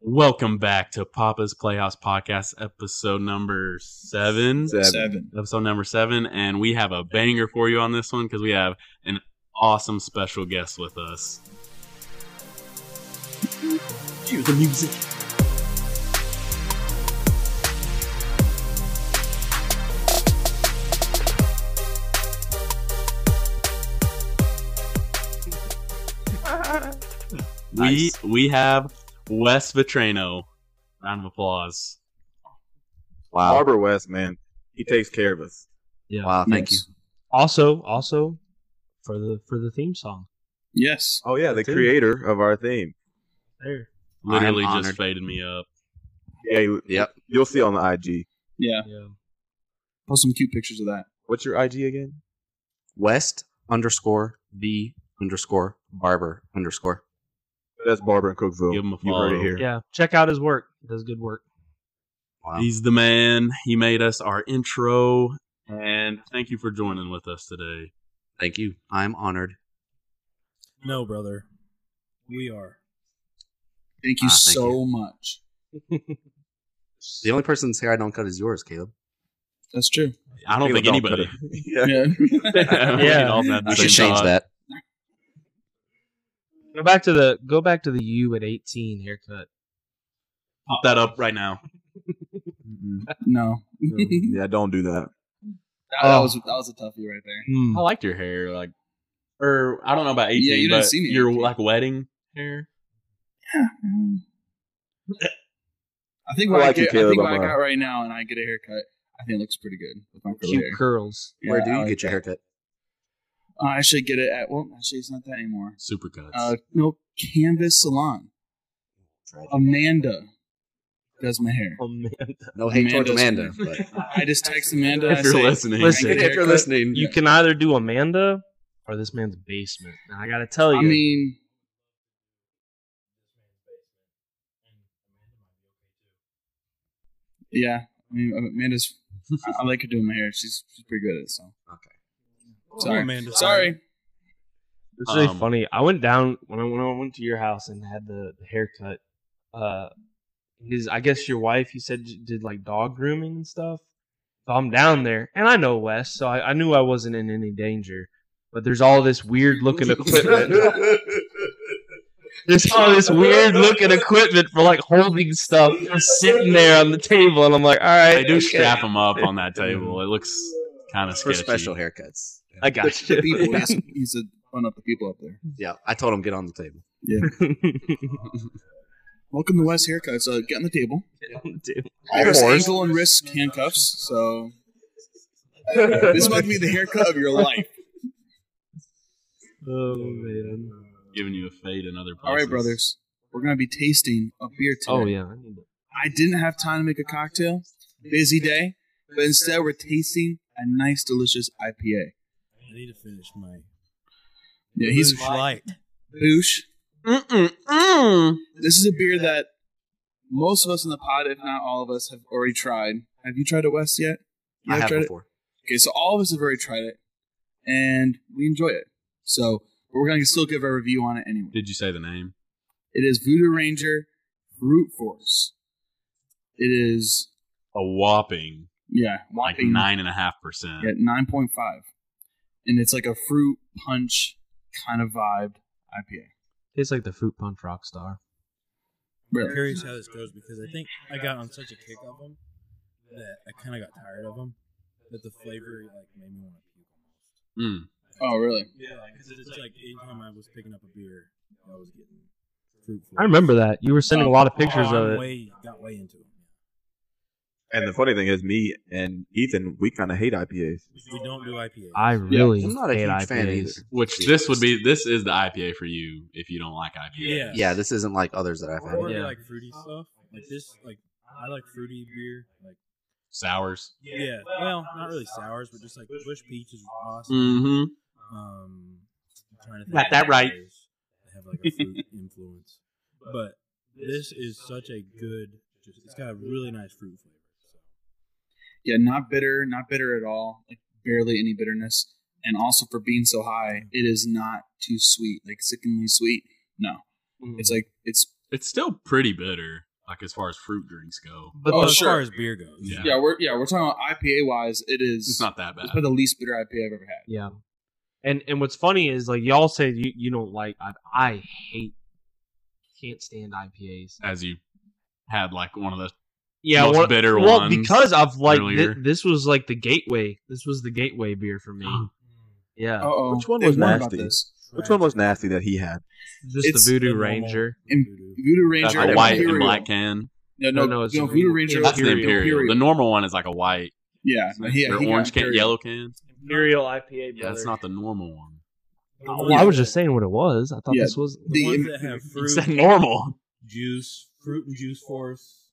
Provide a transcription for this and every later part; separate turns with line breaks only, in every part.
Welcome back to Papa's Playhouse Podcast, episode number seven.
Seven.
Seven.
Episode number seven, and we have a banger for you on this one because we have an awesome special guest with us.
Cue the music. Nice.
We we have Wes Vitrano. Round of applause.
Wow.
Wow.
Barbara West, man, he takes care of us.
Yeah.
Wow. Oh, Thank
Yes.
Also, also for the for the theme song.
Yes.
Oh yeah, the
Dude.
creator of our theme.
There.
Literally
I am
just
honored.
faded me up.
Yeah, you,
you. Yep.
you'll see on the IG.
Yeah.
Yeah.
Post some cute pictures of that.
What's your IG again?
West underscore B underscore Barber underscore.
That's Barbara and Cookville.
Give him a
You heard
follow.
it here.
Yeah. Check out his work. He does good work.
Wow.
He's the man. He made us our intro, and thank you for joining with us today.
Thank you. I'm honored.
No, brother. We are.
Thank you
Ah, thank
so
you.
much.
The only person's hair I don't cut is yours, Caleb.
That's true.
I don't think
Caleb
anybody.
cut it. yeah.
Yeah.
We
Yeah.
all had the
You should
same
change
thought.
that.
Go back to the go back to the U at eighteen haircut.
Pop that up right now.
no.
yeah, don't do that.
That,
Oh.
that was that was a toughie right there.
I liked your hair, like, or I don't know about eighteen,
Yeah, you didn't
but
see me
your
18.
like wedding hair.
Yeah. I mean, I think
I
what I,
like you,
get, I
Caleb,
think what I
I'm, uh,
got right now, and I get a haircut. I think it looks pretty good with my curly
Cute
hair.
curls.
Yeah,
Where do
I
you
like
get your haircut?
that. Uh, I should get it at well, actually, it's not that anymore.
Supercuts.
Uh, no, Canvas Salon. Amanda does my hair.
Oh, man.
No hate towards Amanda.
Amanda's-
But
I just text Amanda.
if
I
you're
say,
listening,
Listen,
I get a
if you're
haircut.
listening,
You can either do Amanda or this man's basement. Now I gotta tell you,
I mean, yeah. I mean, Amanda's. I, I like her doing my hair. She's she's pretty good at it. So sorry,
Oh, Amanda,
Sorry.
It's really
Um,
funny. I went down when I when I went to your house and had the, the haircut. Uh, is I guess your wife you said j- did like dog grooming and stuff. So I'm down there, and I know Wes, so I, I knew I wasn't in any danger. But there's all this weird looking equipment. there's all this weird looking equipment for like holding stuff just sitting there on the table, and I'm like, all right,
they do
okay.
strap them up on that table. It looks kind of
for
sketchy.
special haircuts.
I
The,
got
the people.
you.
He's, he's a fun up the people up there.
Yeah, I told him get on the table.
Welcome to West Haircuts. Uh, get on the table.
Dude.
There's ankle and wrist handcuffs. So this might be the haircut of your life.
oh man.
Giving you a fade in other places.
All right, brothers. We're gonna be tasting a beer today.
Oh yeah. I need to-
I didn't have time to make a cocktail. Busy day. But instead, we're tasting a nice, delicious IPA.
I need to finish my.
Yeah, he's
Busch light.
Boosh.
Mm-mm, mm.
This is a beer that most of us in the pod, if not all of us, have already tried. Have you tried it, Wes, yet? You
I have
tried
before.
It? Okay, so all of us have already tried it, and we enjoy it. So but we're going to still give our review on it anyway.
Did you say the name?
It is Voodoo Ranger Brute Force. It is,
A whopping
yeah,
like
whopping
nine and a half percent.
at 9.5. And it's like a fruit punch kind of vibed IPA.
Tastes like the fruit punch rock star.
I'm
Really?
curious how this goes because I think I got on such a kick of them that I kind of got tired of them. That the flavor like made me want to puke
Mm.
almost.
Oh, really?
Yeah, because it's like anytime I was picking up a beer, I was getting fruitful.
I remember that you were sending a lot of pictures of it.
Way, got way into it.
And the funny thing is, me and Ethan, we kind of hate IPAs.
We don't do IPA.
I really
I'm not a
hate
huge
IPAs.
fan either.
Which this would be. This is the IPA for you if you don't like IPA.
yeah,
Yeah, this isn't like others that I've had.
Or
Yeah.
like fruity stuff. Like this, like I like fruity beer. Like
Sours.
yeah, well, not really sours, but just like bush peach is awesome.
Mm-hmm.
Um, I'm trying to think
Got
of
that
other
right.
beers that have like a fruit influence, but this is such a good. Just, it's got a really nice fruit flavor. So
Yeah, not bitter, not bitter at all. Like barely any bitterness. And also for being so high, it is not too sweet, like sickeningly sweet. No, it's like it's
It's still pretty bitter. like as far as fruit drinks go.
But
Oh,
the-
as
sure.
far as beer goes,
Yeah.
Yeah, we're yeah we're talking about IPA wise. It is
It's not that bad.
It's probably the least bitter IPA I've ever had.
yeah. And and what's funny is like y'all say you, you don't like I I hate can't stand IPAs.
As you had like one of the
Yeah,
most
one-
bitter
well
ones.
because I've like thi-
earlier.
this was like the gateway. This was the gateway beer for me. yeah,
Uh-oh.
Which one
There's
was
more
nasty?
this.
Which one was nasty that he had?
just
it's
the Voodoo
the normal-
Ranger.
In- Voodoo
That's
Ranger.
a
Imperial.
white and
Imperial.
black can.
No, no,
No, no,
no.
it's
Voodoo
Imperial.
Ranger.
That's the
Imperial.
imperial. The normal one is like a white
yeah, no, he,
or
he got
orange can,
Imperial.
yellow can.
Imperial IPA.
Yeah, that's not the normal one.
Well, I was just saying what it was. I thought
Yeah.
this was.
the
The-
ones that have
It's
fruit,
normal.
juice, fruit and juice force.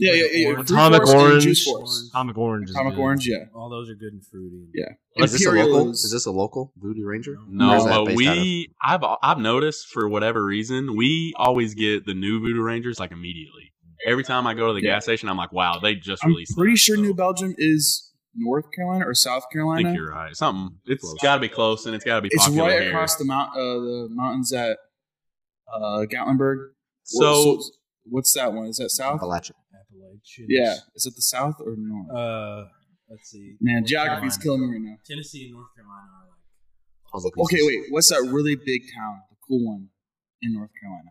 Yeah, yeah, yeah.
Orange.
Fruit
Atomic
Force and
Orange.
Juice Force.
Atomic Orange. is
Atomic
good.
Orange. Yeah.
All those are good and fruity.
Yeah.
Oh,
Is this a
Imperial
local?
is-
Is this a local Voodoo Ranger?
No,
Where's that
but
based out of?
we I've I've noticed for whatever reason we always get the new Voodoo Rangers like immediately. Every time I go to the
Yeah.
gas station, I'm like, wow, they just
I'm
released.
pretty
that,
sure
so
New Belgium is North Carolina or South
I
Carolina.
think you're right. Something. It's got to be close, and it's got to be.
it's
popular
right
here.
across the mount, uh, the mountains at uh, Gatlinburg.
So
What's- what's that one? Is that south?
Appalachia.
Appalachian.
Yeah. Is it the south or north?
Uh, let's see.
Man,
North
geography's
Carolina.
killing me right now.
Tennessee and North Carolina are like
Puzzle pieces.
Okay, wait. What's that really big town, the cool one in North Carolina?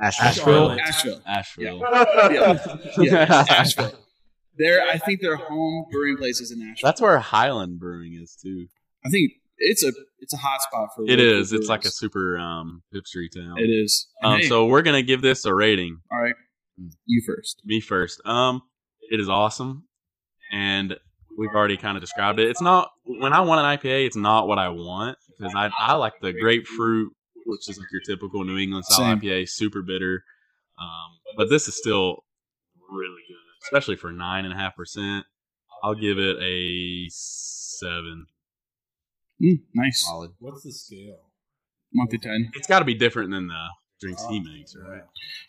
Asheville.
Asheville.
Asheville.
Asheville.
Yeah. Yeah, Asheville. There, I think their home brewing place is in Asheville.
That's where Highland Brewing is too.
I think it's a it's a hot spot for.
It
local
is. It's like a
brewers.
super um, hipstery town.
It is. And
Um,
hey,
so we're gonna give this a rating.
all right, you first.
Me first. Um, it is awesome, and we've already kind of described it. It's not when I want an IPA, it's not what I want because I I like the grapefruit, which is like your typical New England style
Same.
IPA, super bitter. Um, but this is still really good, especially for nine and a half percent. I'll give it a seven.
Mm, nice.
Solid.
what's the scale?
Month to ten.
It's got to be different than the drinks he makes, right?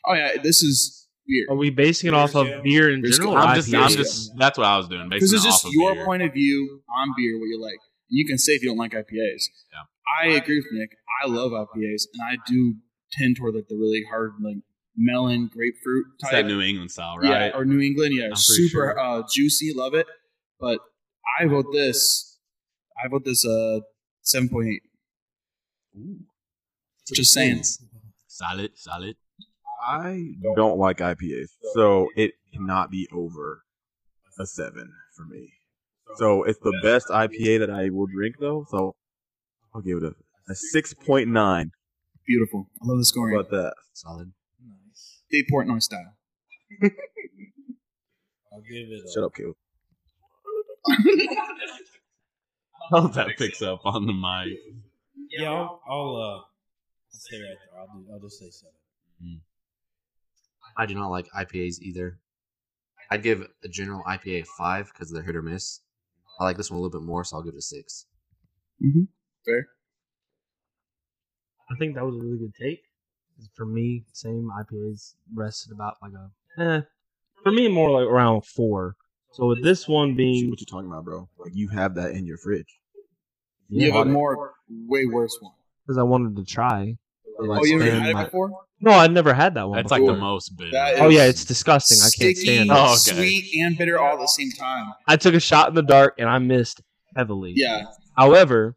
Oh yeah, this is beer
Oh,
Are we basing it off of
Beer scale.
beer in
Beer
general?
scale.
or
I'm just, I'm
IPAs?
just. That's what I was doing.
because
Basing
it's
it
just
off of
your
beer.
point of view on beer, what you like. And you can say if you don't like IPAs.
Yeah.
I agree with Nick. I love IPAs, and I do tend toward like the really hard like melon grapefruit
It's
type.
that New England style, right?
Yeah, or New England. Yeah,
I'm pretty
super
sure.
uh, juicy. Love it. But I vote this. I vote this. Uh, seven point eight. Just saying.
Solid, solid.
I don't like IPAs, so it cannot be over a seven for me. So it's the best IPA that I will drink, though. So I'll give it a, a six point nine.
Beautiful. I love the scoring.
But that
Solid.
Nice.
Dave Portnoy style.
I'll give it. A,
shut up, Caleb.
I hope that picks up on the mic.
Yeah, I'll, I'll uh, I'll stay right there. I'll do. I'll just say seven.
I do not like IPAs either. I'd give a general IPA a five because they're hit or miss. I like this one a little bit more, so I'll give it a six.
Fair.
I think that was a really good take. For me, same IPAs rested about like a eh. For me, more like around four. So with this one being
What you talking about, bro? Like you have that in your fridge.
you have a more way worse one.
because I wanted to try.
oh, you ever
and
had it
my-
before?
No, I've never had that one.
That's
before.
like the
Before.
most bitter.
That is-
oh yeah, it's disgusting. I can't
Sticky,
stand it.
Oh, okay.
sweet, and bitter all at the same time.
I took a shot in the dark and I missed heavily.
Yeah,
However,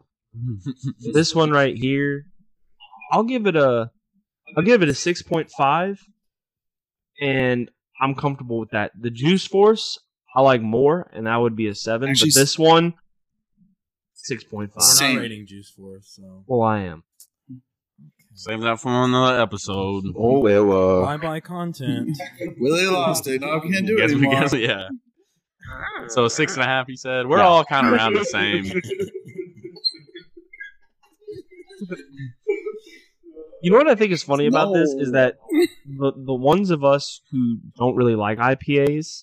this one right here, I'll give it a, I'll give it a six point five, and I'm comfortable with that. The Juice Force, I like more, and that would be a seven.
Actually,
but this one, six point
We're
five.
Same.
not rating juice for us, so.
Well, I am.
Save that for another episode.
Oh well,
Bye bye content.
Willie lost it. No, I can't do it
Guess we
anymore.
guess, yeah. So six and a half, you said. We're all kind of around the same.
You know what I think is funny about this is
No.
that the the ones of us who don't really like IPAs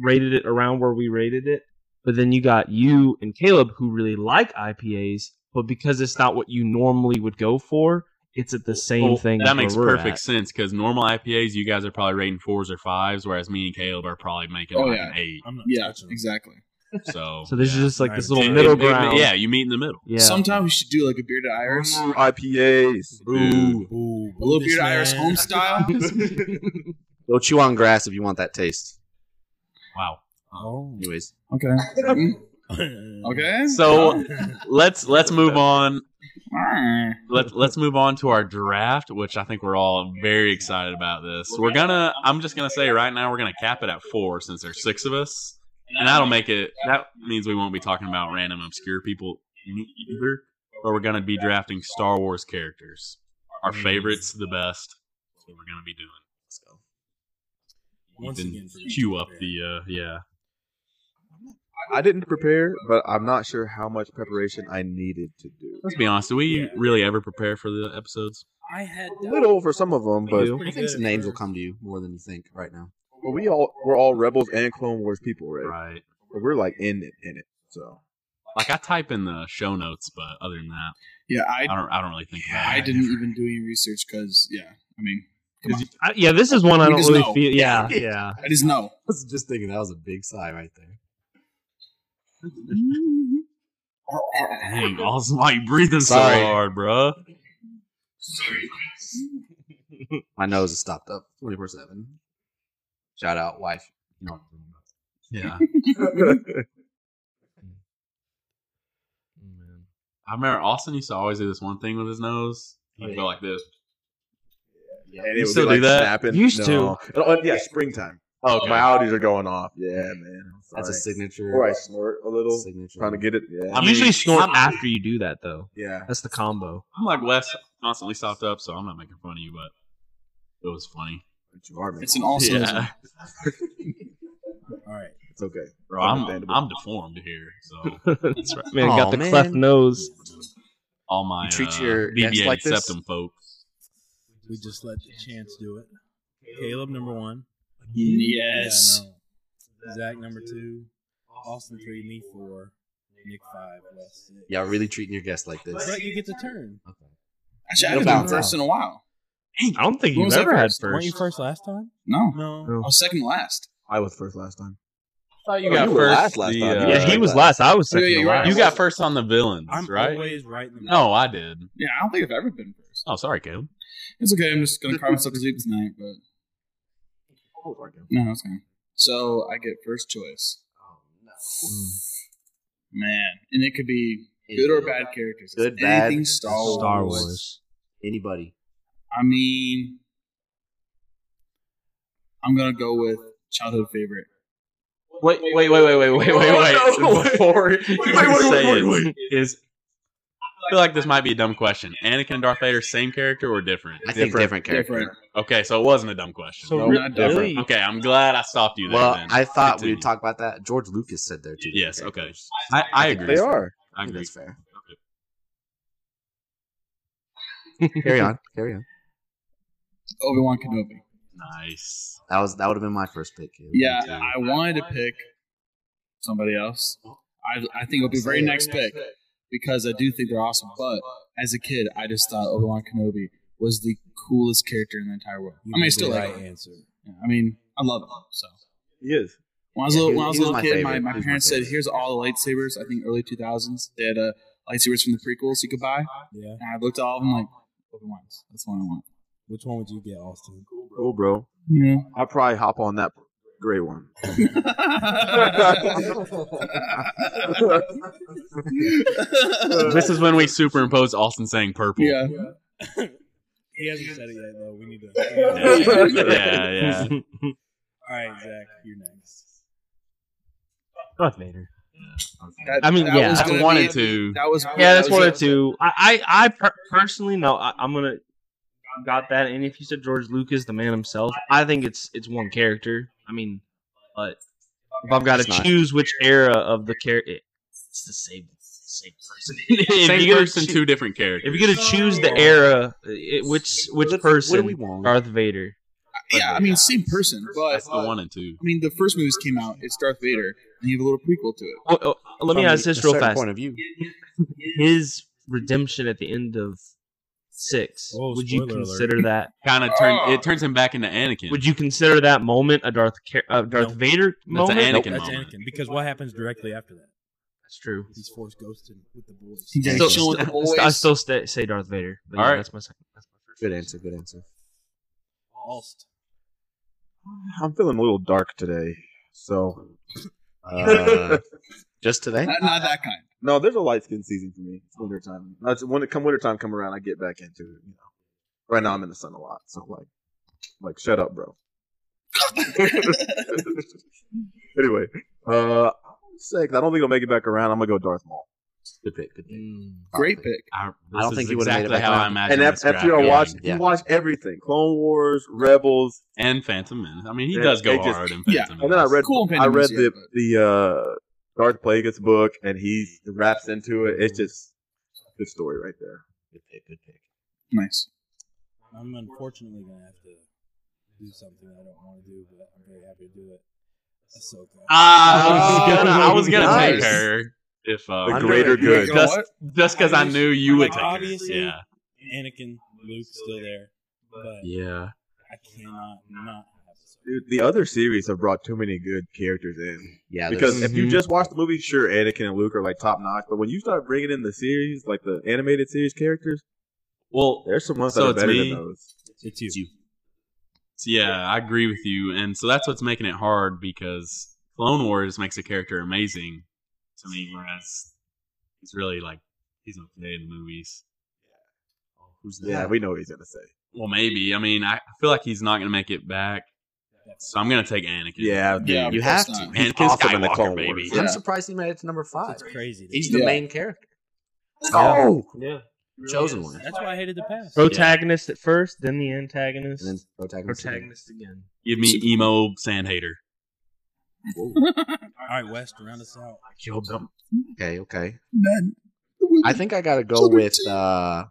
rated it around where we rated it, but then you got you and Caleb who really like IPAs, but because it's not what you normally would go for, it's at the same
Well,
thing. as
that
where
makes
we're
perfect
at.
sense because normal IPAs, you guys are probably rating fours or fives, whereas me and Caleb are probably making
Oh,
like
yeah.
an eight.
I'm not
Yeah,
touching them.
exactly.
So,
So there's
yeah.
just like this little
It-
middle
it- it-
ground.
yeah, you meet in the middle.
yeah.
Sometimes we should do like a bearded iris,
Oh,
a
IPAs. Ooh.
Dude.
Ooh,
little
this
bearded iris
man.
home style.
Go chew on grass if you want that taste.
Wow.
Oh.
Anyways,
Okay. Mm, okay.
So let's let's move on.
Alright.
Let's let's move on to our draft, which I think we're all very excited about. This we're gonna. I'm just gonna say right now we're gonna cap it at four since there's six of us, and that'll make it. That means we won't be talking about random obscure people either, but we're gonna be drafting Star Wars characters, our favorites, the best. That's what we're gonna be doing. Let's go.
Once again, for
cue up the uh, yeah.
I didn't prepare, but I'm not sure how much preparation I needed to do.
Let's be honest. Do we really ever prepare for the episodes?
I had
A little for some of them, but,
I think some names will come to you more than you think right now.
but we all we're all rebels and Clone Wars people, right?
Right.
But we're like in it, in it. So
Like I type in the show notes, but other than that,
Yeah, I
I don't. I don't really think. about
I
it.
didn't even do any research because yeah, I mean, come on.
I, yeah, this is one I
You
don't
just
really
know.
feel. Yeah, yeah.
I just know.
I was just thinking that was a big sigh right there.
Dang, awesome! Why you breathing so
Sorry.
hard, bruh?
My nose is stopped up 24 7. Shout out, wife. You know what I'm talking about.
Yeah,
Oh,
Man.
I remember Austin used to always do this one thing with his nose. He'd go like this.
and
You still do that?
snapping.
Used to.
to. yeah, springtime.
Oh,
My allergies are going off. Yeah, man. I'm
That's a
sorry.
signature.
Or I snort a little,
Signature.
trying to get it. Yeah,
I mean,
Usually snort
I'm-
after you do that, though.
yeah.
That's the combo.
I'm like Wes, constantly stopped up, so I'm not making fun of you, but it was funny.
But you are, man.
It's an awesome.
yeah,
All right.
It's okay.
bro, I'm
Understandable.
I'm deformed here, so
That's right. Man,
Aw,
got the
man.
cleft nose.
all my
You treat
uh,
your guests
deviated
like this?
septum, folks.
We just let the chance do it. Caleb number one.
Yes.
Yeah, no. Zach number two. Austin three. Me four. Nick five. Wes six.
Y'all really treating your guests like this.
But you get to turn.
Okay.
Actually, I
It'll
haven't done
bounce
first
out.
in a while.
I don't think
Who
you've
was that
ever had
first?
Weren't you
first.
first last time?
No,
No.
I was second last.
I was first last time.
I thought
you got first the, uh,
Yeah, he
like
was
that.
last. I was
Yeah, yeah,
second. to
you're right.
last.
You got first on the villains,
I'm
right?
always right in the middle.
no, I did.
Yeah, I don't think I've ever been first.
Oh, sorry, Caleb.
It's okay. I'm just gonna cry myself to sleep tonight, but no, it's okay. So I get first choice. Hmm. Man, and it could be good or bad characters. It's
Good, bad,
anything Star Wars.
Star Wars.
Anybody.
I mean, I'm gonna go with childhood favorite.
Wait, wait, wait, wait, wait, wait, wait, wait. Before you say it, is I feel like this might be a dumb question. Anakin, Darth Vader, same character or different?
I think different character.
Different.
Okay, so it wasn't a dumb question.
So
No,
re-
not different.
really,
okay, I'm glad I stopped you there.
Well,
then.
I thought
Continue.
we'd talk about that. George Lucas said there too.
Yes, okay. I, I agree.
They are.
I
I think
agree.
that's fair. Carry on. Carry on.
Obi Wan Kenobi.
Nice.
That was that would have been my first pick. Caleb.
Yeah,
uh,
too.
I wanted to pick somebody else. I, I think it'll be very next pick because I do think they're awesome. But as a kid, I just thought Obi Wan Kenobi was the coolest character in the entire world.
You
I mean, I
made
still
the
like.
right
him.
answer.
Yeah, I mean, I love him. So
He is.
when I was a
Yeah,
little,
he-
when I was a
he was
little
my
kid,
favorite.
my,
He
my
was my
parents said,
favorite.
"Here's all the lightsabers." I think early 2000s they had uh, lightsabers from the prequels you could buy,
Yeah.
and I looked at all of them like Obi Wan's. That's the one I want.
Which one would you get, Austin?
Cool, bro.
Yeah.
I'll probably hop on that gray one.
This is when we superimpose Austin saying purple.
Uh, yeah.
He hasn't said it yet, though. We need to.
yeah, yeah.
All right, Zach, you're next.
Darth Vader.
That-
I mean,
that
yeah.
was
I
gonna
wanted
be-
to.
That was
Yeah, that's
that
one
was
or two. I, I, I per- personally no. I, I'm gonna got that. And if you said George Lucas, the man himself, I think it's it's one character. I mean, but if I've got to
It's not.
choose which era of the character, it's the same same person. If
Same
you're gonna
person,
choo-
two different characters.
If you're gonna choose the era, it, which
What- What
which
do
person?
we want?
Darth Vader.
Yeah, I mean, same person, but uh,
That's the one and two.
I mean, the first movies came out. It's Darth Vader, and you have a little prequel to it.
Oh, oh, let me
From
ask
a
this real
certain
fast.
Point of view.
His redemption at the end of six.
Whoa,
would you
Oh, spoiler alert.
consider that?
Kind of turn. It turns him back into Anakin.
Would you consider that moment a Darth Car- uh, Darth
No.
Vader
That's an
moment?
Anakin
That's
moment.
Anakin. Because what happens directly after that?
That's true.
He's force ghosted with the boys.
He just
Still-
chilling with the
I
boys.
st- I still sta say Darth Vader. But
All
yeah,
right.
that's my second. That's my first.
Good answer. Good answer.
Lost.
I'm feeling a little dark today. So,
Uh, just today?
Not, not that kind.
no, there's a light skin season for me. It's winter time. That's when it come winter time come around, I get back into it. You know, right now I'm in the sun a lot, so like, like shut up, bro. anyway, uh, sick. I don't think it'll make it back around. I'm gonna go Darth Maul.
Good pick. Good pick.
Great pick.
I,
I don't think he would've made it
exactly
back
how I
around.
imagined.
And
this
after,
draft
after I
going.
watch,
yeah.
you watch everything: Clone Wars, Rebels.
and Phantom Menace. I mean, he
Yeah,
does go
they just-
hard in
yeah.
Phantom Menace.
And then I read,
Cool
I read
opinions, yeah,
the the uh, Darth Plagueis book, and he raps into it. It's just good story right there.
Mm-hmm. Good pick. Good pick.
Nice.
I'm unfortunately gonna have to do something I don't want to do, but I'm very happy to do it. Ahsoka.
Uh,
Ah, Uh, I was gonna, I was gonna
Nice.
take her if uh,
The
Under-
greater good.
You know
just
what?
just because I knew you would take her.
Obviously.
Yeah,
Anakin, Luke, still there, but
Yeah.
I cannot not have Ahsoka.
Dude, the other series have brought too many good characters in.
Yeah.
Because
there's-
if
Mm-hmm.
you
Mhm.
just watch the movie, sure, Anakin and Luke are like top notch, but when you start bringing in the series, like the animated series characters,
well,
there's some ones
So
that are
it's
better
me?
than those.
It's you.
So yeah, I agree with you, and so that's what's making it hard because Clone Wars makes a character amazing to me, whereas he's really like he's okay in the movies.
who's that?
Yeah, we know what he's gonna say.
Well, maybe. I mean, I feel like he's not going to make it back, so I'm going to take Anakin.
Yeah, dude.
Yeah,
you
of
have
course
to.
not.
Anakin
Awesome in the
Skywalker,
Clone Wars.
baby.
I'm
Yeah.
surprised he made it to number five.
It's crazy. dude.
He's the
Yeah.
main character,
Oh,
Yeah.
chosen one,
That's why I hated the past.
Protagonist at first, then the antagonist,
and then protagonist.
protagonist again.
Give me emo sand hater.
All right, West, round us out.
Killed him. Okay. Okay.
Man.
I think I gotta go with uh,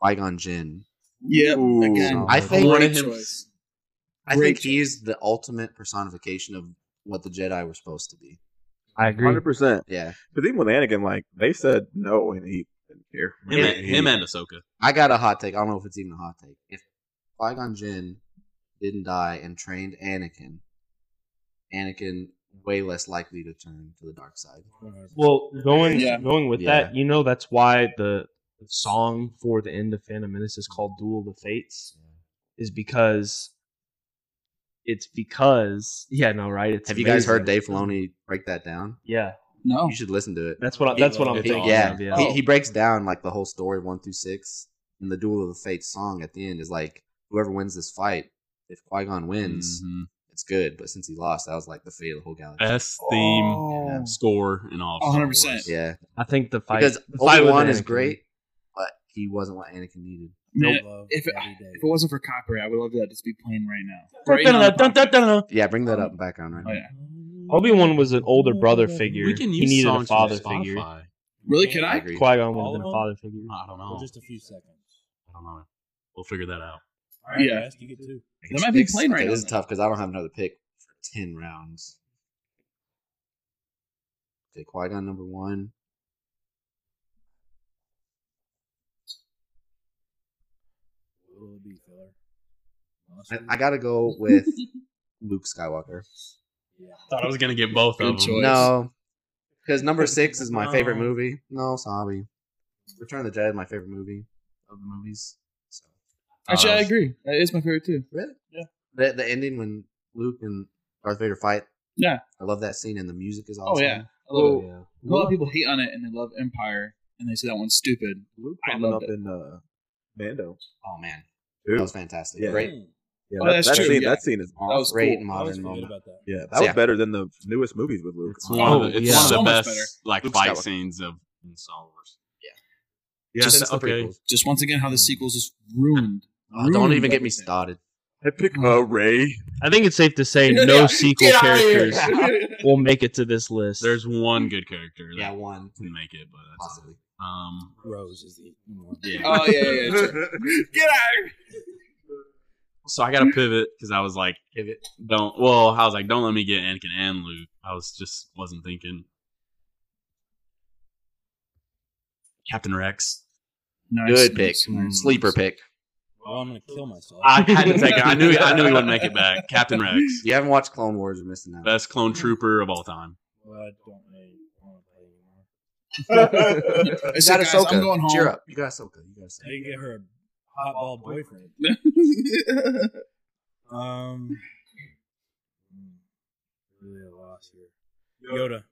Qui Gon Jinn.
Yeah.
Ooh.
Again.
I think
One
Great
of him-
choice.
I
Great
think he is the ultimate personification of what the Jedi were supposed to be.
I agree.
hundred percent.
Yeah.
But even with Anakin, like they said no, and he didn't care.
Him,
Yeah,
and,
He-
him and Ahsoka.
I got a hot take. I don't know if it's even a hot take. If Qui Gon Jinn didn't die and trained Anakin, Anakin way less likely to turn to the dark side.
Well, going
Yeah.
going with
Yeah.
that, you know that's why the the song for the end of Phantom Menace is called "Duel of the Fates," is because it's because yeah, no, right? It's
Have you guys
amazing.
heard Dave Filoni break that down?
Yeah,
No.
You should listen to it.
Oh. that's what I,
He
that's what I'm
loved it.
thinking.
yeah,
of, yeah.
He, he breaks down like the whole story one through six, and the Duel of the Fates song at the end is like whoever wins this fight, if Qui Gon wins,
Mm-hmm.
Mhm.
it's good. But since he lost, that was like the fate of the whole galaxy.
Best theme,
Oh.
score, and all. of Star
100%.
Wars.
yeah,
I think the fight
because
the fight
Obi
with
Wan is
Anakin.
great, but he wasn't what Anakin needed.
Man,
Love
if it-
every day.
If it wasn't for copyright, I would love that just be playing right now. Right now.
Obi
Yeah, bring that up in background right
Oh
now.
yeah.
Wan was an older brother figure.
We can
he
use
needed a
songs from
father
Spotify.
figure.
I
Really? Can
I
I?
agree.
Qui Gon
All
would have
of
been a
them?
father figure.
don't know.
For just a few seconds.
I don't know. We'll figure that out.
All right,
Yeah.
West, you get two.
That might be playing right
okay,
now.
This is tough because I don't have another pick for ten rounds. Okay, Qui Gon number one.
What will it be, filler?
I, I gotta go with Luke Skywalker.
Yeah.
Thought I was gonna get both
Good
of them.
choice.
No, because number six is my favorite
Oh.
No.
movie. No, sorry. Return of the Jedi is my favorite movie of the movies. So
Actually, I
Uh,
agree. That is my favorite too.
really,
Yeah.
The, the ending when Luke and Darth Vader fight.
Yeah.
I love that scene, and the music is
Oh
awesome.
yeah. I love
Oh,
it. A
yeah.
lot of people hate on it and they love Empire and they say that one's stupid.
Luke
I
popping
loved it.
up in uh, Mando.
Oh man,
Dude.
that was fantastic.
Yeah.
Great,
Yeah,
Oh,
that,
that's
that
true,
scene.
yeah.
That scene is
That
awesome.
was
great
cool.
Hmm. I always
modern
forget
moment.
about that.
Yeah, that
So,
was
yeah.
better than the newest movies with Luke.
It's one of
Oh,
the, it's
yeah.
one of the
So much
best
better.
like
Luke
fight
Skywalker.
scenes of in Star Wars.
Yeah,
Just
Since the
okay.
prequels.
Just once again, how the sequels just ruined.
Oh, don't
ruined
even get me
everything.
started.
I pick uh, Ray.
I think it's safe to say
Yeah,
no
yeah.
sequel
Get outta here.
characters will make it to this list.
There's one good character that
Yeah, one
can make it, but that's
possibly.
it. um
Rose is the.
oh yeah, yeah, yeah. sure. Get out. of here.
so I got to pivot because I was like,
Pivot.
don't. Well, I was like, don't let me get Anakin and Luke. I was just wasn't thinking. Captain Rex.
Nice.
Good pick.
Nice.
Sleeper pick.
Well, I'm gonna kill myself.
I had to take. Him. I knew. I knew he wouldn't make it back. Captain Rex,
If you haven't watched Clone Wars, you're missing out.
best clone trooper of all time.
Well, I don't really want to play anymore.
You
So,
got
guys,
Ahsoka.
I'm going home.
Cheer up. You got Ahsoka. You got
I
Ahsoka.
can get her a hot ball boyfriend. Um, last year. Yoda.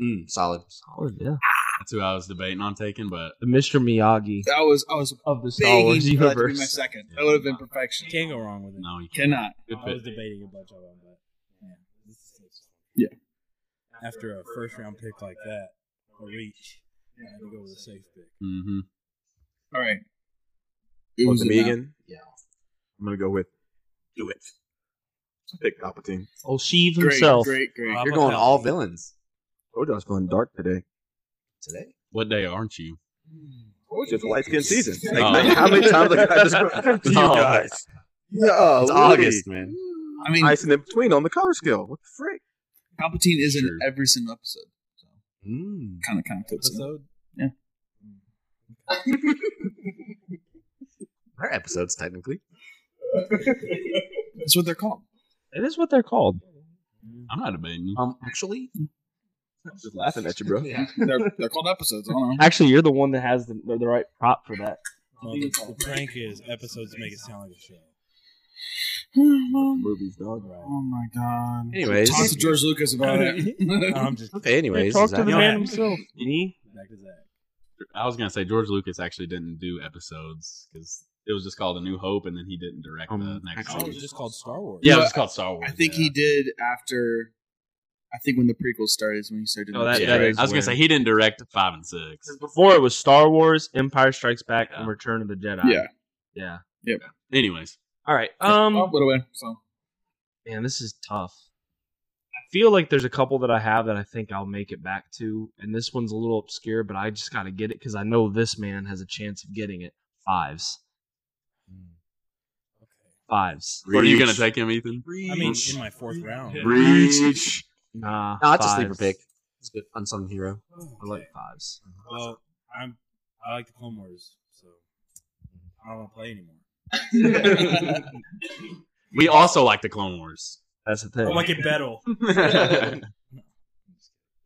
Mm, solid.
Solid, yeah.
That's who I was debating on taking, but
The Mr. Miyagi
That was I was
of the Star
begging
Wars
for that to be my
universe.
second. That would have been perfection.
Can't go wrong with it.
no, you can't.
Cannot.
Good
I was
pick.
debating a bunch of them, but yeah, this is
Yeah.
After a first round pick like that, a reach, I had to go with a safe pick.
Mm-hmm.
All right. Who's
What's
it
me
now?
again?
Yeah.
I'm gonna go with do it. Pick Palpatine.
Oh, Sheev
Great,
himself.
great, great.
Rob
You're going
Papaldi.
all villains
Told you I was feeling dark today.
today.
What day aren't you?
It's just light skin season. Like,
Oh.
man, how many times I got described to you
No.
guys? Oh. Yeah,
It's August, man.
I mean,
Ice in between on the color scale. What the frick?
Palpatine is in
Sure.
every single episode.
Mm.
Kind of, kind of fits. in.
Episode.
Our episodes, technically.
That's what they're called.
It is what they're called.
I'm not debating you.
Um, actually,
Just laughing at you, bro.
yeah.
They're, they're called episodes. I don't know.
Actually, you're the one that has the, the right prop for that.
Well, the, the prank is episodes make it sound like a show.
Movies, dog.
Right.
Oh my god.
Anyways,
Talk to George Lucas about it.
No,
Um,
I'm just
okay. Anyways,
talk
is
to
that-
the
Yeah.
man himself. Me?
back to Zach.
I was gonna say George Lucas actually didn't do episodes because it was just called A New Hope, and then he didn't direct the
Um,
next.
actually-
Oh, it
one.
was just called Star Wars.
yeah, it
No,
was just called Star Wars.
I think
yeah.
he did after. I think when the prequels started is when he started.
No, Oh, that-
Yeah,
that
right.
is
I was
where-
gonna say he didn't direct five and six.
'Cause Before it was Star Wars, Empire Strikes Back, and Return of the Jedi.
yeah.
Yeah.
Anyways,
All right.
oh,
Um,
what a win. So
man, this is tough. I feel like there's a couple that I have that I think I'll make it back to, and this one's a little obscure, but I just got to get it because I know this man has a chance of getting it. Fives,
Okay.
fives.
what are you gonna take him, Ethan?
I mean, in my fourth round.
Breach.
Nah,
No, it's a
fives.
sleeper pick. It's a good unsung hero.
I like fives.
Well, I'm. I like the Clone Wars, so I don't want to play anymore.
We also like the Clone Wars.
That's the thing.
I like it better.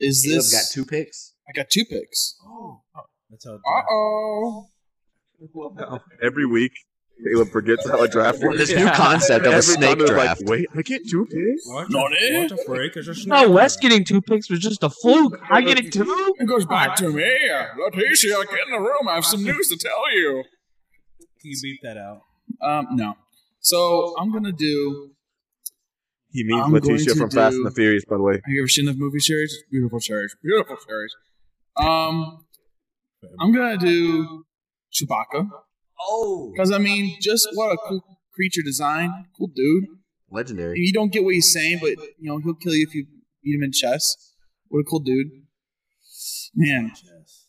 is
Caleb
this?
got two picks.
I got two picks.
Oh, that's how. it
Uh oh.
Every week, Caleb forgets how a draft works.
This new concept of a
Every
snake
time it's like,
draft.
Wait, I get two picks?
Watch
Nani?
a freak! It's a
no,
snake.
Wes getting two picks was just a fluke. I get it too.
It goes back to me. Leticia, get in the room. I have some news to tell you.
Can you beat that out?
Um, no. So I'm gonna do.
He means
I'm going
Letitia
to
from Fast and
do-
the Furious, by the way.
Have you ever seen the movie series? It's Beautiful series. Beautiful series. Um, I'm gonna do Chewbacca
Oh,
because I mean, just what a cool creature design, cool dude.
legendary.
You don't get what he's saying, but you know he'll kill you if you beat him in chess. What a cool dude. Man,
Yes.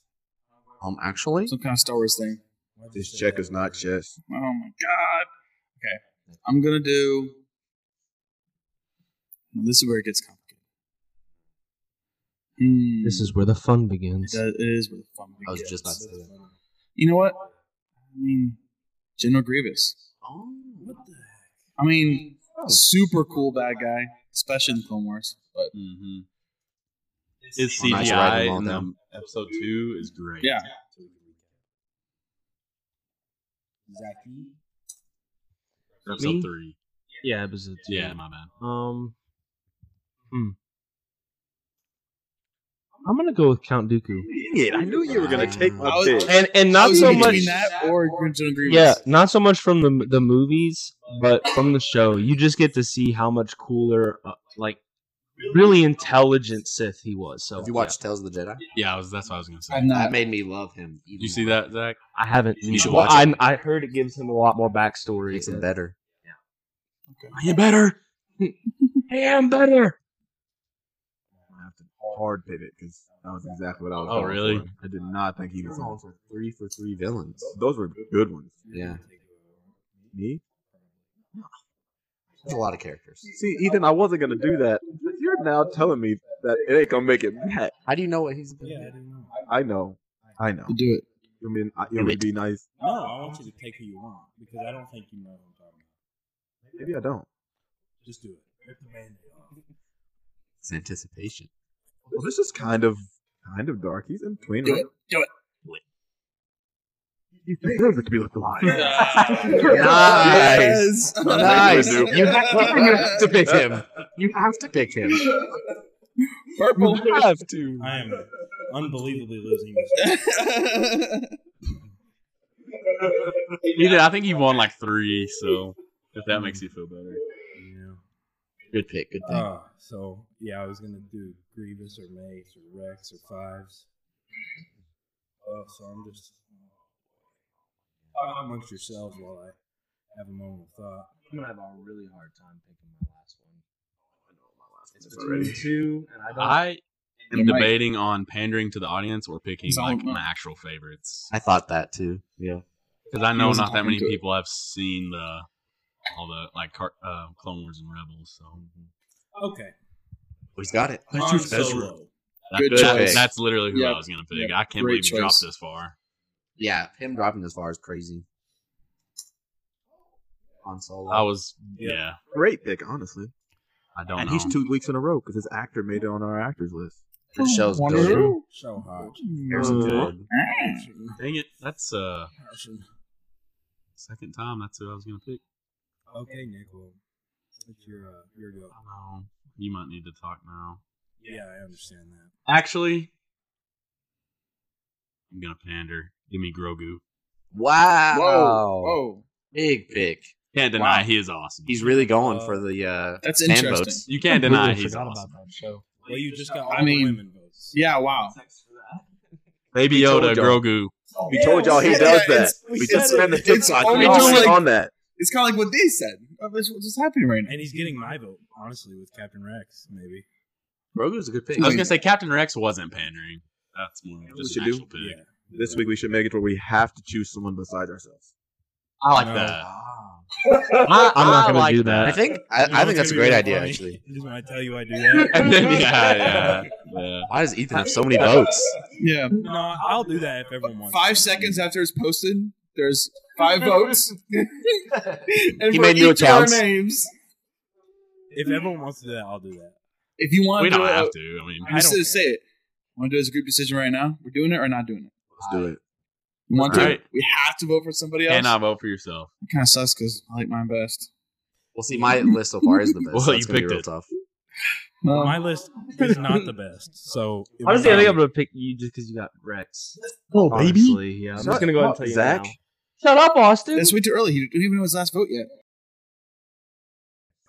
Um, actually,
some kind of Star Wars thing.
Why'd you
This
say
check
that?
is not chess.
Oh my god. Okay. I'm gonna do Now, this is where it gets complicated. Hmm.
This is where the fun
it,
begins.
does- it is where the fun
I was
begins.
just about to say that.
You know what? I mean General Grievous.
Oh, what the
I mean super cool bad guy, especially in the Clone Wars. But
hmm His
Oh, nice writing
CGI
all
in
down.
um, episode two is great.
yeah.
Zachy.
Episode
Me?
three.
yeah, it was a two.
Yeah, my bad.
Um, hmm. I'm gonna go with Count Dooku,
I knew you were going to take my
I was-
pick.
and and
I
not
was
so
in
much.
between that or General Grievous.
Yeah, not so much from the the movies, but from the show. You just get to see how much cooler, uh, like, really intelligent Sith he was. So
Have you watched Tales of the Jedi?
Yeah, I was, that's what I was gonna say.
I'm not
That made me love him. Even
You see
more.
that, Zach?
yeah. I haven't.
You should
well,
watch
I, I heard it gives him a lot more backstory.
Makes him better.
I am better.
Hey, I'm
I
better.
have to hard pivot because that was exactly what I was
Oh,
going
really?
for. I did not think he
You're
was.
going for three for three villains.
Those were good ones.
Yeah,
Me?
there's a lot of characters.
See, Ethan, I wasn't going to do that. But you're now telling me that it ain't going to make it back.
How do you know what he's been?
Yeah, I didn't know.
I know. I know.
to do it.
You mean I- you want me to be nice?
No, I want you to take who you want because I don't think you know who I'm talking about.
Maybe I don't.
Just do it. Rip the band-aid off.
It's anticipation.
Well, this is kind of kind of dark. He's in between.
Do
right?
it. Do it.
He deserves it to be left alive.
Nice.
Yes.
Nice.
You have, you have to pick him. You have to pick him.
Purple.
have to.
I am unbelievably losing this.
You did. I think you won like three, so if that makes you feel better.
Yeah.
Good pick. Good pick.
Uh, so yeah, I was gonna do Grievous or Mace or Rex or Fives. Oh, so I'm just talk amongst yourselves while I have a moment of thought.
I'm gonna have a really hard time picking my last one. It's
It's already-
between two, and I don't.
I am
You might-
debating on pandering to the audience or picking
It's all
like
about-
my actual favorites
I thought that too. Yeah.
because I know
wasn't
not that
talking
many
to it.
people have seen the all the like car, uh, Clone Wars and Rebels. So
Okay.
Oh, He's got it.
Han Solo.
that,
Good
that-
choice.
that's literally who
Yeah.
I was gonna pick.
Yeah.
I can't
Great
believe you dropped
choice.
this far.
Yeah, him dropping this far is crazy. On solo.
Oh,
I was
Yeah.
yeah.
Great pick, honestly.
I don't
and
know.
he's two weeks in a row because his actor made it on our actors list.
the show's
Wonder
good.
who?
Show Hodge.
Harrison
Uh,
Ford.
Dang it! That's uh
Harrison.
second time. That's who I was gonna pick.
Okay, Nick. Well, it's your uh, your
I
go.
don't know. You might need to talk now.
Yeah, I understand that.
Actually, I'm gonna pander. Give me Grogu.
Wow.
Whoa. Whoa.
Big pick.
Can't deny he is awesome.
He's really going
Uh,
for the uh
That's
fan
interesting.
votes.
you can't
completely
deny he's
forgot
awesome.
about that show.
Well, you just got all
I
the
mean-
women votes.
Yeah, wow.
Baby
told
Yoda,
y'all.
Grogu.
We told y'all he
Yeah,
does that.
it's-
We
we
just
said
ran the
it. It's
TikTok.
only
We all
just
went
like-
on that.
It's kind of like what they said. Uh, That's what's happening right now.
And he's getting my vote, honestly, with Captain Rex, maybe.
Grogu's a good pick.
I was gonna say Captain Rex wasn't pandering. That's more of
We
just
should
an
do-
actual pick.
Yeah.
This week we should make it where we have to choose someone besides ourselves.
I like
No.
that.
I, am
I
not gonna
like
do
that.
that.
I think I,
You know
I think
what's
that's a
gonna be
great
really
idea
funny?
actually.
Is when I tell you I do that.
And then, yeah, yeah, yeah.
Why does Ethan have so many votes?
Yeah.
No, I'll do that if everyone wants.
Five seconds after it's posted, there's five votes. and
He
for
made new
each of our
accounts.
names.
If everyone wants to do that, I'll do that.
If you want
We
to
don't
do it,
have to. I mean,
I'm just
I don't
gonna say it. Want to do it as a group decision right now? We're doing it or not doing it?
Let's do it.
You want to?
Right. uh,
We have to vote for somebody else.
cannot vote for yourself.
It kind of sucks because I like mine best.
Well, see, my list so far is the best.
Well,
so
you
it's gonna be
picked
real
it.
tough.
No.
My list is not the best, so
Honestly, I
it won't
think
be-
I'm gonna pick you just because you got Rex.
Oh,
Honestly, yeah. I'm
Shut
just gonna go ahead
up,
and tell you
Zach.
now. Shut up, Austin.
That's way too early. He didn't even know his last vote yet.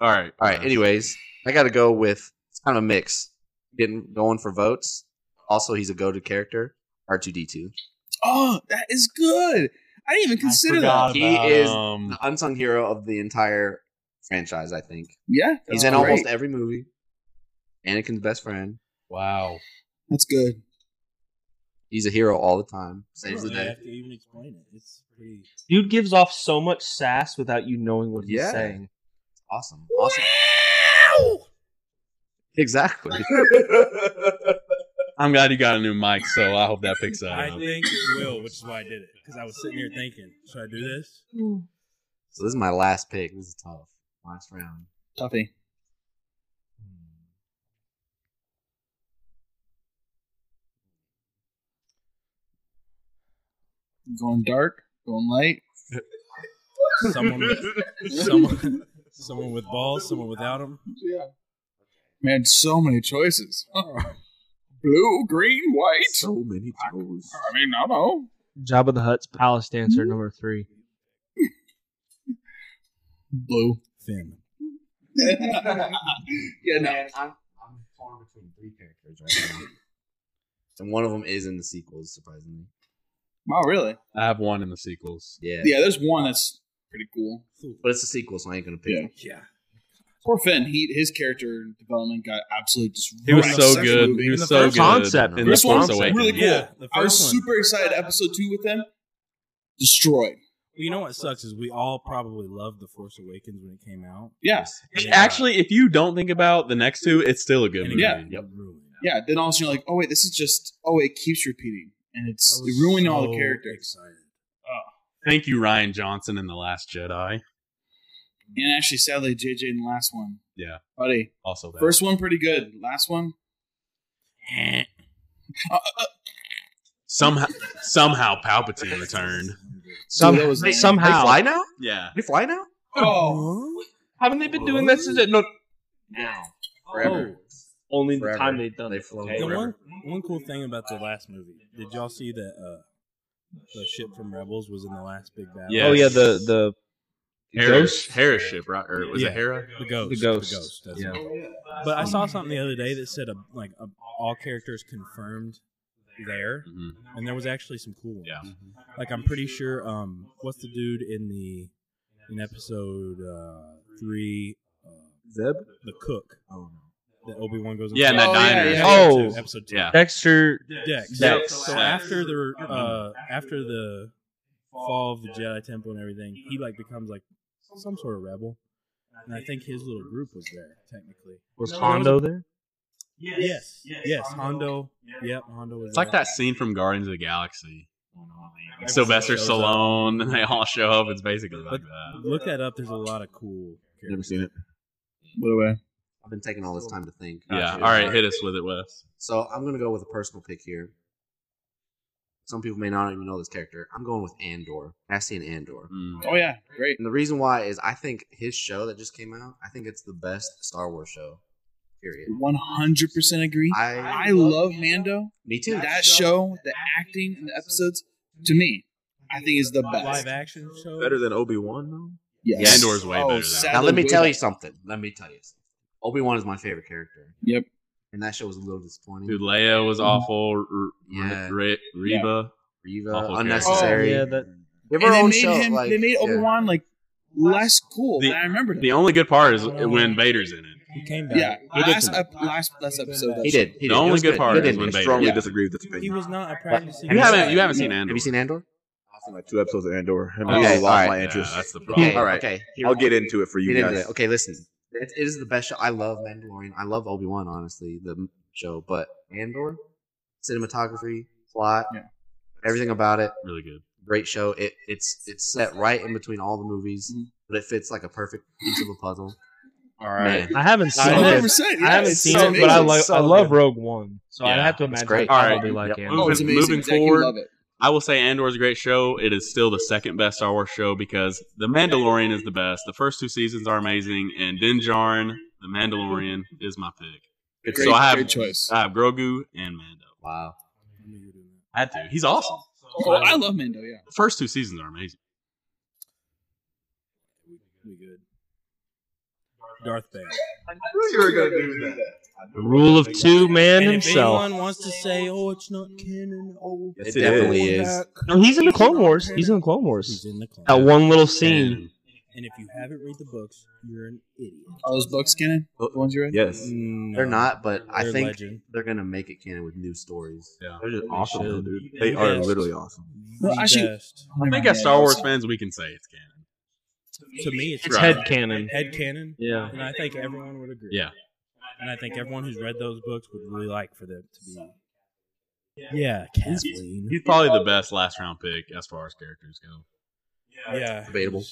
All right. Uh,
All right. Anyways, I got to go with it's kind of a mix. Getting going for votes. Also, he's a go-to character. R two D two,
Oh, that is good. I didn't even consider that.
He is-
Um,
the unsung hero of the entire franchise. I think
Yeah,
he's
that's
in
great.
almost every movie. Anakin's best friend.
wow.
That's good.
He's a hero all the time.
I don't
Saves the
really
day.
have to even explain it. It's pretty.
Dude gives off so much sass without you knowing what he's
Yeah.
saying.
Awesome. Awesome. Exactly.
I'm glad you got a new mic, so I hope that picks that
I
um,
up.
think it will, which is why I did it because I was sitting here thinking, should I do this?
So this is my last pick. This is tough. Last round.
Toughy. Going dark, going light.
Someone, with, someone, someone with balls, someone without them.
Yeah. Man, so many choices. Blue, green, white.
So many toes.
I mean, I don't know.
Job of the Hutt's Palace Dancer number three.
Blue.
Finn.
yeah, no.
I'm, I'm torn between three characters right now. and one of them is in the sequels, surprisingly.
Wow, really?
I have one in the sequels.
Yeah.
Yeah, there's one that's pretty cool.
But it's a sequel, so I ain't going to pick
Yeah.
it.
Yeah,
Poor Finn. He his character development got absolutely just.
He was
wrecked.
so
Second
good.
movie.
He was
the
so
first
good.
concept.
in
This
the Force
one's
Awakens.
really cool.
Yeah, the
I was
first one.
super excited. Episode two with him, destroyed.
You know what sucks is we all probably loved The Force Awakens when it came out.
Yeah,
It- Actually, if you don't think about the next two, it's still a good
And
movie.
it
Yeah.
got ruined.
yeah. Then all of a sudden you're like, oh wait, this is just. Oh, it keeps repeating, and it's
I was
it ruined all
so
the characters.
Excited.
Thank you, Ryan Johnson, in The Last Jedi.
And actually, sadly, JJ in the last one.
Yeah.
buddy.
Also, that.
First one pretty good. Last one. Uh, uh,
somehow somehow Palpatine returned.
Some,
that was-
they- somehow.
They fly now?
Yeah,
They fly now?
oh,
Haven't they been doing this? Is it no?
Now.
Forever.
only
Forever.
Oh. the time they've done
They've
it.
flown
okay?
The
forever.
one, one cool thing about the last movie, did y'all see that uh, the ship from Rebels was in the last big battle?
Yeah.
Oh yeah, the the
Harris,
ghost?
Harris ship, right? Or was
Yeah.
it Hera?
The ghost.
The ghost.
that's
Yeah.
it. But I saw something the other day that said a, like a, all characters confirmed there,
Mhm.
and there was actually some cool ones.
Yeah.
Like I'm pretty sure. Um, what's the dude in the in episode uh, three? Uh,
Zeb?
the cook
Oh,
that Obi Wan goes.
Yeah, in that
Oh, yeah,
diner.
yeah.
Oh.
episode two.
Yeah.
Dexter
Dex.
Dex.
So
Dex.
after the uh, after the fall of the Jedi Temple and everything, he like becomes like some sort of rebel, and I think his little group was there technically.
was
No,
Hondo there.
Yes, yes, Hondo. Yep, Hondo was.
It's like
there.
that scene from Guardians of the Galaxy. Like Sylvester
shows up.
Stallone, and they all show up. It's basically like that.
Look that up. There's a lot of cool.
never seen it.
By the way,
I've been taking all this time to think.
Yeah. All right, hit us with it, Wes.
So I'm gonna go with a personal pick here. Some people may not even know this character. I'm going with Andor, Cassian Andor.
Mm.
oh yeah, great.
And the reason why is I think his show that just came out, I think it's the best Star Wars show. Period.
One hundred percent agree.
I
I love Mando.
me too.
Dude, that show, the acting in the episodes, to me, I think is the best.
Live action show.
Better than Obi Wan though.
Yeah, Andor's way
Oh,
better than that.
now let me tell you something. Let me tell you. Obi Wan is my favorite character.
Yep.
And that show was a little disappointing.
Dude, Leia was awful. R-
Yeah.
Re- Reba.
Reva,
awful
unnecessary.
character. Oh, yeah, that-
Give
And
her her
they
own
made
show.
him.
like,
they made Obi Wan like less cool.
The-
than I remember that.
The only good part is when Vader's in it.
He came back.
yeah,
He did
last,
some-
ep- last last episode.
He did. He did.
The
It
only
was
good part
He
is
did.
when
It was
Vader-
strong.
Strongly
Yeah.
disagree with this opinion.
He was not. I practiced.
You haven't you haven't seen
Have
Andor?
you seen Andor?
I've seen like two episodes of Andor, and
Okay,
I lost
alright.
my
Yeah,
interest.
that's the problem.
Okay.
All right.
Okay.
I'll get into it for you
Get into
guys.
it. Okay, listen. It, it is the best show. I love Mandalorian. I love Obi Wan, honestly, the m- show. But Andor, cinematography, plot,
Yeah.
everything about it,
Really good.
great show. It it's it's set right in between all the movies,
Mhm.
but it fits like a perfect piece of a puzzle.
All right.
I haven't seen
I
it.
percent.
I haven't seen it, but I like I love Rogue One, so I
Yeah,
have to imagine
great.
I probably
Alright,
like
yep.
Andor.
Oh, it's
Moving,
amazing.
moving
Zach, you
forward,
love it.
I will say Andor is a great show. It is still the second best Star Wars show because The Mandalorian is the best. The first two seasons are amazing, and Din Djarin, The Mandalorian, is my pick.
Great,
so I have-
great choice.
I have Grogu and Mando.
Wow.
I do. He's awesome.
oh, I love Mando. Yeah.
The first two seasons are amazing.
We good. Darth Vader.
The Rule of two, man
And if
himself.
anyone wants to say, "Oh, it's not canon," oh,
Yes,
it definitely
is.
is.
No, he's in the Clone Wars. He's in the Clone Wars.
he's in the
That
clone.
one little scene.
And
And if you haven't read the books, you're an idiot.
Are those books canon?
Oh,
The ones you read?
Yes.
No,
They're not, but I
They're
think
legend.
they're gonna make it canon with new stories.
They're just awesome,
should.
dude. They are
Yes.
literally awesome.
The
Well, actually-
best.
I think as Star Wars fans, we can say it's canon.
To me, it's,
It's
Right.
head cannon.
head canon,
Yeah.
and I think everyone would agree.
Yeah.
and I think everyone who's read those books would really like for them to be. Yeah, Kathleen.
He's probably the best last round pick as far as characters go.
Yeah,
Debatable.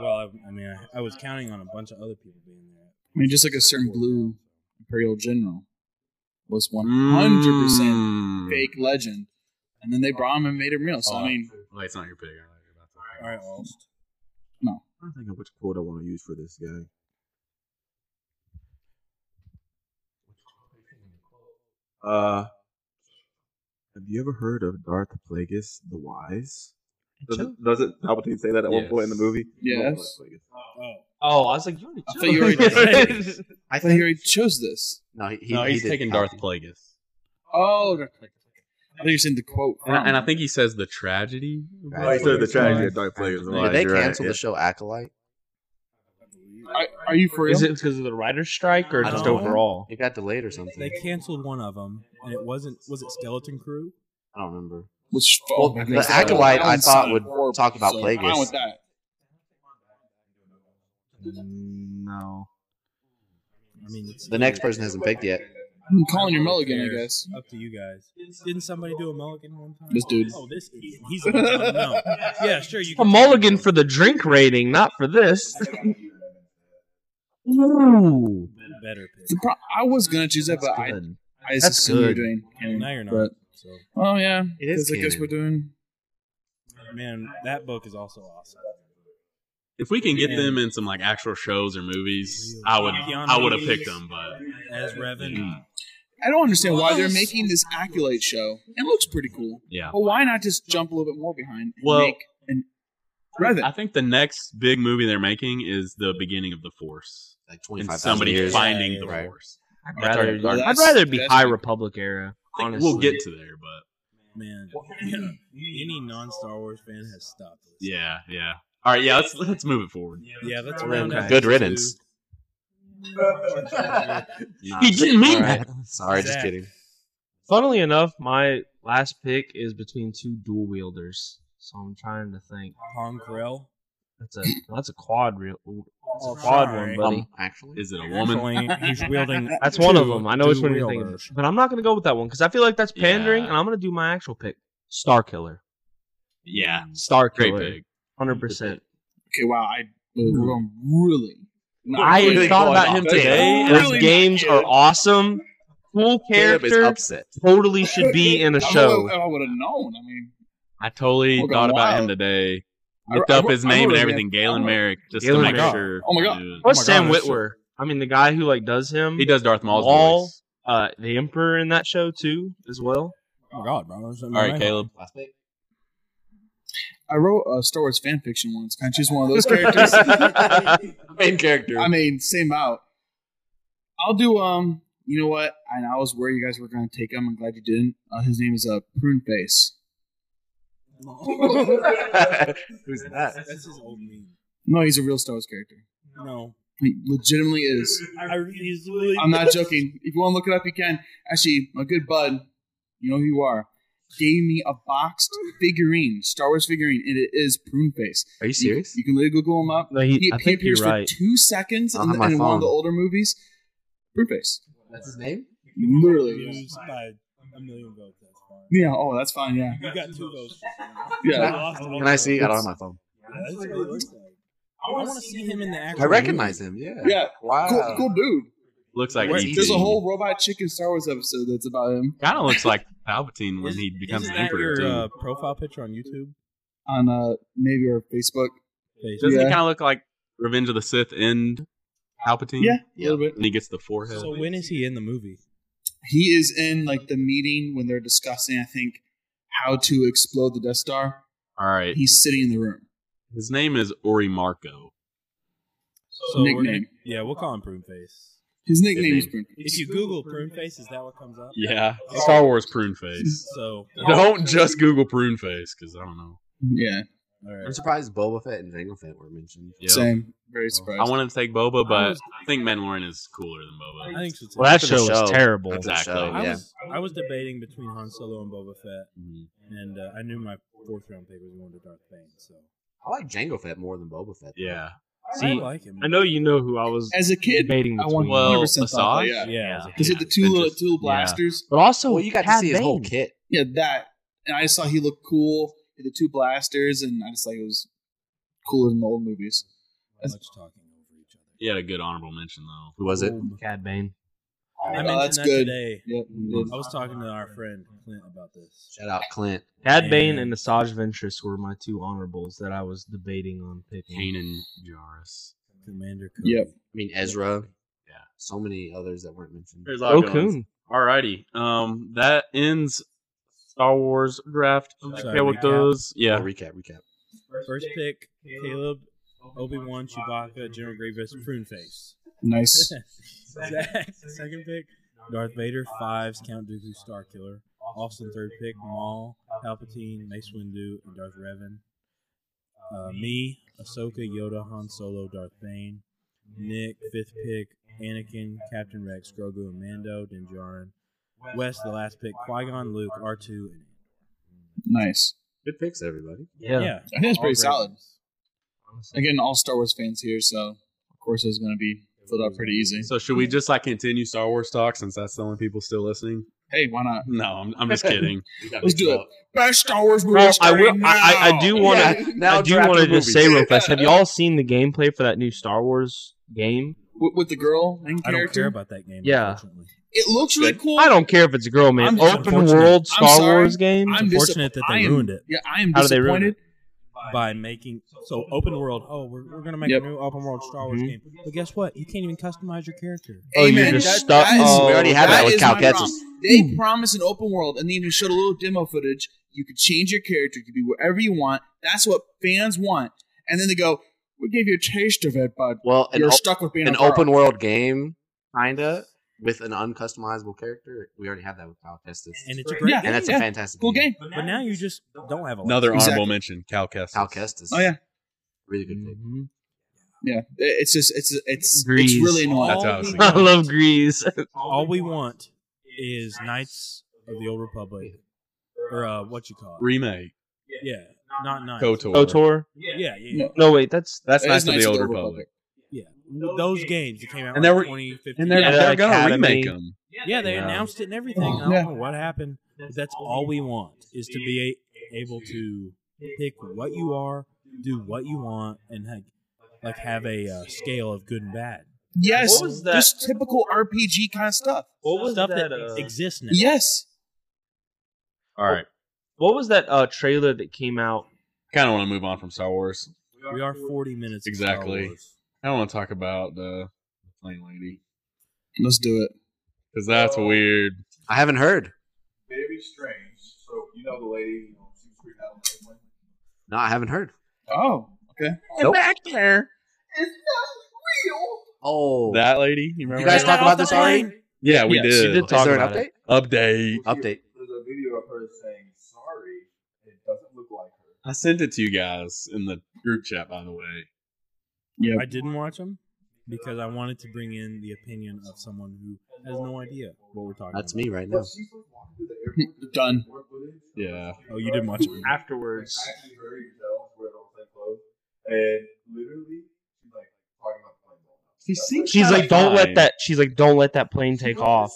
Well, I, I mean, I, I was counting on a bunch of other people being there.
I mean, just like a certain blue Imperial general was 100 percent
Mm. Oh.
fake legend, and then they brought him and made him real. So I mean,
Wait, it's not your pick. I don't know about that.
All right, Alst.
I'm thinking which quote I want to use for this guy. Uh, have you ever heard of Darth Plagueis the Wise? Does it, does it Palpatine say that at one point in the
Yes.
movie?
Yes.
Oh,
Oh, I was like, you
I thought you already
already
did.
chose.
I
I thought he
think
already chose this.
no, he,
no,
he
he's
did
taking
Palpatine.
Darth Plagueis.
Oh, I thought you were saying the quote.
And, I- and I think he says the tragedy. of
Right.
Oh, he said the
Plagueis.
tragedy of Darth Plagueis the
Did
Wise.
Did they
you're right,
cancel
yeah.
the show Acolyte?
Are- Are you for real?
Is it because of the writer's strike or
I
just
don't know.
overall?
It got delayed or something.
they canceled one of them, and it wasn't. Was it Skeleton Crew?
I don't remember.
Which
Oh,
Well,
fuck,
the
that
Acolyte, I
one's
thought,
so
would
horrible,
talk about
so I'm fine
Plagueis.
with that.
No.
I mean, it's,
The next person hasn't picked yet.
I'm calling your mulligan, I guess.
Up to you guys. Didn't somebody do a mulligan one time?
This dude.
Oh, this idiot. He's the one telling no. Yeah, sure. You
A
can-
mulligan for the drink rating, not for this. Ooh.
better
The
pick.
pro- I was gonna choose that, but I,
Good.
I
That's
assume you're
good.
doing. canon,
Now you're not.
But,
So,
oh yeah,
It is
'cause I guess
canon.
we're doing.
man, that book is also awesome.
If we can get them in some like actual shows or movies, I would I would have picked them, but
as Revan.
Mm,
I don't understand why they're making this accolade show. It looks pretty cool.
yeah.
But why not just jump a little bit more behind and
Well-
make an Revan?
I think the next big movie they're making is the beginning of the Force
Like
and
25,000
somebody
years.
finding
Yeah,
the
right.
Force.
I'd
That's
rather,
our- our-
I'd rather be
that's-
High Republic era.
I think
Honestly,
We'll get to there, but
Man, any, any non Star Wars fan has stopped. This.
yeah, yeah. All right, yeah. Let's let's move it forward.
yeah, that's
Okay.
around.
Good riddance.
Nah, He didn't mean
alright. Sorry, just
Zach.
kidding.
Funnily enough, my last pick is between two dual wielders. So I'm trying to think.
Pong Krell.
That's a that's a quad real
Oh,
quad one,
sorry.
buddy.
Um, actually,
Is it a woman?
Actually, he's wielding.
That's one of
two
them. I know which one you're thinking.
two-wheelers.
of. But I'm not gonna go with that one because I feel like that's pandering,
Yeah.
and I'm gonna do my actual pick. Star Killer,
Yeah,
Star
great
Killer,
pig.
hundred percent.
okay, wow. I we're going really. not
I
really
thought
going
about
off
him
base.
today.
Really
and His
not
games
good.
are awesome. Cool
Caleb is
character.
upset.
Totally should be in a
I
show.
would've- I would have known. I mean,
I totally
We're
thought
going
about
wild.
him today.
I-
Looked
I-
up his
I
name and
would've
everything.
been-
Galen Merrick, just
Galen
to make
Merrick.
sure.
Oh my God.
Dude.
What's
my
Sam
God, that's
Witwer? I mean, the guy who like does him.
He does Darth Maul's
Maul.
voice.
uh, the Emperor in that show too, as well.
Oh my god, bro. All
All right, Caleb.
Last pick.
I wrote a Star Wars fan fiction once. Can I choose one of those characters?
Main character.
I mean, same out. I'll do. Um, you know what? I, I was where you guys were going to take him. I'm glad you didn't. Uh, his name is uh, Prune Face.
Who's that?
That's his old meme.
No, he's a real Star Wars character.
No,
He legitimately is.
I, he's really.
I'm not joking. If you want to look it up, you can. Actually, my good bud, you know who you are, gave me a boxed figurine, Star Wars figurine, and it is Prune Face.
Are you serious?
You, can literally Google him up.
No, he- I think
appears
you're right.
for two seconds
I'll
in,
have
the,
my
in one
phone.
of the older movies. Prune Face.
That's his name.
Literally.
Used by a million votes. That's fine.
Yeah, oh, that's fine, yeah.
You got two votes.
Yeah.
You lost all
Can I
the
see? I
votes.
don't have my phone.
Yeah, that's what he looks like. I want to see him in the actual.
I recognize him. Yeah.
Yeah.
Wow.
Cool, cool dude.
Looks like
Wait,
E.T.
There's a whole Robot Chicken Star Wars episode that's about him
Kind of looks like Palpatine when
Is-
he becomes
isn't
an
that
emperor.
Your
Too.
uh, profile picture on YouTube.
on uh maybe or Facebook.
Doesn't it
yeah.
kind of look like Revenge of the Sith end
Mm-hmm.
Palpatine?
Yeah, a
Yeah.
little bit.
And he gets the forehead.
So when is he in the movie?
he is in like the meeting when they're discussing, I think, how to explode the Death Star.
All right.
He's sitting in the room.
His name is Ori Marco.
So we're
Nickname.
gonna- yeah, we'll call him Pruneface.
His nickname is
Nickname.
Prune.
If you Google Pruneface, is that what comes up?
Yeah. Star Wars prune face.
So
Don't just Google prune face because I don't know.
Yeah,
all
I'm
right.
surprised Boba Fett and Jango Fett were mentioned.
Yeah.
same.
Oh.
Very surprised.
I wanted to take Boba,
I
but
was-
I think Mandalorian is cooler than Boba.
I think so. too.
Well, that
After the
show was
show.
terrible.
After the
Exactly.
show,
I
yeah.
was I was debating between Han Solo and Boba Fett,
Mm-hmm.
and uh, I knew my fourth round pick was going to Darth Bane. So
I like Django Fett more than Boba Fett.
Yeah.
See,
I like him.
I know you know who I was
As a kid,
debating
I
between.
want
Well,
100% thought
Asajj?
that, yeah.
Yeah.
Because the two
and
little
just-
two little blasters.
but also,
Well, you got to
Cad
see his whole
Bane.
kit.
Yeah. that. And I just saw he looked cool with the two blasters, and I just like it was cooler than the old movies.
Not much talking over each other.
He had a good honorable mention, though.
Who was it?
Cad Bane.
Um, I
Oh,
mentioned
that's
that
good.
today.
Yep. it
Mm-hmm.
is.
I was talking to our friend Clint about this.
Shout out Clint.
Cad
Yeah.
Bane and Asajj Ventress were my two honorables that I was debating on picking.
Kanan Jarrus.
Commander Cody.
Yep.
I mean Ezra.
Yeah.
So many others that weren't mentioned.
There's
Oh,
Okun.
Coon.
Alrighty. Um, that ends Star Wars draft.
I'm
Okay,
sorry,
with
recap.
those,
Oh,
yeah.
recap, recap.
First pick: Caleb, Obi Wan, Chewbacca, General Grievous, Pruneface.
Nice.
Zach, second pick, Darth Vader. Fives, Count Dooku, Star Killer. Austin, third pick, Maul, Palpatine, Mace Windu, and Darth Revan. Uh, me, Ahsoka, Yoda, Han Solo, Darth Bane. Nick, fifth pick, Anakin, Captain Rex, Grogu, and Mando, Din Djarin. Wes, the last pick, Qui Gon, Luke, R2, and
nice.
Good picks, everybody.
Yeah.
I think that's pretty
all great.
solid. Again, all Star Wars fans here, so of course it's going to be filled out pretty easy.
So should we just like continue Star Wars talk since that's the only people still listening?
hey, why not?
No, I'm, I'm just kidding.
Let's do it. Best Star Wars movie.
Well, I,
starting
will, I, I, I do
now.
want to.
Yeah.
I do
draft
want to
the
just
movies.
say real fast. Have y'all seen the gameplay for that new Star Wars game?
with, with the girl main
I don't
character.
care about that game.
Yeah.
Unfortunately.
it looks really cool.
I don't care if it's a girl,
I'm
man.
just
Open
unfortunate.
world
I'm
Star
sorry.
Wars game.
I'm
It's unfortunate that
disappointed.
they
I am-
ruined it.
Yeah, I am
How did they ruin
disappointed
by making so open world. Oh, we're, we're gonna make
Yep.
a new open world Star Wars
Mhm.
Mm-hmm.
game. But guess what? You can't even customize your character.
Oh, you're
Amen.
just
That-
stuck-
that is-
oh, we
already had that with
is
Cal
my
Kestis.
problem.
Hmm.
They promised an open world, and they even showed a little demo footage. You could change your character. You could be wherever you want. That's what fans want. And then they go, "We gave you a taste of it, but
Well, an,
you're
o-
stuck with being
an
a girl."
open world game, kinda, with an uncustomizable character. We already had that with Kyle Kestis.
And it's a great
Yeah.
game.
And that's
Yeah.
a fantastic
Cool game.
But now you just don't have a lot.
Another
Exactly.
honorable mention, Cal Kestis.
Kyle Kestis.
Oh yeah,
Really good pick.
yeah. It- It's just it's it's it's
Grease.
really annoying.
That's how I
all,
was
we
thinking.
I
want,
love Grease.
all we want is Knights of the Old Republic, or uh, what you call it?
Remake.
Yeah, not Knights.
KOTOR.
Kotor.
Yeah, yeah, yeah.
No.
Oh, No wait, that's
That's
It
nice
is
of
Knights
the
of
Old
the Old
Republic.
Republic.
yeah. Those games that came
And
out in
there
like
were-
2015.
And they're,
Yeah,
they're gonna
Academy.
remake them.
Yeah, they
Yeah.
announced it and everything. I don't
Yeah.
know what happened. But that's all we want is to be a- able to pick what you are, do what you want, and like, like have a uh, scale of good and bad.
Yes,
What was that?
just typical RPG kind of stuff.
What was
Stuff that,
that? uh,
exists now.
Yes,
All right,
what was that uh, trailer that came out?
kind of want to move on from Star Wars.
We are 40 minutes. of Star
Exactly.
Wars.
I don't want to talk about the plain lady
let's do it.
because that's weird.
I haven't heard.
Very strange. So you know the lady, you know, she was freaking out. on everyone.
No, I haven't heard.
Oh, okay.
Nope.
back there,
Oh,
that lady. You remember?
you guys
that?
talked about this already?
yeah, we
Yes, you
did.
did
Is
talk
there an
about
update?
it.
Update.
Update.
There's a video of her saying sorry. It doesn't look like her.
I sent it to you guys in the group chat, by the way.
Yeah,
I didn't watch them because I wanted to bring in the opinion of someone who has no idea what we're talking
That's
about.
me right now.
She's like walking through the airport.
done.
Yeah.
Oh, you didn't watch it.
Afterwards,
I actually heard her tell where it all came close, and literally, she's like talking about playing ball.
she's like, "Don't let that." She's like, "Don't let that plane take off."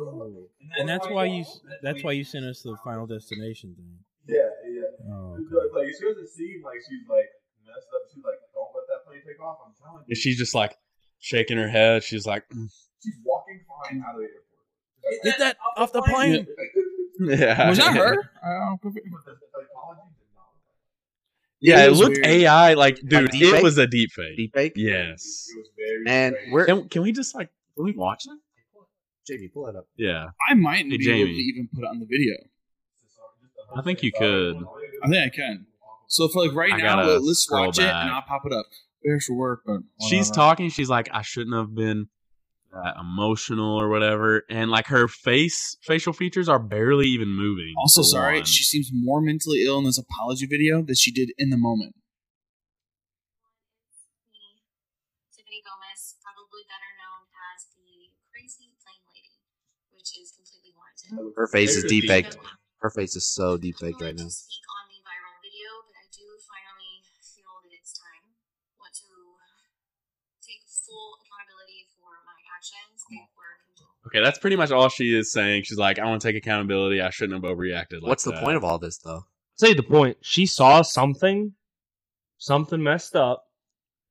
Oh. And that's why you that's why you sent us the Final Destination thing.
Yeah, yeah.
Oh,
It's
okay.
Like, it doesn't seem like she's like messed up. She's like, don't let that plane take off. I'm telling you.
And she's just like shaking her head. She's like, "Mm."
She's walking fine out of the airport.
Get that off the plane.
yeah.
Was that her? I don't-
But the psychology did not.
Yeah,
It
it,
was
looked
weird.
AI like, dude,
deep
it
fake?
was a deep fake.
Deep fake.
Yes.
It was very.
And
strange.
we're
Can, can we just like, can we watch it?
JB, pull that up.
Yeah.
I might
Hey,
be able to
Jamie.
even put it on the video.
I think you could.
I think I can. So if like right
I
now,
gotta
let- let's
scroll
watch it
back.
and I'll pop it up. There's your work, but
She's talking. She's like, I shouldn't have been that emotional or whatever. And like her face, facial features are barely even moving.
Also,
for
sorry,
one.
she seems more mentally ill in this apology video that she did in the moment.
me, Tiffany Gomez, probably better known as the crazy plain lady, which is completely warranted.
Her face is
There's
deep
a
faked. Her face is so deep faked right now.
to speak on the viral video, but I do finally feel that it's time. Want to take full accountability for my actions. They were
Okay, that's pretty much all she is saying. She's like, I want to take accountability. I shouldn't have overreacted. Like
What's the
that."
point of all this though?
Say the point. She saw something, something messed up.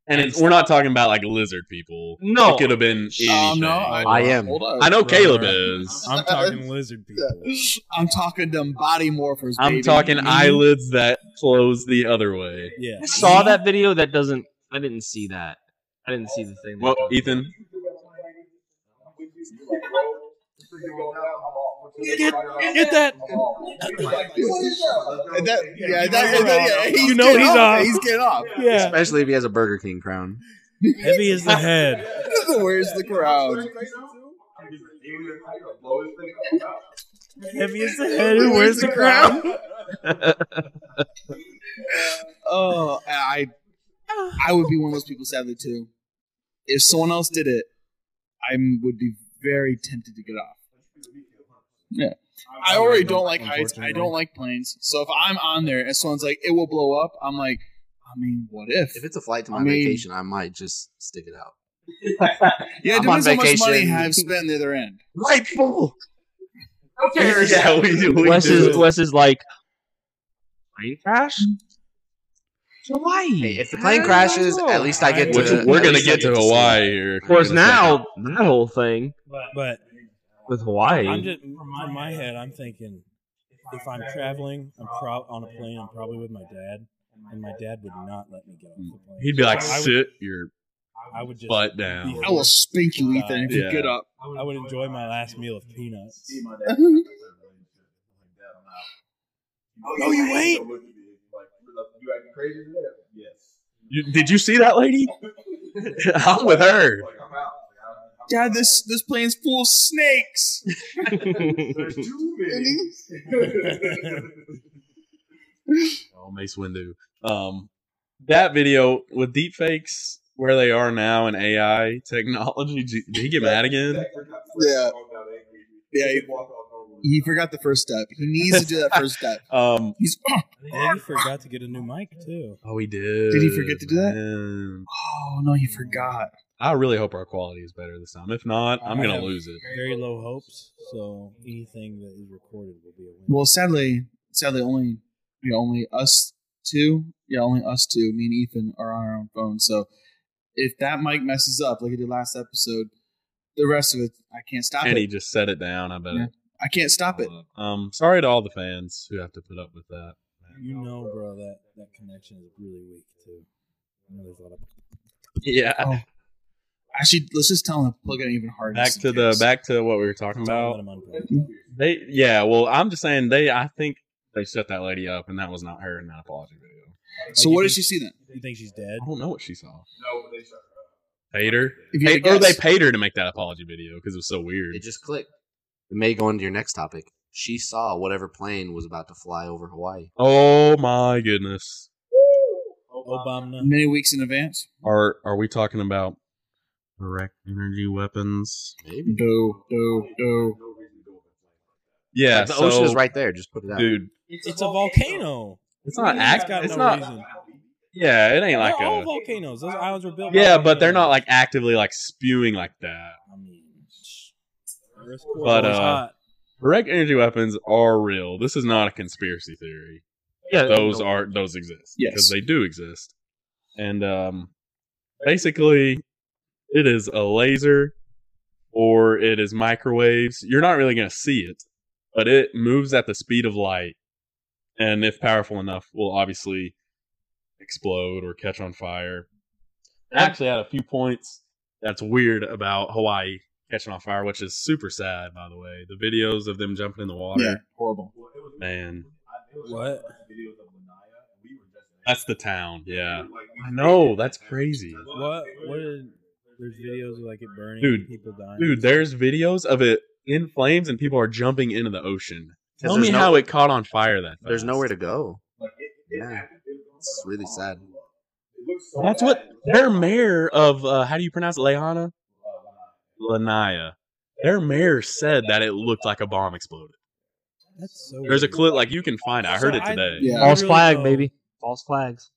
And it's, we're not talking about like lizard people.
No.
it could have been anything.
Um, no,
I,
I,
I am.
Hold up.
know
Brother.
Caleb is.
I'm talking lizard people.
I'm talking them body morphers.
I'm
baby.
talking eyelids that close the other way.
Yeah.
I saw that video. That doesn't. I didn't see that. I didn't see the thing.
Well, Ethan,
Get, get that.
And
That, yeah, that, that, yeah, he's
You know
getting
he's
off.
off.
He's getting off.
Yeah.
Especially if he has a Burger King crown.
Heavy as the head.
Where's the crowd?
Heavy as the head. Who wears the crown?
Oh, I, I would be one of those people, sadly too. If someone else did it, I would be very tempted to get off. Yeah, I already don't like heights. I don't like planes. So if I'm on there and someone's like, "It will blow up," I'm like, I mean, what if?
If it's a flight to
I
my
mean-
vacation, I might just stick it out.
Yeah, it
I'm on
depends how much money
vacation.
I've spent on the other end.
Lightful.
yeah, we do. We
Wes is
do.
Wes is like plane crash.
Hey,
Hawaii.
if the plane crashes, at least I get to.
Which
at
we're gonna
least I
get to
see it.
Hawaii here.
Of course,
in a second.
now that whole thing
But
with Hawaii.
I'm just from my head. I'm thinking if I'm traveling, I'm pro- on a plane. I'm probably with my dad. and my dad would not let me get off the plane.
He'd be like,
So I would-
sit your
I would just
butt down.
I will spank you, Ethan, if you
Yeah.
get up.
I would enjoy my last meal of peanuts.
Oh, you ain't. Yes.
You, did you see that lady? I'm with her.
God, this this plane's full of snakes.
Oh, Mace Windu. Um, that video with deepfakes, where they are now in AI technology, did did he get mad again?
Yeah. Yeah, he, he forgot the first step. He needs to do that first step.
Um,
He's
And he forgot to get a new mic too.
oh, he did.
Did he forget to do that?
Man.
oh no, he forgot.
I really hope our quality is better this time. If not, I'm
I
gonna
have
lose it.
Very low hopes, so anything that is recorded will be a win.
Well, sadly, sadly, only you know, only us two. Yeah, only us two. Me and Ethan are on our own phone. So if that mic messes up, like it did last episode, the rest of it, I can't stop
And
it.
he just set it down. I bet.
Yeah. I can't stop it.
Um, sorry to all the fans who have to put up with that.
you know, bro, that that connection is really weak too. I know there's a lot of
Yeah.
Actually, let's just tell him to plug it even harder.
Back
just
to
in
the
case.
back to what we were talking
Let
about.
him unplug.
They yeah, well I'm just saying they I think they shut that lady up and that was not her in that apology video.
So
Like,
what
you
did she see then?
You think she's dead?
I don't know what she saw. Paid her?
If you
Paid-
had to
or they
guess.
paid her to make that apology video because it was so weird.
It just clicked. It may go into your next topic. She saw whatever plane was about to fly over Hawaii.
Oh my goodness.
Obama.
many weeks in advance.
Are are we talking about direct energy weapons?
Maybe.
Do do do.
Yeah,
Like, the
so,
ocean is right there. Just put it out.
dude.
It's a volcano.
It's not
It's
act.
got
It's
no
not.
reason.
Yeah, it ain't
They're
like
all
a.
volcanoes. Those islands were built. by
Yeah, but they're not
volcanoes.
like actively like spewing like that.
I mean,
But,
but
uh, Direct energy weapons are real. This is not a conspiracy theory.
yeah,
those are those exist
Yes.
because they do exist and um basically it is a laser or it is microwaves you're not really going to see it but it moves at the speed of light and if powerful enough will obviously explode or catch on fire I actually had a few points that's weird about hawaii catching on fire which is super sad by the way the videos of them jumping in the water
Yeah, horrible.
man
What?
that's the town yeah I know that's crazy,
What? What? Did, there's videos of like it burning,
Dude.
people dying,
dude. There's videos of it in flames and people are jumping into the ocean.
'Cause
Tell
there's
me
no-
how it caught on fire. That fast.
There's nowhere to go. Yeah. It's really sad.
That's what their mayor of uh, how do you pronounce it, Lehana? Lanaya. Their mayor said that it looked like a bomb exploded.
That's so.
There's a
weird.
clip like you can find. it. I heard
So
it today.
Yeah.
false
literally
flag,
know-
baby. False flags.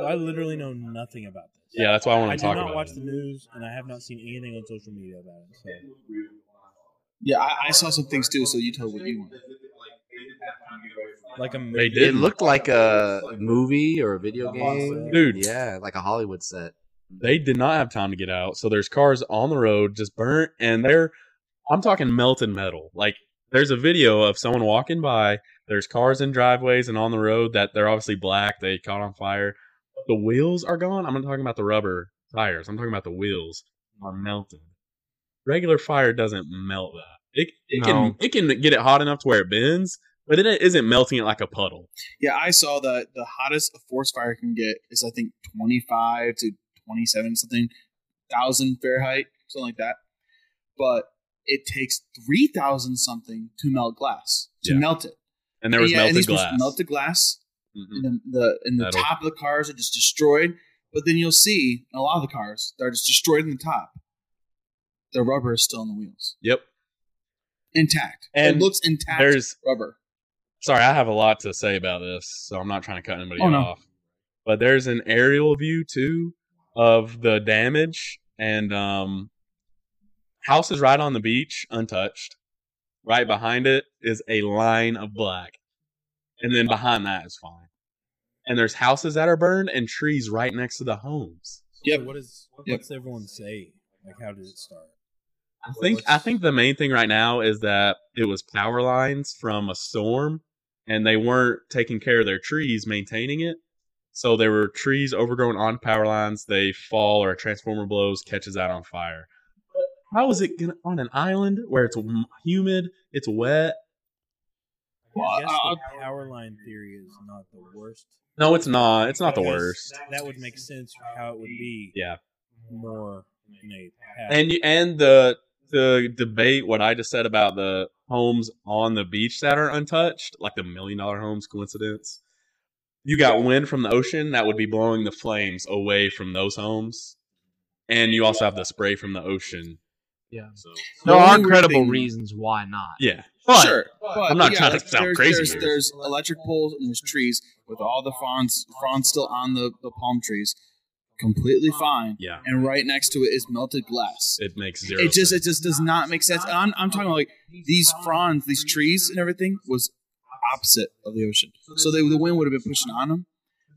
So I literally know nothing about this.
Yeah, that's why I
I
want to
do
talk
not
about
watch
it.
the news, and I have not seen anything on social media about it. So
Yeah, I, I saw some things too. So you tell what you want.
like a movie.
They
It
didn't.
looked like a movie or a video game.
Dude.
Yeah, like a Hollywood set.
They did not have time to get out, so there's cars on the road just burnt, and they're I'm talking melted metal. Like there's a video of someone walking by. There's cars in driveways and on the road that they're obviously black. They caught on fire. The wheels are gone. I'm not talking about the rubber tires. I'm talking about the wheels are melted. Regular fire doesn't melt that. It it can
No.
it can get it hot enough to where it bends, but it isn't melting it like a puddle.
Yeah, I saw that the hottest a forest fire can get is I think twenty five to twenty seven something thousand Fahrenheit, something like that. But it takes three thousand something to melt glass to
Yeah.
melt it.
And there was
yeah, and
melted
these was
glass.
Melted glass,
Mhm.
and the, the and the
That'll-
top of the cars are just destroyed. But then you'll see a lot of the cars they're just destroyed in the top. The rubber is still on the wheels,
Yep.
intact.
And
it looks intact.
There's
rubber.
sorry, I have a lot to say about this, so I'm not trying to cut anybody
Oh, no.
off. But there's an aerial view too of the damage and um houses right on the beach, untouched. Right behind it is a line of black. And then behind that is fine. And there's houses that are burned and trees right next to the homes.
Yep.
So what is? What's
Yep.
everyone say? Like, how did it start?
I think I think the main thing right now is that it was power lines from a storm, and they weren't taking care of their trees, maintaining it. So there were trees overgrown on power lines. They fall or a transformer blows, catches out on fire. How is it gonna, on an island where it's m- humid, it's wet?
Well,
I guess
I-
the power line theory is not the worst.
No, it's not. It's not the
Because
worst.
That would make sense for how it would be
Yeah.
more in a path.
And you, and the the debate what I just said about the homes on the beach that are untouched, like the million dollar homes coincidence. You got wind from the ocean that would be blowing the flames away from those homes. And you also have the spray from the ocean.
Yeah.
So
The
There are
only weird
credible
thing-
reasons why not.
yeah.
sure, but
I'm not
yeah,
trying to
like,
sound
there's,
crazy
There's,
here.
there's electric poles and there's trees with all the fronds fronds still on the, the palm trees, completely fine.
Yeah.
And right next to it is melted glass.
It makes zero.
It just
sense.
it just does not make sense. And I'm I'm talking about like these fronds, these trees, and everything was opposite of the ocean. So they, the wind would have been pushing on them.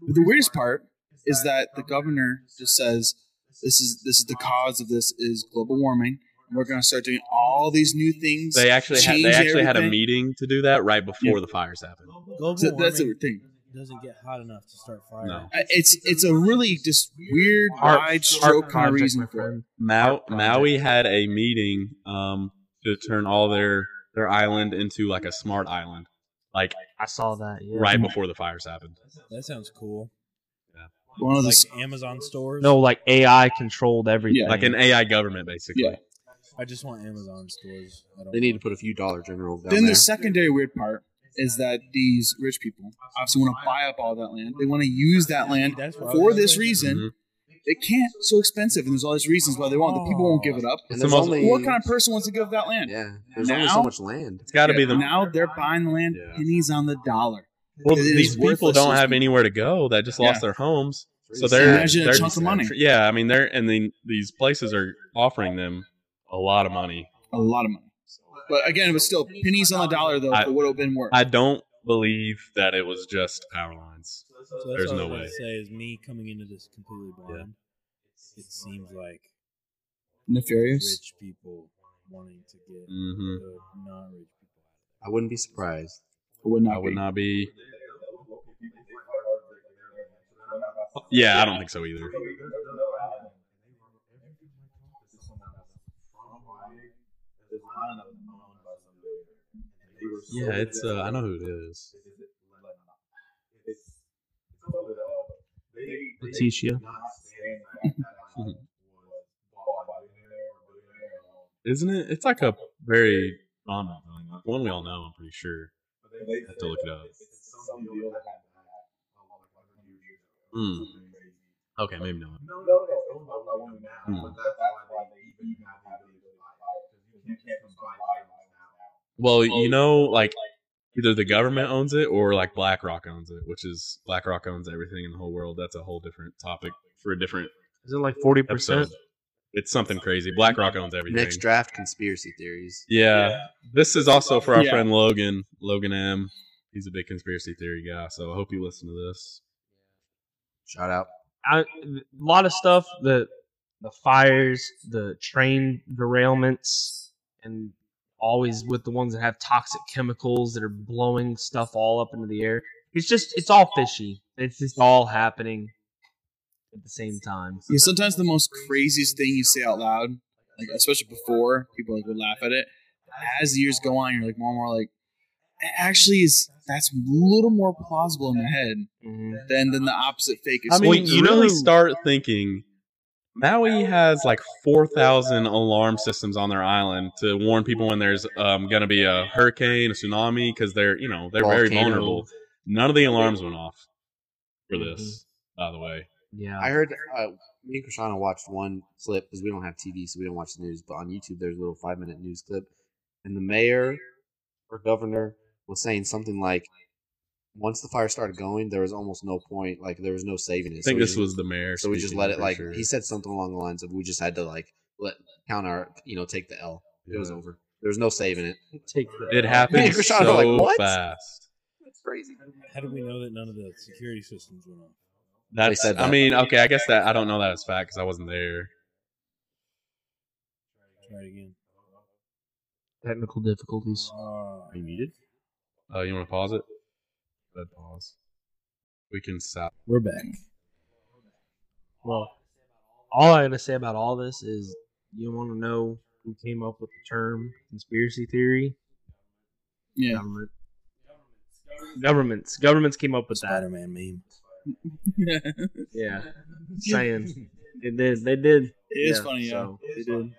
But the weirdest part is that the governor just says this is this is the cause of this is global warming. And we're going to start doing all these new things.
they actually had, they
change
actually had a
everything.
meeting to do that right before the fires happened.
global
So that's the
warming
thing.
doesn't get hot enough to start fire.
No.
Uh, It's it's a really just weird
Art-
wide
Art
stroke kind of
project,
reason
my
for it.
friend.
Mau-
project.
Maui had a meeting um, to turn all their their island into like a smart island, like
I saw that. Yeah.
right before the fires happened.
That sounds cool.
One of the
like
s-
Amazon stores.
No, like AI controlled everything.
Yeah.
Like an AI government, basically.
Yeah.
I just want Amazon stores. I don't
They need to
want-
put a few Dollar Generals down
then
there.
the secondary weird part is that these rich people obviously want to buy up all that land. They want to use that land
That's what I
for
was
this
thinking.
Mm-hmm.
reason. They can't. It's so expensive, and there's all these reasons why they won't. The people won't give it up.
And
It's
there's
the most-
only
What kind of person wants to give up that land?
yeah. There's
Now-
only so much land.
It's got to be the
now they're buying the land
Yeah.
pennies on the dollar.
well.
it is
These people
worthless
don't have
system.
anywhere to go. That just
Yeah.
lost their homes,
It's
so
really
they're
sad.
Imagine a
they're
chunk of money.
Yeah, I mean they're and then these places are offering them a lot of money.
A lot of money. But again, it was still pennies on the dollar though.
I-
for what it would have been worth.
I don't believe that it was just power lines.
So that's
There's
what I
no
was gonna
way.
Say is me coming into this completely blind. It seems like
Nefarious.
rich people wanting to get
hmm
the non-rich people.
I wouldn't be surprised.
It would not.
I would
be.
not be. Yeah, I don't think so either. Yeah, it's. Uh, I know who it is.
Letitia.
Isn't it? It's like a very prominent one. One we all know. I'm pretty sure. I have to look it up. Hmm. Okay, maybe not. Hmm. Well, you know, like either the government owns it or like BlackRock owns it, which is BlackRock owns everything in the whole world. That's a whole different topic for a different
Is it like forty percent?
episode. It's something crazy. BlackRock owns everything.
Next draft conspiracy theories.
Yeah. This is also for our
Yeah.
friend Logan, Logan M. He's a big conspiracy theory guy, so I hope you listen to this.
Shout out.
I, a lot of stuff the the fires the train derailments and always with the ones that have toxic chemicals that are blowing stuff all up into the air it's just it's all fishy it's just all happening at the same time
Yeah, sometimes the most craziest thing you say out loud, like especially before people like would laugh at it. As the years go on, you're like more and more like, it actually is that's a little more plausible in my head
Mhm.
than than the opposite fake. Is
I mean,
Well,
you
you
really
know-
start thinking Maui has like 4,000 alarm systems on their island to warn people when there's um, going to be a hurricane, a tsunami, because they're, you know, they're very
Volcano.
vulnerable. None of the alarms went off for
Mm-hmm.
this, by the way.
yeah
I heard uh, me and Krishana watched one clip because we don't have TV, so we don't watch the news. But on YouTube, there's a little five minute news clip, and the mayor or governor was saying something like, "Once the fire started going, there was almost no point. Like there was no saving it.
I think
we
this
just-
was the mayor.
So we just
speaking,
let
I'm
it
pretty
like
sure.
he said something along the lines of we just had to like let count our you know take the L. It was
Yeah.
over. There was no saving it.
take the,
It happened
Man, Krishana,
so
like, what?
fast.
That's crazy.
How do we know that none of the security systems went off?
That's.
said
I
that.
mean, okay, I guess that I don't know that as fact because I wasn't there.
Try it again.
technical difficulties
Uh,
you muted?
Uh, you want to pause it? Go ahead, pause. We can stop.
We're back.
Well, all I'm gonna say about all this is you want to know who came up with the term conspiracy theory?
Yeah.
Government. Governments. Governments came up with that.
Spider Man meme.
Yeah. Saying they did. They did.
It is funny, yeah.
so-
They did.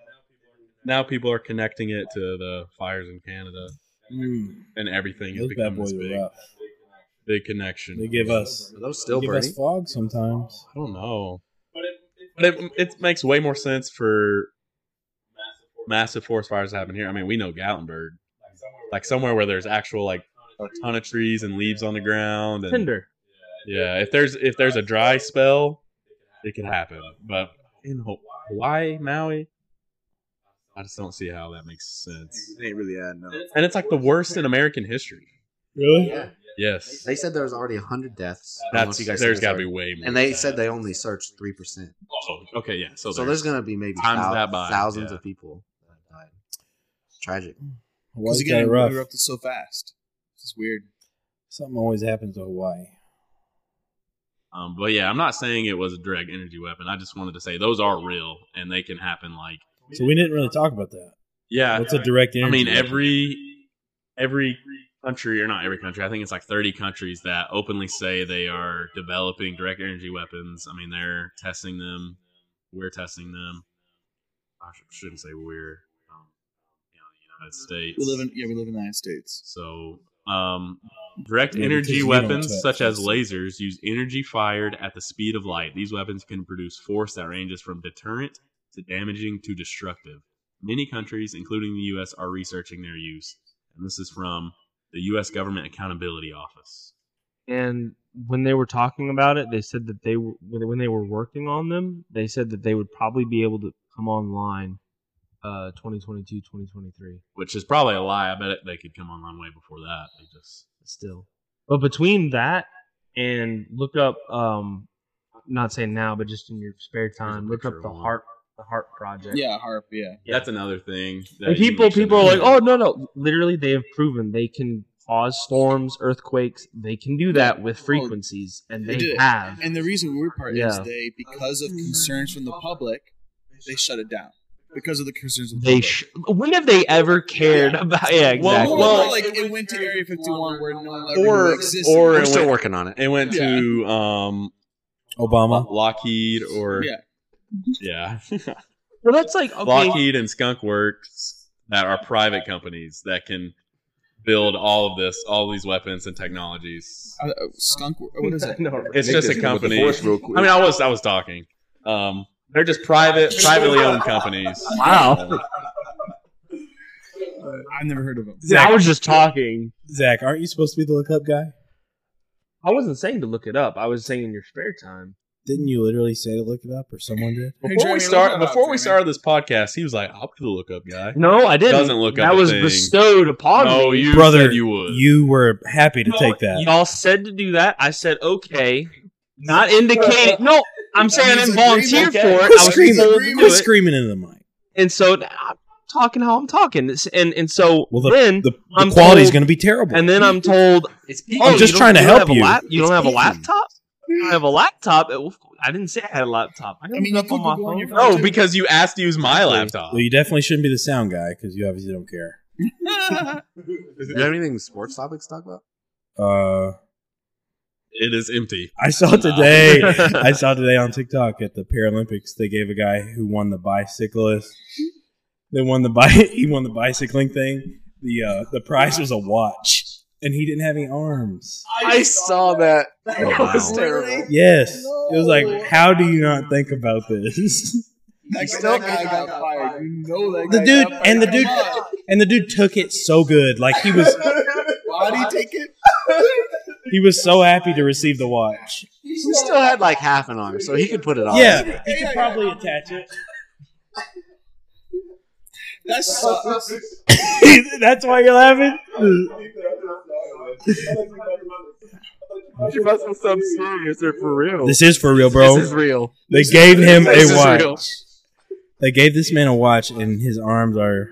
Now people are connecting it to the fires in Canada
Mm,
and everything has
those bad
become this
boys
big,
are rough.
big connection.
They give us
Are those
they
still
give
burning?
us fog sometimes.
I don't know. But it, it makes way more sense for massive forest fires to happen here. I mean, we know Gatlinburg, like somewhere where there's actual like a ton of trees and leaves on the ground. And
Tinder.
yeah, if there's if there's a dry spell, it could happen. But in Ho- Hawaii, Maui, I just don't see how that makes sense.
It ain't really adding up.
And it's like the worst in American history.
Really?
Yeah.
Yes,
They said there was already hundred deaths. I don't know
that's
if you guys
there's
said
got to be
this
way
already.
more.
And they said they only searched three percent.
Oh, okay, yeah. So,
So, there's gonna be maybe
times
thou-
that by,
thousands
yeah.
of people that died. Tragic.
Hawaii's
Because
got it
again, it
uh, rough.
erupted so fast. It's just weird.
Something always happens to Hawaii.
Um, but yeah, I'm not saying it was a direct energy weapon. I just wanted to say those are real and they can happen. Like,
So we didn't really talk about that.
yeah,
What's a direct
I
energy?
mean every every country or not every country. I think it's like 30 countries that openly say they are developing direct energy weapons. I mean, they're testing them. We're testing them. I sh- shouldn't say we're. Um, you know, the United States.
We live in yeah, we live in the United States.
So, um, direct
Yeah, because
energy
you don't
weapons
touch
such as
this.
lasers use energy fired at the speed of light. These weapons can produce force that ranges from deterrent to damaging to destructive. Many countries, including the U.S., are researching their use. And this is from the U.S. Government Accountability Office.
And when they were talking about it, they said that they were when when they were working on them, they said that they would probably be able to come online, uh, 2022, 2023.
Which is probably a lie. I bet it, they could come online way before that. They just
still. But between that and look up, um, not saying now, but just in your spare time, look up
picture of
the
one.
heart, the heart project.
Yeah, harp. Yeah,
that's another thing. that
And
you
people,
should
people are like,
know.
oh no, no. Literally, they have proven they can cause storms, earthquakes. They can do that with frequencies, and
they
they
did it.
have.
and the reason we're part is
Yeah.
they because of concerns from the public, they shut it down because of the concerns of the
They
public.
sh- when have they ever cared about?
Well,
Yeah, exactly.
Well,
well-
like it went to Area 51 where no one
Or-
ever existed.
or-
We're still
went-
working on it.
It went to um,
Obama.
Lockheed or
yeah,
yeah.
well, that's like okay.
Lockheed and Skunk Works that are private companies that can build all of this, all these weapons and technologies.
Uh, uh, skunk. What is it?
No,
It's
Nick
just a
hit him with the
company.
force real
I
quick.
mean, I was I was talking. Um, they're just private, privately owned companies.
wow.
I've never heard of them.
Dude, I was just talking.
Zach, aren't you supposed to be the lookup guy?
I wasn't saying to look it up. I was saying in your spare time.
Didn't you literally say to look it up, or someone did?
Before we
Jeremy,
start,
look it up,
before we
Jeremy.
started this podcast, he was like, "I'll be the lookup guy."
No, I didn't.
Doesn't look up
That
a
was
thing.
bestowed upon
No,
me.
you
Brother,
said you would.
You were happy to take that.
Y'all said to do that. I said okay. Not indicating. No, I'm saying I
means
didn't volunteer
agreement.
for it.
Quit
I was
screaming.
told to
Agreement.
do
Quit
it.
screaming into the mic.
And so I'm talking how I'm talking. It's- And and so
Well, the,
then
the, the
I'm
quality is
told-
going to be terrible.
and then I'm told,
It's
oh,
just
you don't-
trying to
you don't
help
have a
you.
lap- you don't have a
It's easy.
laptop. I have a laptop. It- I didn't say I had a laptop. I,
I mean,
mean,
you
up
could
on my
go on
phone.
your phone.
No, because you asked to use my laptop.
well, you definitely shouldn't be the sound guy because you obviously don't care.
Do you have anything sports topics to talk about?
Uh,
It is empty.
I saw today. I saw today on TikTok at the Paralympics. They gave a guy who won the bicyclist. They won the bi- He won the bicycling thing. The uh, the prize was a watch, and he didn't have any arms.
I saw that. Oh, That
wow.
was terrible.
Yes, it was like, how do you not think about this?
That,
still-
that guy got fired. You know that
The
guy
dude
got
and the
fired.
dude
Come on.
and the dude took it so good. Like he was
Why did he take it?
he was so happy to receive the watch.
He still had like half an arm, so he could put it on.
Yeah, he could probably attach it.
That sucks.
That's why you're laughing.
some serious or for real.
This is for real, bro.
This is real.
They gave him a
This is
watch.
real.
They gave this man a watch, and his arms are.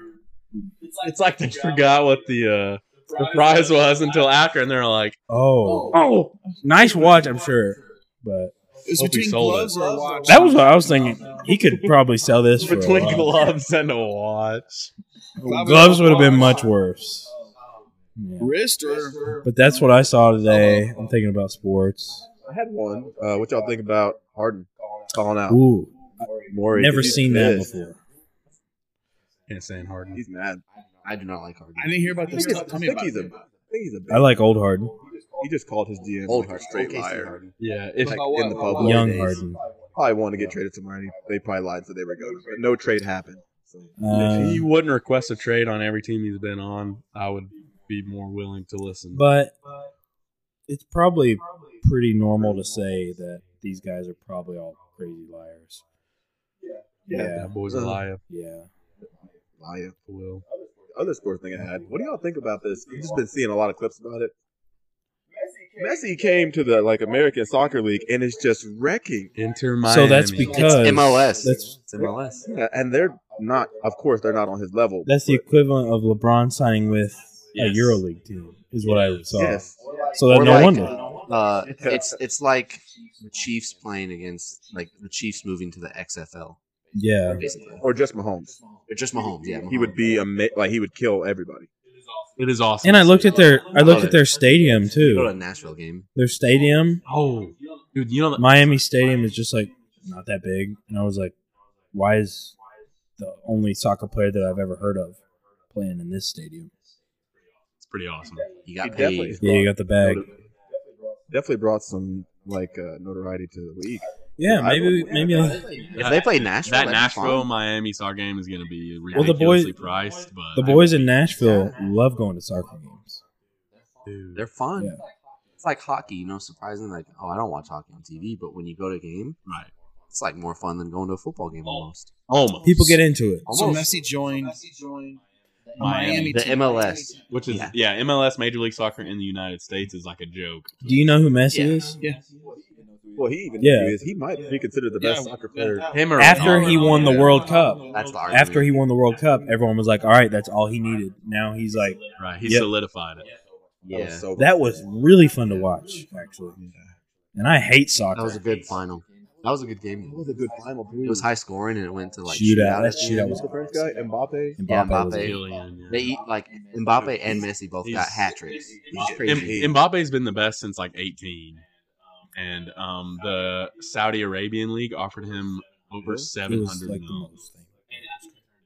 It's like they forgot what the uh, the prize was until after, and they're like,
Oh,
"Oh,
nice watch, I'm sure. But
It's
Hope he
between
sold
gloves
it.
or a watch.
that was what I was thinking. He could probably sell this for a
between
lot.
gloves and a watch."
Gloves would have been much worse. Yeah.
wrist or
But that's what I saw today. I'm thinking about sports.
I had one. Uh, what y'all think about Harden calling out?
Ooh,
Morey?
never
He's
seen that
pissed.
before.
Insane Harden.
He's mad.
I do not like Harden.
I didn't hear about
I
this.
think,
Tell,
it's, I
tell me
think
about
he's a. I
it.
think he's a.
I like old Harden,
He just called his GM like
Old
a
Harden,
straight
OKC
liar.
Harden.
Yeah, if
About
Like in the
what? About
public.
what?
young
days.
Harden.
Probably wanted to get traded somewhere, and he, they probably lied, so they were going. But no trade happened. So.
if he
Um,
wouldn't request a trade on every team he's been on, I would be more willing to listen.
but it's probably pretty normal to say that these guys are probably all crazy liars. Yeah,
that boy's a
Uh-huh.
liar.
yeah.
Liar.
Will
Other sports thing I had. What do y'all think about this? I've just been seeing a lot of clips about it. Messi came to the like American Soccer League and is just wrecking.
enter Miami?
So that's because
It's MLS.
That's
It's MLS.
Yeah, and they're not. Of course, they're not on his level.
that's the equivalent of LeBron signing with a
Yes.
EuroLeague team, is what I saw.
yes.
So that
Or
no
like-
wonder.
Uh, it's it's like the Chiefs playing against like the Chiefs moving to the XFL
Yeah,
basically,
Or just Mahomes.
or just Mahomes. Yeah,
He would be ama- like he would kill everybody.
it is awesome.
and I
to
looked
see.
at their I looked
Love
at their stadium
Mahomes. go to a
too.
Nashville game.
Their stadium,
oh, dude, you know that
Miami Stadium, is just like not that big, and I was like, why is the only soccer player that I've ever heard of playing in this stadium?
it's pretty awesome.
You
He
got
definitely
paid.
Yeah, you got the bag.
definitely brought some like uh, notoriety to the league.
Yeah,
I
maybe
would-
maybe. I'll-
If they play Nashville,
That
that'd be
Nashville
fun.
Miami Star game is going to be
Well, the
ridiculously
boys-
priced, but
The boys in Nashville love going to soccer games.
Dude,
they're fun.
Yeah.
It's like hockey, you know. Surprising, like oh, I don't watch hockey on TV, but when you go to a game,
right.
it's like more fun than going to a football
Oh.
game almost.
Almost
People get into it.
So
Almost.
Messi joined a
Miami.
Miami.
the
team.
MLS.
which is
Yeah.
yeah. MLS Major League Soccer in the United States is like a joke.
Do you know who Messi
Yeah.
is?
Yeah.
Well, he even
Yeah.
is. He might be considered the best
Yeah.
soccer player.
Him or
After
Ronaldo.
he won the World Cup,
That's the argument.
after he won the World Cup, everyone was like, "All right, that's all he needed." Now he's like,
right, he
Yep.
solidified it.
That was
yeah,
so-
"That was really fun to watch, actually." And I hate soccer.
that was a good final. That was a good game.
That was a good final. dude.
It was high scoring, and it went to like shootout.
shootout. That
at the
shootout
end.
Who's
was
the French guy Mbappe.
Mbappe
Yeah,
was
Mbappe.
Billion, yeah.
They eat like Mbappe and Messi both
He's-
got hat tricks. It's
M-
crazy.
Mbappe's been the best since like 18, and um, the Saudi Arabian league offered him over
it
700
was like the
mil,
most thing.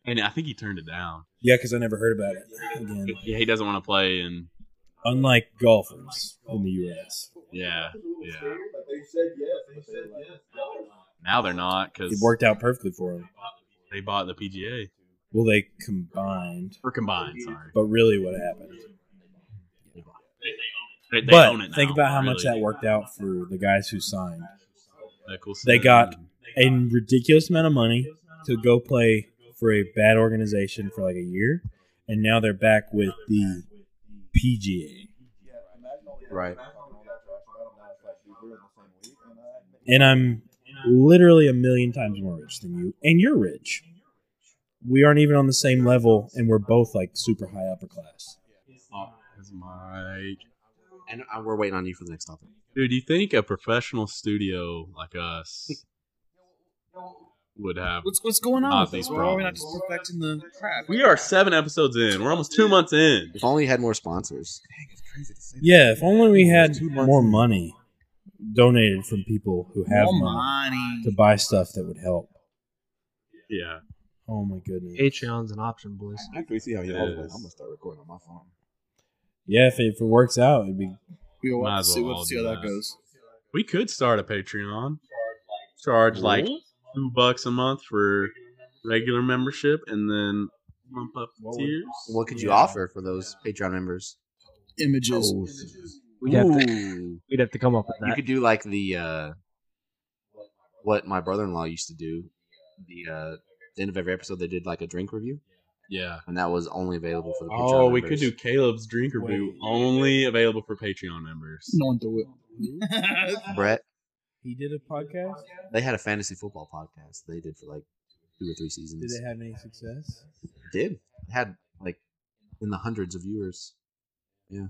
and I think he turned it down.
Yeah, because I never heard about it again.
Yeah, he doesn't want to play, and
Unlike golfers in the U.S.,
yeah, yeah. Now they're not
it
because
worked out perfectly for him.
they bought the PGA
Well, they combined,
or combined. Sorry,
but really, what happened?
they, they
but
own it
think
now,
about how much
really.
that worked out for the guys who signed
That cool
They
stuff.
got- a ridiculous amount of money to go play for a bad organization for like a year, and now they're back with the PGA.
Right.
And I'm literally a million times more rich than you, and you're rich. We aren't even on the same level, and we're both like super high upper class.
Oh, that's Mike.
And uh, we're waiting on you for the next topic.
Dude, do you think a professional studio like us would have?
What's what's going on?
Not
with
these
us? Why are we not just
problems.
perfecting the crap?
We are seven episodes in. We're almost two months in.
If only you had more sponsors.
Yeah, if only we had more money donated from people who have
More
money
money.
to buy stuff that would help.
Yeah.
Oh my goodness.
Patreon's an option, boys.
After we see how he
It
holds it,
is.
I'm gonna start recording on my phone.
Yeah, if it, if it works out, it'd be
We will
Might
have to
as
see,
well
we'll
all
see how
do
that
that.
goes.
We could start a Patreon. Charge like two bucks a month for regular membership and then bump up
What would-
tiers.
What could you offer for those Patreon members?
Images.
We'd have to,
Ooh.
we'd have to come up with
You
that.
could do like the uh, what my brother-in-law used to do. The uh, the end of every episode, they did like a drink review,
Yeah.
and that was only available for the. Patreon
Oh, we could
members.
do Caleb's Drinker Boo, only available for Patreon members.
No one do it.
Brett.
He did a podcast.
They had a fantasy football podcast. They did for like two or three seasons.
Did it have any success?
did had like in the hundreds of viewers.
We, I,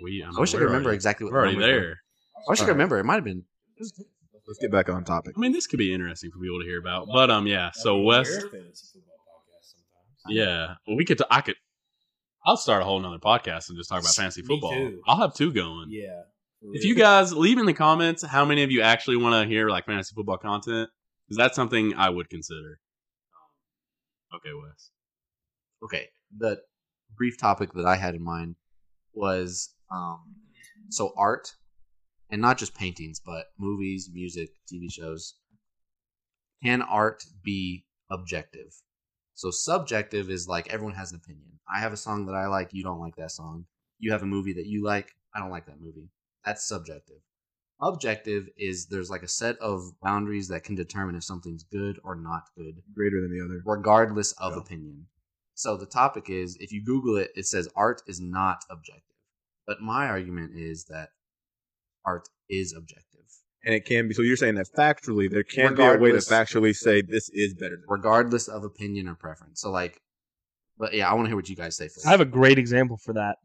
mean,
I wish I
we're
could remember
already-
exactly what
We're
the
already
numbers were.
there.
I wish I could remember. It might have been.
Let's get back on topic.
I mean, this could be interesting for people to hear about. But um, yeah. So West, yeah, well, we could. T- I could. I'll start a whole nother podcast and just talk about fantasy
Me
football.
too.
I'll have two going.
Yeah.
If you guys leave in the comments how many of you actually want to hear like fantasy football content, is that something I would consider? Okay, Wes.
Okay. The brief topic that I had in mind was um, so art, and not just paintings, but movies, music, TV shows. Can art be objective? So subjective is like everyone has an opinion. I have a song that I like. You don't like that song. You have a movie that you like. I don't like that movie. That's subjective. Objective is there's like a set of boundaries that can determine if something's good or not good
Greater than the other.
regardless of
Yeah.
opinion. So the topic is if you Google it, it says art is not objective. But my argument is that art is objective,
And it can be. So you're saying that factually, there can be a way to
Regardless-
factually say this is better than
regardless of opinion or preference. So, like, but yeah, I want to hear what you guys say first.
I have a great example for that.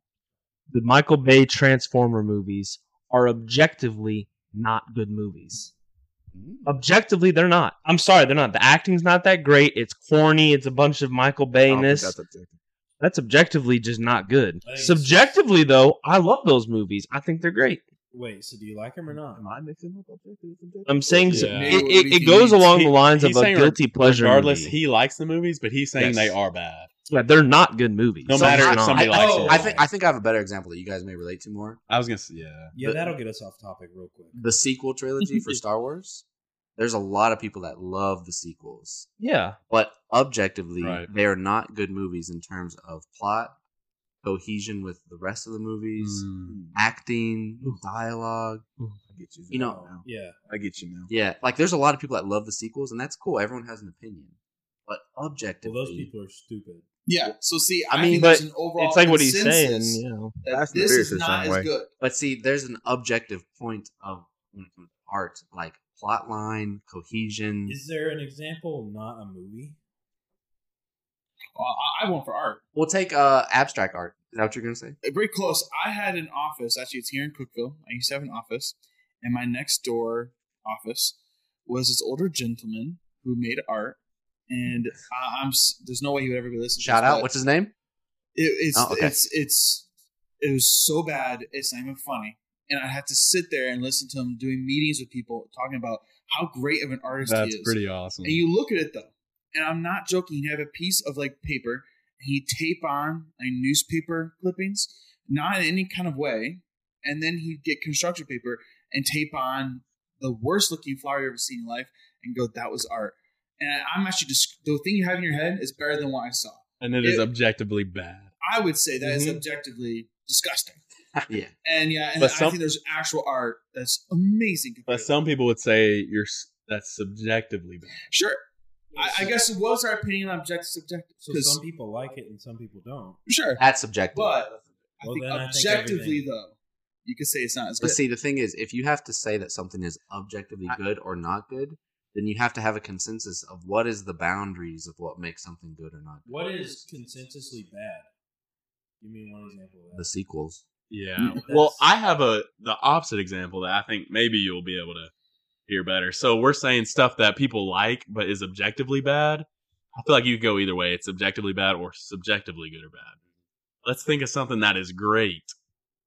The Michael Bay Transformer movies are objectively not good movies.
Mm.
Objectively, they're not. I'm sorry, they're not. The acting's not that great. It's corny. It's a bunch of Michael
I don't think
Bayness.
That's
That's,
objective.
objectively just not good.
I think it's-
Subjectively, though, I love those movies. I think they're great.
Wait, so do you like him or not?
I mixing up objective?
I'm saying so-
Yeah.
it, it, it goes along the lines
He's
of a
saying
guilty pleasure.
Regardless,
movie.
he likes the movies, but he's saying
Yes.
they are bad.
yeah, they're not good movies.
No
They're
matter if
not.
somebody
I,
likes
I,
it.
Oh, I think I think I have a better example that you guys may relate to more.
I was gonna say, yeah.
Yeah,
The-
that'll get us off topic real quick.
The sequel trilogy for Star Wars. There's a lot of people that love the sequels.
yeah,
but objectively
Right.
they are not good movies in terms of plot cohesion with the rest of the
Hmm.
movies acting dialogue
I get you.
You know-
now.
Yeah.
I get you now.
yeah like there's a lot of people that love the sequels and that's cool everyone has an opinion but
Well,
objectively
those people are stupid.
Yeah. So see,
I
I,
mean,
mean,
but
there's an overall
it's like what he's saying.
consensus
You know,
that
Fast and
this
Furious
is
is the
not
same
as
way.
good.
but see there's an objective point of when it comes to art like plot line cohesion
Is there an example, not a movie?
Well, I, I went for art.
we'll take uh abstract art is that what you're gonna say
Uh, Very close. I had an office. Actually, it's here in Cookville. I used to have an office, and my next door office was this older gentleman who made art. And I, I'm s- there's no way he would ever be listening.
shout
to this,
out
but
what's his name
It, it's,
Oh, okay.
it's it's it was so bad. It's not even funny. And I had to sit there and listen to him doing meetings with people talking about how great of an artist he
That's
is.
pretty awesome.
And you look at it though, and I'm not joking. You have a piece of like paper, and he tape on like newspaper clippings, not in any kind of way, and then he'd get construction paper and tape on the worst looking flower you've ever seen in your life, and go, "That was art." And I'm actually just the thing you have in your head is better than what I saw.
and it is
it-
objectively bad.
I would say that is
Mhm.
objectively disgusting.
yeah
And yeah, and
Mm-hmm. But
I
some-
think there's actual art that's amazing.
But
compared to
some people would say you're s- that's subjectively bad.
that. sure. I, I guess what's our opinion on objective subjective?
So
'Cause-
some people like it and some people don't.
sure.
that's subjective
But I
Well,
think
then I think
objectively,
everything-
though, you could say it's not as good.
But see, the thing is, if you have to say that something is objectively good or not good, then you have to have a consensus of what is the boundaries of what makes something good or not.
What is consensusly bad? Give me one example of
The
that.
sequels.
Yeah.
That's-
Well, I have a the opposite example that I think maybe you'll be able to hear better. So we're saying stuff that people like but is objectively bad. I feel like you could go either way. It's objectively bad or subjectively good or bad. Let's think of something that is great.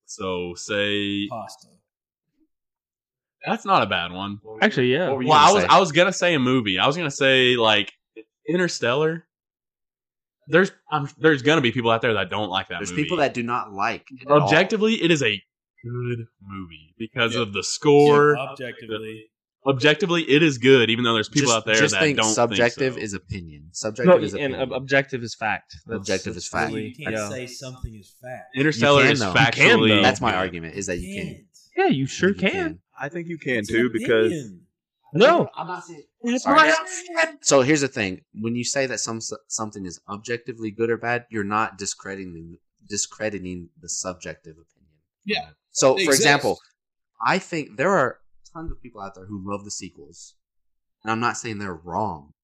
So say
Pasta.
that's not a bad one.
actually, yeah.
What were you
Well, I
gonna
was
say?
I was gonna say a movie. I was gonna say like Interstellar. There's I'm, there's gonna be people out there that don't like that
There's
movie.
people that do not like it at all.
objectively it is a good movie because of the score.
objectively,
Objectively, it is good, even though there's people
Just-
out there
just
that
think
don't
subjective
think so.
is opinion. Subjective
No,
is
and
opinion.
ob- objective is fact.
Objective is fact.
really-
you can't
yeah.
say something is fact.
Interstellar
You can,
is
though.
factually.
You can, though.
That's my
good.
argument is that you
Can't.
can.
Yeah, you sure
You
can.
I think you can
It's an
too because
opinion.
No,
I'm not saying.
It's
Sorry.
my
So here's the thing: when you say that some something is objectively good or bad, you're not discrediting discrediting the subjective opinion.
Yeah.
So,
They
for
exist.
example, I think there are tons of people out there who love the sequels, and I'm not saying they're wrong.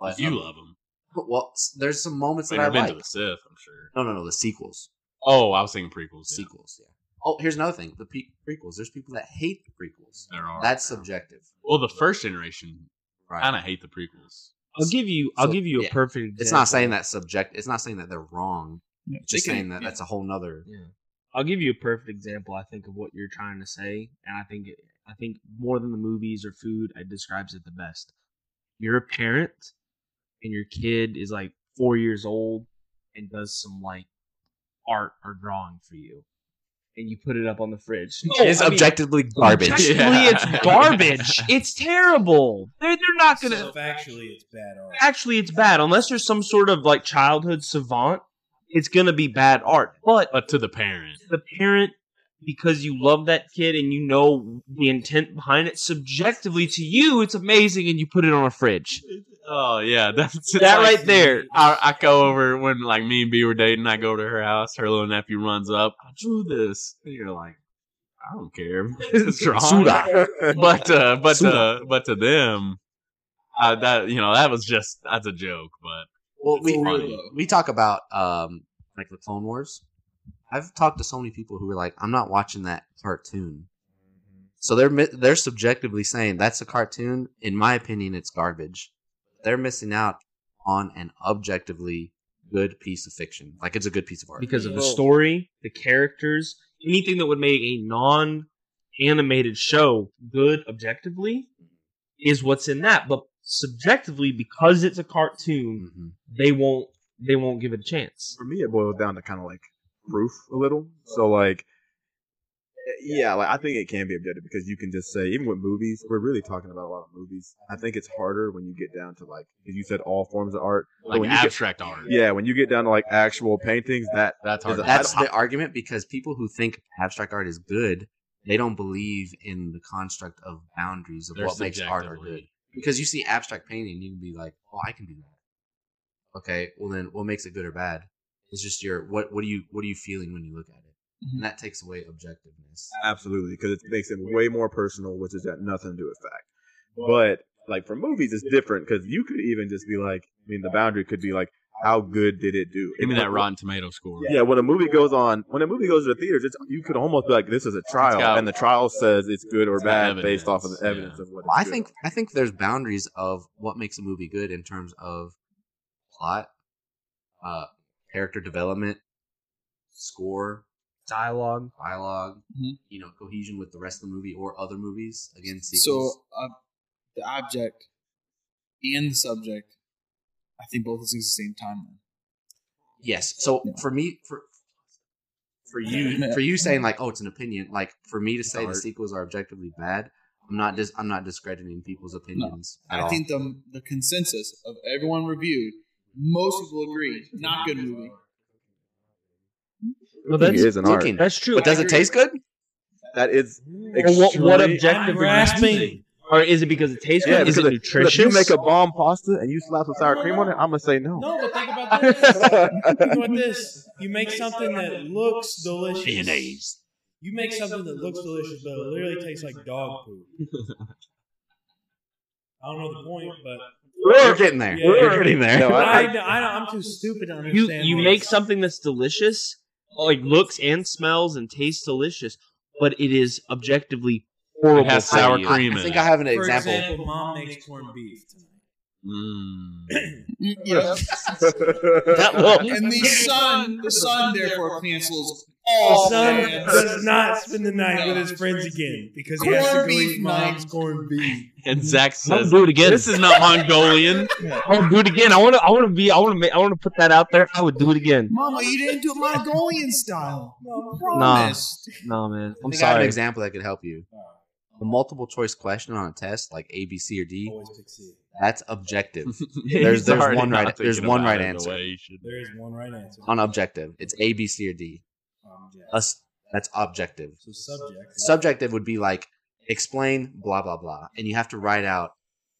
But um,
You love them.
Well, s- there's some moments
I
that
mean,
I
I've been
like.
to the Sith, I'm sure.
No, no, no, the sequels.
Oh, I was thinking prequels. yeah.
sequels. Yeah. Oh, here's another thing: the pe- prequels. There's people that hate the prequels.
There are.
That's subjective.
well, the first generation
Right.
kind of hate the prequels.
I'll give you. I'll
So,
give you a
yeah.
perfect. Example.
It's not saying that subject. It's not saying that they're wrong.
Yeah.
It's just
They can-
saying that that's a whole nother.
Yeah. I'll give you a perfect example. I think of what you're trying to say, and I think it, I think more than the movies or food, it describes it the best. You're a parent, and your kid is like four years old and does some like art or drawing for you, and you put it up on the fridge.
It's
I mean,
objectively garbage.
Objectively,
Yeah.
it's garbage. it's terrible. They're they're not gonna
So factually, it's bad art.
actually it's bad unless there's some sort of like childhood savant it's gonna be bad art but
But to the parent,
the parent because you love that kid and you know the intent behind it subjectively to you it's amazing and you put it on a fridge
oh yeah, that's
that right there
I, I go over when like me and B were dating. I go to her house. Her little nephew runs up. I drew this. And you're like, I don't care. it's wrong. But uh, but to, but to them, I, that you know that was just that's a joke. But
Well, we
Funny.
we talk about um like the Clone Wars. I've talked to so many people who are like, I'm not watching that cartoon. So they're mi- they're subjectively saying that's a cartoon. In my opinion, it's garbage. They're missing out on an objectively good piece of fiction. Like it's a good piece of art.
because of the story the characters anything that would make a non animated show good objectively is what's in that but subjectively because it's a cartoon
Mm-hmm.
Mhm.
they won't they won't give it a chance
for me, it boils down to kind of like proof a little. So like, eh, yeah, like I think it can be objective because you can just say even with movies, we're really talking about a lot of movies. I think it's harder when you get down to like 'cause you said all forms of art.
Oh,
like
when you get-
abstract art,
Yeah, when you get down to like actual paintings, that
that's hard.
Is it-
to-
That's the argument because people who think abstract art is good, they don't believe in the construct of boundaries of
They're
what makes art art good.
subjectively-
Because you see abstract painting, you can be like, "Oh, I can do that." Okay, well then, what makes it good or bad? It's just your what what do you what are you feeling when you look at it,
Mhm.
and that takes away objectiveness.
absolutely because it makes it way more personal, which has got nothing to do with fact. But like for movies, it's different because you could even just be like, I mean, the boundary could be like, how good did it do?
Give me
And
that
what-
Rotten Tomato score.
Yeah, when a movie goes on, when a movie goes to the theaters, it's, you could almost be like, "This is a trial,"
got-
and the trial says it's good or
It's got
bad
evidence,
based off of the
yeah.
evidence of what.
Well, I
it's good.
think I think there's boundaries of what makes a movie good in terms of plot, uh, character development, score,
dialogue
dialog
Mhm.
you know, cohesion with the rest of the movie or other movies. Again, sequels.
So uh, the object and the subject, I think both those things at the same time.
yes. So
Yeah.
for me, for for you, for you saying like, oh, it's an opinion. Like for me to say the
art.
sequels are objectively bad, I'm not dis- I'm not discrediting people's opinions. at
I
all.
think the the consensus of everyone reviewed, most people agree, not good movie.
well,
Cooking is an art.
Cooking.
That's true.
But does it taste good?
That is
Or what, what
extreme-
objective?
I'm grasping.
Or is it because it tastes
Yeah,
good? Is
because
it
if-
nutritious?
If you make a bomb pasta and you slap some sour cream on it, I'm gonna say no.
No, but think about this. Think about this. You make something that looks delicious.
Mayonnaise.
You make something that looks delicious, but it literally tastes like dog poop. I don't know the point, but
You're getting there.
Yeah.
You're getting there.
No,
I,
I-
I, I, am too stupid to
you
understand.
you
this.
make something that's delicious, like looks and smells and tastes delicious, but it is objectively
it
horrible.
has
for
sour
you.
cream
I
in
think
it.
I have an
For
example.
example, mom makes corned beef tonight.
Mm.
Yeah.
That look.
And the son, the son therefore cancels all
Son
plans.
does not spend the night with his friends again because he has to
Corned
go
beef
eat mom's
night.
corned beef.
And Zach
I'll
says,
do it again.
"This is not Mongolian."
I'll do it again. I want to. I want to be. I want to. make. I want to put that out there. I would do it again.
Mama, you didn't do it Mongolian style.
Nah,
Promised.
nah, man.
I
I'm
think I have an
sorry.
example that could help you. A multiple choice question on a test, like A, B, C, or D,
Always pick C.
that's objective.
He's
there's
already
one right-
not
there's
thinking
one
about
right
it the
answer.
way he should.
There is one right answer. Um,
on objective. It's A, B, C, or D. Us, that's objective.
So subject.
Subjective would be like explain blah blah blah, and you have to write out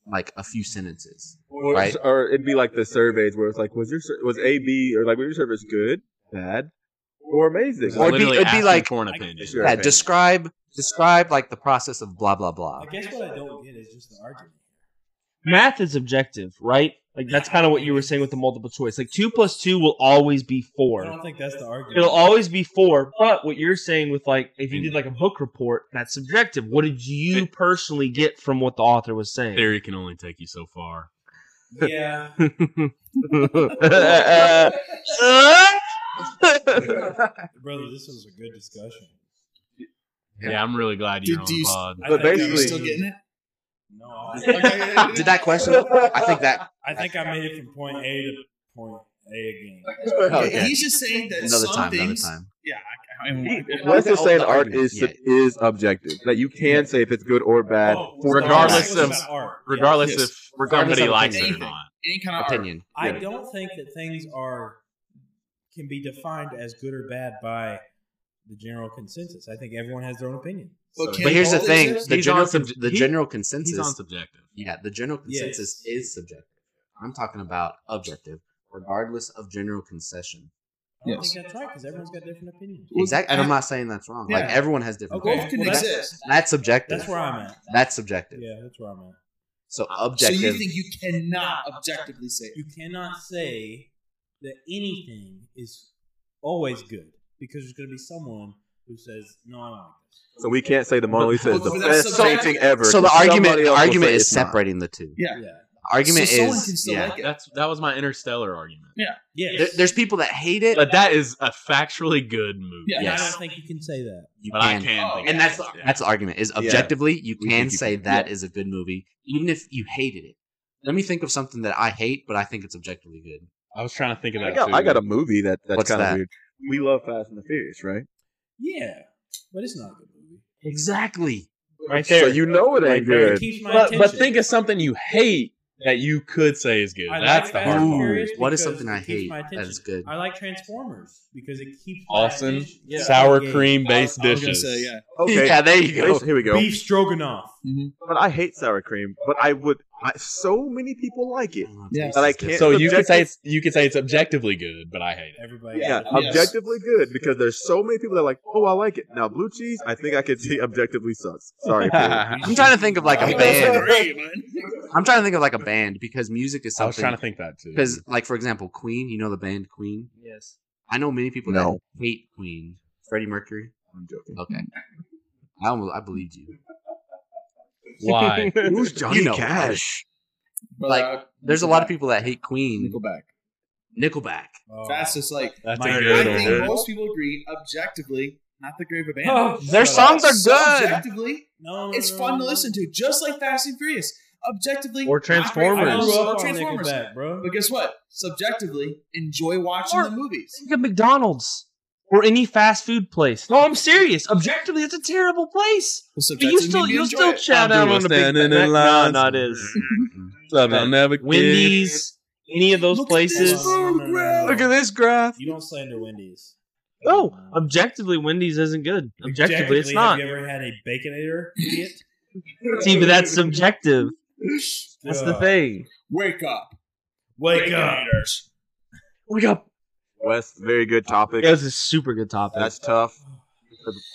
like a few sentences.
Or,
Right.
or it'd be like the surveys where it's like, was your sur- was A B or like was your service good, bad, or amazing?
He's
Or it'd be-
literally
it'd be
asking
like-
for an opinion.
Sure.
Yeah, describe describe like the process of blah blah blah.
I guess what I don't get is just the argument.
Math is objective, right? Like that's kind of what you were saying with the multiple choice. Like two plus two will always be
I
four.
don't think that's the argument.
It'll always be four. But what you're saying with like if you did like a book report, that's subjective. What did you personally get from what the author was saying?
Theory can only take you so far.
yeah. Brother, this was a good discussion.
Yeah, I'm really glad you're
Do-
on
do
the
you s-
pod.
But
I think
basically-
you still getting it?
No, I,
Did that question? I think that.
I think I made it from point A to point A again.
Oh, Okay.
He's just saying that
Another
some
time. Another
things.
time.
Yeah, I, I mean,
Let's just say that art is
Yeah.
is objective. That you can say if it's good or bad.
Oh,
for-
regardless
that
of-
was about art. Yeah.
Regardless
Yes.
if
Regardless
somebody
of
likes it or
opinion.
not.
any kind of opinion.
Opinion.
I
Yeah.
don't think that things are can be defined as good or bad by the general consensus. I think everyone has their own opinion.
But
But here's the thing: the
He's
general,
on sub-
con- the
he-
general
He's on
consensus.
subjective.
Yeah, the general
Yes.
consensus is subjective. I'm talking about objective, regardless of general concession.
I don't
Yes.
think that's right because everyone's got different opinions.
Well,
Exactly, and I'm not saying that's wrong. Like
Yeah.
everyone has different.
Okay.
Both can
Well, that's-
exist.
That's subjective.
That's where I'm at.
That's subjective.
Yeah, that's where I'm at.
So objective.
So you think you cannot objectively say
You cannot say that anything is always good because there's going to be someone who says, "No, I don't like this."
So we can't say the Mona Lisa is the
But that's
best
so-
painting ever.
so the
'cause
argument,
somebody
the
else will
argument
say
is
it's not.
separating the two.
Yeah.
Yeah,
The argument
So someone can
is
still
yeah.
like it.
That's that was my interstellar argument.
yes.
There, there's people that hate it.
But that is a factually good movie.
Yeah.
And
yes.
I don't think you can say that.
you
But I
can.
can
Oh,
think
And
of
that's the,
it, yeah.
that's the argument is
Yeah.
objectively you
We
can
think you
say
can-
that is a good movie even if you hated it. Let me think of something that I hate but I think it's objectively good.
I was trying to think of
I
that.
got,
too.
I got a movie that that's
What's
kind of
that?
weird. We love Fast and the Furious, right?
Yeah, but it's not a good movie.
Exactly.
right there.
So you know it
Right
ain't
there.
It
good.
keeps my
but,
attention.
but think of something you hate that you could say is good.
I
that's
like
the
Fast
hard
and
part.
Furious
What is
because
something
it
I
keeps
hate
my
that
attention.
is good?
I like Transformers because it keeps my
Awesome
attention. Yeah.
sour
Yeah.
cream based
I was gonna
dishes.
say yeah.
Okay,
Yeah, there you go.
here we go.
Beef stroganoff.
But I hate sour cream. But I would. I, so many people like it.
Oh,
Yeah.
But I can't-
So you could say
Objective-
it's you could say it's objectively good, but I hate it.
Everybody.
Yeah,
Yes.
objectively good because there's so many people that are like, oh, I like it. Now blue cheese, I think I could see objectively sucks. Sorry. Peter.
I'm trying to think of like a band.
Great, man.
I'm trying to think of like a band because music is
I was trying
something
to think that too.
because like for example Queen, you know the band Queen?
yes.
I know many people
No.
that hate Queen. Freddie Mercury.
I'm joking.
Okay. I almost I believed you.
why?
Who's Johnny
You know.
Cash?
Like,
Uh,
There's a lot of people that hate Queen.
Nickelback.
Nickelback.
Oh.
That's just like
That's
My
a
I
good
God.
think
one.
most people agree objectively, not the grave of band.
Oh,
Their
shut
songs
up.
are good.
Objectively,
No,
it's fun to listen to, just like Fast and Furious. Objectively,
Or
not great
Transformers.
I
films
grew
or
up on
Transformers.
Nickelback, bro.
But guess what? Subjectively, enjoy watching
Or-
the movies.
Think of McDonald's or any fast food place. No, I'm serious. Objectively, it's a terrible place.
But
But you
subjectively,
still
maybe
you
enjoy
still
it.
shout
I'm
out
doing
on the big
standing
Mac.
in
No,
lines.
no, it is.
Something I'll never get.
Wendy's, any of those
Look at
places.
this
No, no, no, no, no.
Look at this graph.
You don't slander Wendy's. Uh,
No, objectively, Wendy's isn't good. Objectively, it's not.
Have you ever had a baconator? Idiot.
See, but that's subjective. That's the
Uh,
thing.
Wake up.
Wake up.
Baconators.
We got.
Wes, very good topic.
That was a super good topic.
That's tough.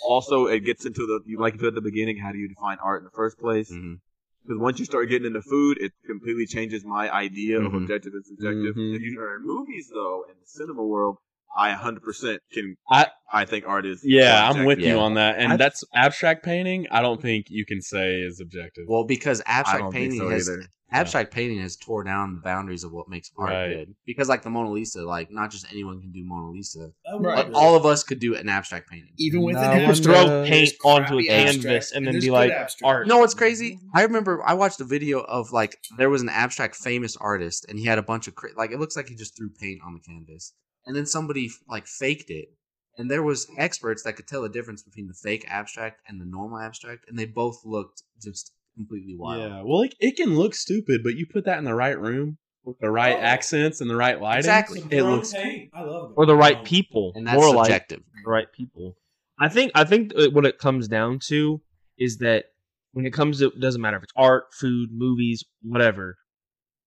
Also, it gets into the you- like you said at the beginning. How do you define art in the first place? Because
Mhm.
once you start getting into food, it completely changes my idea of
Mhm.
objective and subjective.
Mhm.
If you are in movies, though, in the cinema world, I 100% can.
I-
I, I think art is.
Yeah, I'm with you
Yeah.
on that. And
I-
that's abstract painting. I don't think you can say is objective.
Well, because
I
abstract
don't think
painting
so
has
either.
abstract painting has tore down the boundaries of what makes art
Right.
good. Because like the Mona Lisa, like not just anyone can do Mona Lisa,
I
Right.
but
wonder.
all of us could do an abstract painting.
Even with
No,
an
I
abstract,
throw paint
there's
onto a
crappy
canvas and then
there's
be
good
like
abstract.
art.
You know what's crazy? I remember I watched a video of like there was an abstract famous artist and he had a bunch of cra- like it looks like he just threw paint on the canvas and then somebody like faked it and there was experts that could tell the difference between the fake abstract and the normal abstract and they both looked just completely wild.
Yeah. Well, it, it can look stupid, but you put that in the right room with the right
Oh.
accents and the right lighting.
Exactly.
It looks.
Hey, I love it.
or the right people,
And that's
more like
subjective.
the right people. I think. I think that what it comes down to is that when it comes to, it doesn't matter if it's art, food, movies, whatever.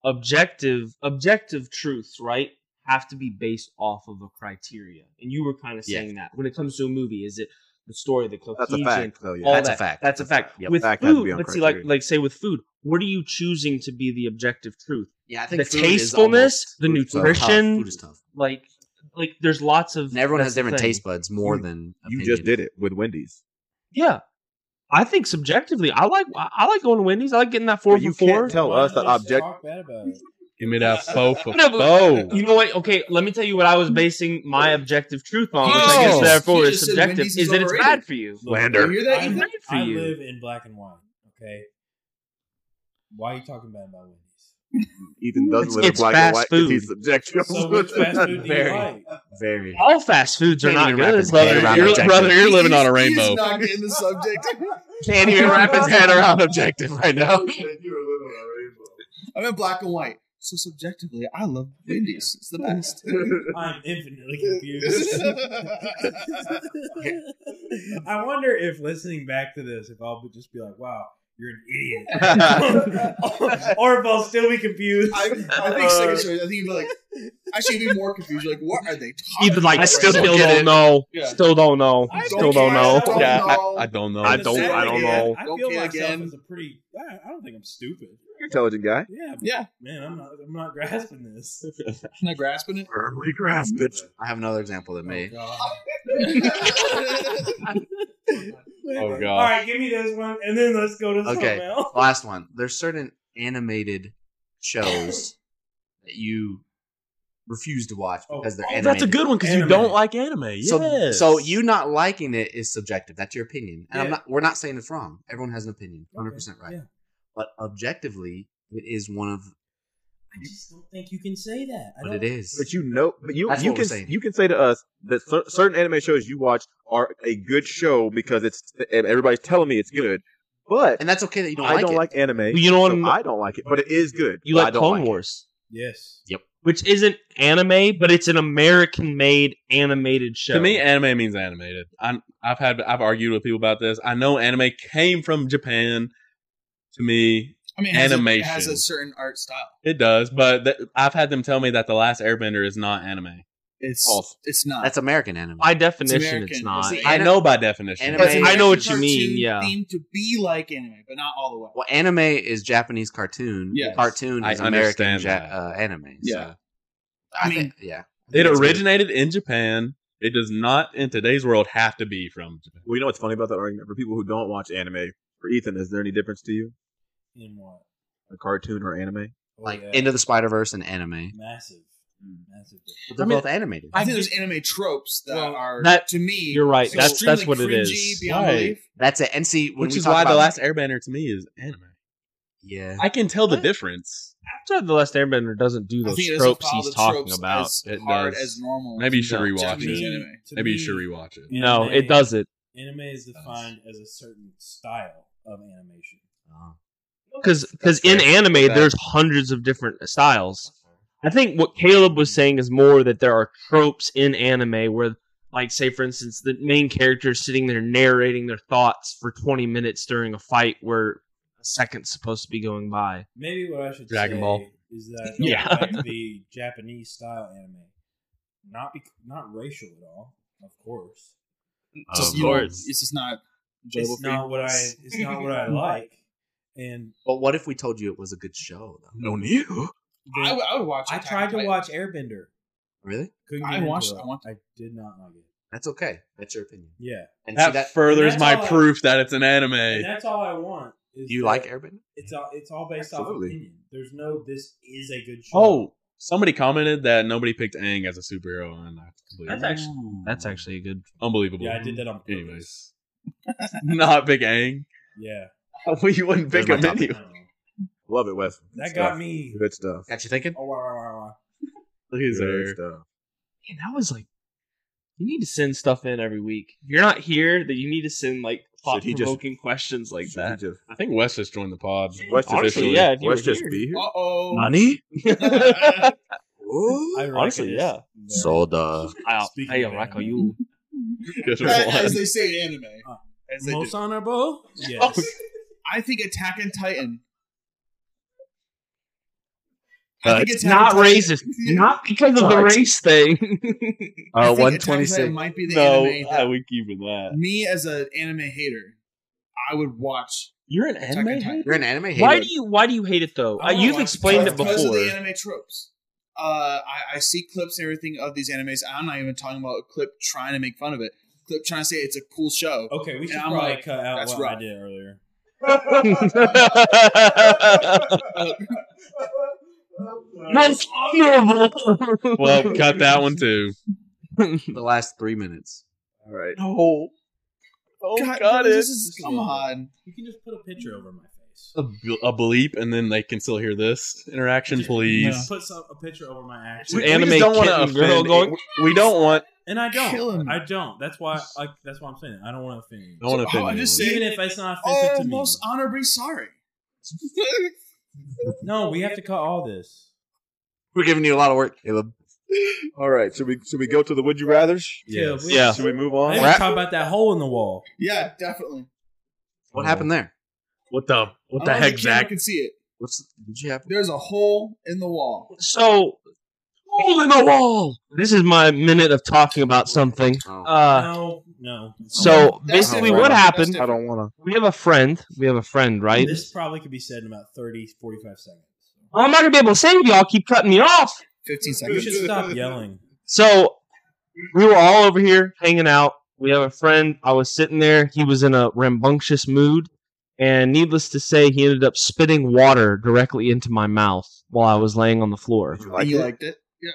Objective, objective truths, right, have to be based off of a criteria. And you were kind of
Yeah.
saying that when it comes to a movie, is it the story, the
That's
cohesion,
a fact, though.
all
Yeah.
That's a
that.
fact.
That's a fact.
Yep.
With
Fact has to
food,
be on
let's see, like
criteria.
like say with food, what are you choosing to be the objective truth?
Yeah, I think
the
food is
tastefulness,
almost-
the
food is tough.
nutrition,
Food is tough.
like like there's lots of
And everyone
that's
has
the
different
thing.
taste buds more than
You just did it with Wendy's.
Yeah, I think subjectively, I like I I like going to Wendy's. I like getting that four
But
for
you
four.
can't tell us that object.
Talk bad about it.
Give me that faux for
No, but-
faux.
You know what? Okay, let me tell you what I was basing my objective truth on, which I guess
Oh.
therefore
He
is
just said
subjective,
Wendy's
is,
is
that it's
overrated.
bad for you.
Slander.
You hear that,
I,
Ethan?
Bad for
I
you.
live in black and white. Okay. Why are you talking bad about Wendy's?
Ethan doesn't
It's-
live in
it's
black and
fast
white. 'cause He's
food.
subjective.
So which fast food do you
Very.
like?
Very.
All fast foods are
Can't
not
even wrap
good,
his
brother.
head around
You're-
objective.
brother, you're
He
living
is-
on a
he is
rainbow.
not getting the subject.
Can't even wrap his head around objective right now.
I'm in black and white. So subjectively, I love Wendy's. It's the best.
I'm infinitely confused. I wonder if listening back to this, if I'll just be like, "Wow, you're an idiot," or if I'll still be confused. Uh,
I, I think second choice. I think you'd be like, I should be more confused. You're like, what are they talking?
You'd be like,
I
I still,
still don't
don't,
get it.
know.
Yeah.
Still don't know.
I
Still
don't
don't know.
care.
Yeah,
know.
I, I don't know.
I
The
don't-
sad
I don't
thing is,
know.
I
Don't
feel
care
myself
again.
as a pretty. I, I don't think I'm stupid.
intelligent guy.
Yeah, but
Yeah,
man, I'm not. I'm not grasping this.
not grasping it.
Firmly grasp it.
I have another example that may.
God.
Oh, God.
All right, give me this one, and then let's go to something
Okay.
else.
Last one. There's certain animated shows that you refuse to watch because they're
Oh,
animated.
That's a good one because you
Anime.
don't like anime.
So,
Yes.
so you not liking it is subjective. That's your opinion, and I'm
Yeah.
not. We're not saying it's wrong. Everyone has an opinion, 100 percent right.
yeah.
But objectively, it is one of
I just don't think you can say that. I
what
don't.
it is.
But you know, but you
That's
you
what we're
can
saying.
you can say to us that cer- certain anime shows you watch are a good show because it's and everybody's telling me it's good, but
and that's okay that you don't
I
like
don't
it.
like anime.
You know what?
so I don't like it, but it is good.
you
but I
like
don't
Clone
it.
Wars,
Yes.
which isn't anime, but it's an American-made animated show.
to me, anime means animated. I'm, I've had I've argued with people about this. I know anime came from Japan. To me,
I mean, it has a- it
Animation.
has a certain art style.
it does, but th- I've had them tell me that the Last Airbender is not anime.
It's
False.
it's not.
That's American anime.
by definition,
American.
it's not.
It's the-
I
Ani-
know by definition.
anime-
an
I
know what
American
you mean,
cartoon
yeah.
Themed to be like anime, but not all the way.
well, anime is Japanese cartoon.
Yes.
Cartoon
I
is American
understand
ja-
that.
uh, anime.
Yeah.
So.
I mean-
thi- yeah.
It
That's good.
originated in Japan. It does not in today's world have to be from Japan.
Well, you know what's funny about that argument for people who don't watch anime? For Ethan, is there any difference to you,
In what?
a cartoon or anime?
Oh,
like
yeah.
Into the Spider Verse and anime.
massive, massive. difference.
They're
I mean,
both animated.
I think there's anime tropes that
Well,
are
that-
to me.
you're right. That's-
extremely
that's what it
cringy
is.
Beyond
Right.
belief.
That's it. And see, when
Which
we
is
talk
why
about
the Last Airbender to me is anime.
yeah,
I can tell the
What?
difference.
After the Last Airbender doesn't do
I
those
think it doesn't
tropes
follow
he's
the
talking
tropes
about.
as
It
hard
does.
as normal.
Maybe you should
No,
rewatch
Japanese
it.
anime.
To
Maybe you
me,
should rewatch it.
No, it
Anime-
doesn't.
Anime is defined as a certain style of animation.
Ah.
Because
That's
in
fair.
anime,
That-
there's hundreds of different uh, styles. I think what Caleb was saying is more that there are tropes in anime where, like, say for instance, the main character is sitting there narrating their thoughts for 20 minutes during a fight where a second's supposed to be going by.
Maybe what I should
Dragon
say
Ball.
is that I don't
Yeah.
like the Japanese style anime, not bec not racial at all, of course.
Just,
Of
you know,
course.
it's just not enjoyable.
It's
for you.
not what I. It's not what I like. And
but what if we told you it was a good show? Though?
No, you.
I, would- I would watch.
I
Attack
tried
on
to
Titan.
watch Airbender.
Really?
Couldn't
I
get into
watched-
it.
I want-
I did not like it.
That's okay. That's your opinion.
Yeah,
And
That,
see that
furthers
that's
my
all I-
proof that it's an
and
anime.
that's all I want. Is
you
that
like Airbender?
It's all. It's all based
Absolutely.
off opinion. There's no. This is a good show.
Oh, somebody commented that nobody picked Aang as a superhero, and I completely
That's actually that's actually a good.
unbelievable.
yeah, I did that on purpose.
Anyways, not Big Aang.
Yeah,
well, you wouldn't pick
There's
him
my
anyway.
Love it, Wes. Good
that
stuff.
got me.
Good stuff.
Got you thinking?
Oh, wow, wow, wow, wow.
Look
Good
at there.
stuff.
Man, that was like. You need to send stuff in every week. If you're not here, that you need to send like
Should
thought
he just-
provoking questions like
Should we
that.
just-
I think Wes just joined the pod.
Wes just,
Honestly,
officially.
yeah. If you
Wes
were
just be here.
Uh oh.
Money?
here.
I reckon
Honestly,
it's
yeah.
very-
Soda.
I'll-
Speaking
hey,
of
I'll call
anime.
you.
Just
As
one.
they say in anime.
Uh,
As they do.
Mosanabo? Yes.
I think Attack on Titan.
Uh, it's not racist. Not because of the race thing.
Uh,
Uh, one twenty six.
might be the
no,
anime.
I
That
would keep with that.
me as an anime hater, I would watch.
You're an
Attack on
anime.
Titan.
hater?
You're an anime hater.
Why do you Why do you hate it though? Uh,
I don't
you've
like it.
explained it
Because-
Because of
before.
the anime tropes. Uh, I, I see clips and everything of these animes. I'm not even talking about a clip trying to make fun of it. Clip trying to say it's a cool show.
Okay, we should
And I'm
probably
like,
cut out
that's
what I
right.
did earlier.
That's horrible.
Well, cut that one too.
the last three minutes?
All right.
No. Oh
God,
God,
bro,
it.
this is- come on.
You can just put a picture over my face.
A, b- a bleep, and then they can still hear this interaction,
Just-
please.
Put some, a picture over my
We,
action.
we just
Anime
don't want to
kitten girl
offend.
going-
eh, we- we don't want.
And I
Kill him.
don't. I don't. That's why. Like that's why I'm saying it. I don't want to offend you.
Don't want to
So,
offend.
oh, I just
anyone.
said-
Even if it's not offensive
Oh,
to me.
most honorably sorry.
No, we have to cut all this.
We're giving you a lot of work, Caleb.
All right. Should we should we go to the would you rather's?
Yes.
we-
Yeah.
Should we move
I
on?
didn't talk about that hole in the wall.
Yeah, definitely.
What happened there?
What the? What
Oh,
I don't know if camera can see it.
What's did you have?
There's a hole in the wall.
So hole in the wall. This is my minute of talking about something.
Oh.
Uh,
no, no.
so
That's
basically,
different.
what
That's
happened?
I don't want
We have a friend. We have a friend, right?
this probably could be said in about 30, 45 seconds.
Well, I'm not gonna be able to save y'all. Keep cutting me off.
15
You
seconds.
should stop yelling.
So we were all over here hanging out. We have a friend. I was sitting there. He was in a rambunctious mood. And needless to say, he ended up spitting water directly into my mouth while I was laying on the floor.
to.
and you liked it? Yeah.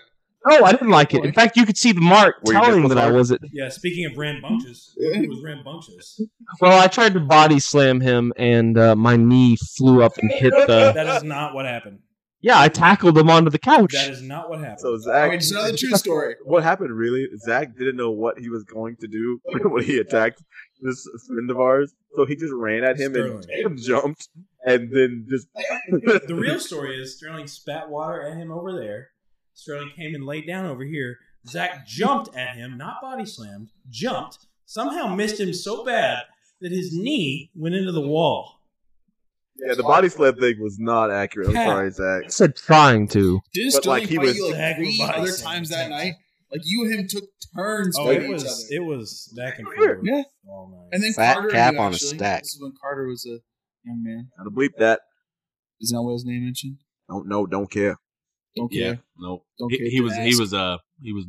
Oh, I didn't like it. In fact, you could see the mark
Were you
telling that I
mystified?
wasn't.
Yeah. Speaking of rambunctious, it was rambunctious.
Well, I tried to body slam him, and uh, my knee flew up and hit the.
That is not what happened.
Yeah, I tackled him onto the couch.
That is not what happened.
So
I
Zach,
mean, it's another true story.
what happened really? Zach didn't know what he was going to do when he attacked this friend of ours, so he just ran at him and
Sterling.
jumped, and then just
the real story is Sterling spat water at him over there. Sterling came and laid down over here. Zach jumped at him, not body slammed, jumped, somehow missed him so bad that his knee went into the wall.
yeah. The body slam thing was not accurate. I'm
Yeah.
sorry, Zach.
I said trying to.
Did
But, like,
Sterling
he
fight
was-
you like
Zach
three
Levi's
other
saying
times
the
that
same
night?
thing.
Like you and him took turns
Oh,
fighting
it
each
was
other.
it was back and
Weird.
forth
Yeah.
all night.
and then
Fat
Carter
cap
knew,
on a
actually.
stack.
This is when Carter was a young man.
Gotta bleep that.
Isn't that what his name mentioned?
Don't know. Don't care.
Don't
Yeah.
care.
Nope.
Don't
He,
care
he
to
was. He
ask.
was. Uh. He was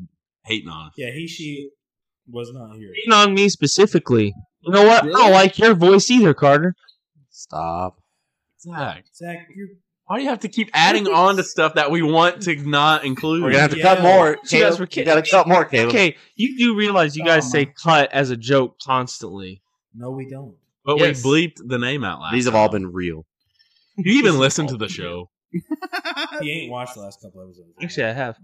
hating on us.
yeah, he she was not here.
Hating on me specifically. You know what? I
Really?
don't like your voice either, Carter.
Stop.
Zach,
Zach, you're
why do you have to keep adding on to stuff that we want to not include?
We're gonna have to
Yeah.
cut more.
You guys
Caleb.
were
You
kidding.
gotta cut more, Caleb.
Okay, you do realize you guys
Oh,
say
my.
cut as a joke constantly.
no, we don't.
but
Yes.
we bleeped the name out loud.
These have all been real.
Do you even listen to the show?
He ain't watched the last couple episodes.
Actually, I have.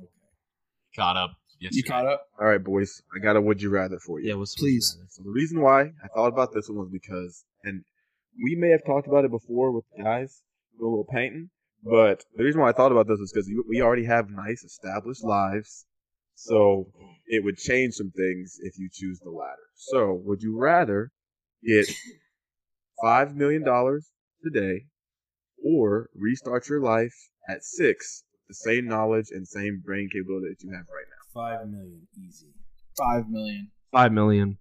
Caught up. Yes.
You caught up?
All right, boys. I got a would you rather for you.
Yeah, what's
Please.
So the reason why I thought about this one was because, and we may have talked about it before with the guys doing a little painting, but the reason why I thought about this was because we already have nice established lives, so it would change some things if you choose the latter. So, would you rather get five million dollars today, or restart your life at six, with the same knowledge and same brain capability that you have right now?
Five million easy.
Five million.
Five million.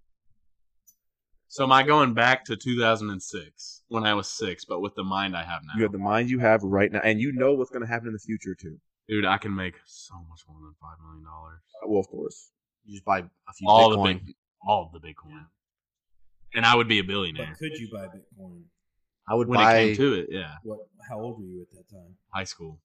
So am I going back to 2006 when I was six, but with the mind I have now?
You have the mind you have right now, and you know what's going to happen in the future too.
Dude, I can make so much more than five million dollars.
Well, of course.
You just buy a few
All
Bitcoin.
the big, all the Bitcoin, and I would be a billionaire
But could you buy Bitcoin?
I would
when
buy.
it came to it. Yeah,
What? How old were you at that time?
high school,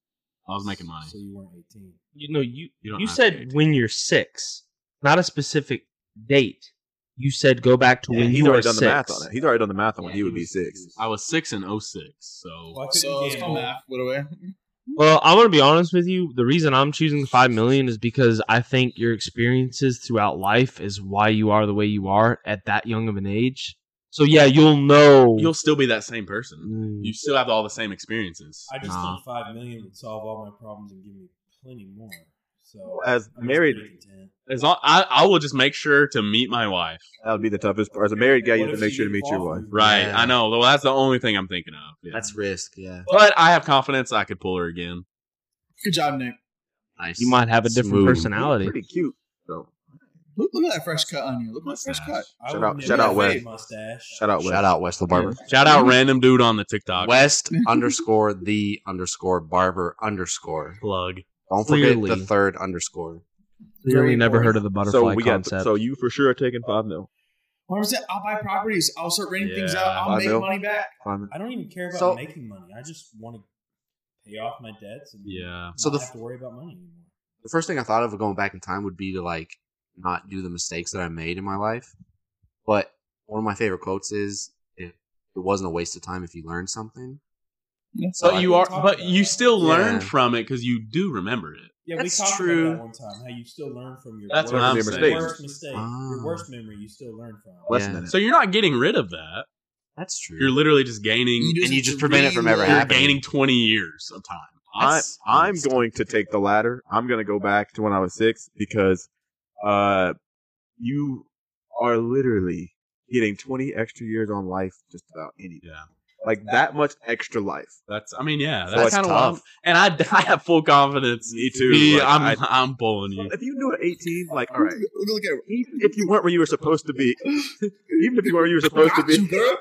I was making money.
So you weren't eighteen.
You know, you
You
you,
don't have to
said
age.
when you're six, not a specific date. You said go back to
Yeah,
when
he's
you were
already done
six.
the math on it. He's already done the math on when
Yeah,
he would be
was-
six.
I was six in 06, so
Why couldn't
So
you
let's go
gamble?
math. What away?
Well, I'm gonna be honest with you. The reason I'm choosing the five million is because I think your experiences throughout life is why you are the way you are at that young of an age. So yeah, you'll know.
you'll still be that same person.
Mm.
You still have all the same experiences.
I just
Nah.
think five million would solve all my problems and give me plenty more. So
As
I'm just
married,
pretty content.
As long, I, I will just make sure to meet my wife.
that would be the toughest part. As a married guy, you
What
have to
if
make
she
sure to meet
didn't
your
fall
wife.
for you?
Right,
Yeah.
I know. Though that's the only thing I'm thinking of. Yeah.
That's risk. Yeah.
but I have confidence I could pull her again.
Good job, Nick.
Nice.
You might have a different
Smooth.
He's
personality.
Pretty cute. So
Look, look at that fresh cut on you. Look at that fresh cut.
I
Shout
would
out-
never
shout out
have
Wes.
Mustache.
Shout out, Wes.
Shout out West the Barber.
Shout out random dude on the TikTok
West underscore the underscore barber underscore.
plug.
Don't forget the
Clearly.
third underscore.
Clearly never heard of the butterfly
So we got.
concept.
so you for sure are taking five mil.
What was it? I'll buy properties. I'll start renting things out.
Yeah.
I'll
Buy
make
bill.
money back.
Five mil.
I don't even care about
So-
making money. I just want to pay off my debts and
Yeah.
not
So the-
have to worry about money anymore.
The first thing I thought of going back in time would be to like not do the mistakes that I made in my life. But one of my favorite quotes is it, it wasn't a waste of time if you learned something. So
But
I-
you are, but you still
Yeah.
learned from it because you do remember it.
Yeah,
That's
we talked
true.
about that one time. How you still learn from your
That's
worst,
what I'm
your
saying.
worst mistake,
Ah.
your worst memory. You still learn from.
Less
Yeah.
than it.
So you're not getting rid of that.
That's true.
You're literally just gaining.
You
You
just-
and you just
to
prevent it from ever
relive-
are
happening.
gaining 20 years of time.
I,
That's
I'm
honest.
going to take the latter. I'm going to go back to when I was six because uh, you are literally getting 20 extra years on life just about anything.
Yeah.
Like that much extra life.
That's. I mean, yeah.
So
That's
it's
kind of wild.
tough.
And I, I have full confidence.
Me too,
Me,
like,
I'm,
I-
I, am pulling you.
If you knew at 18, like, all right,
Look at
even if you weren't where you were supposed to be, even if you were where you were supposed to be,
girl.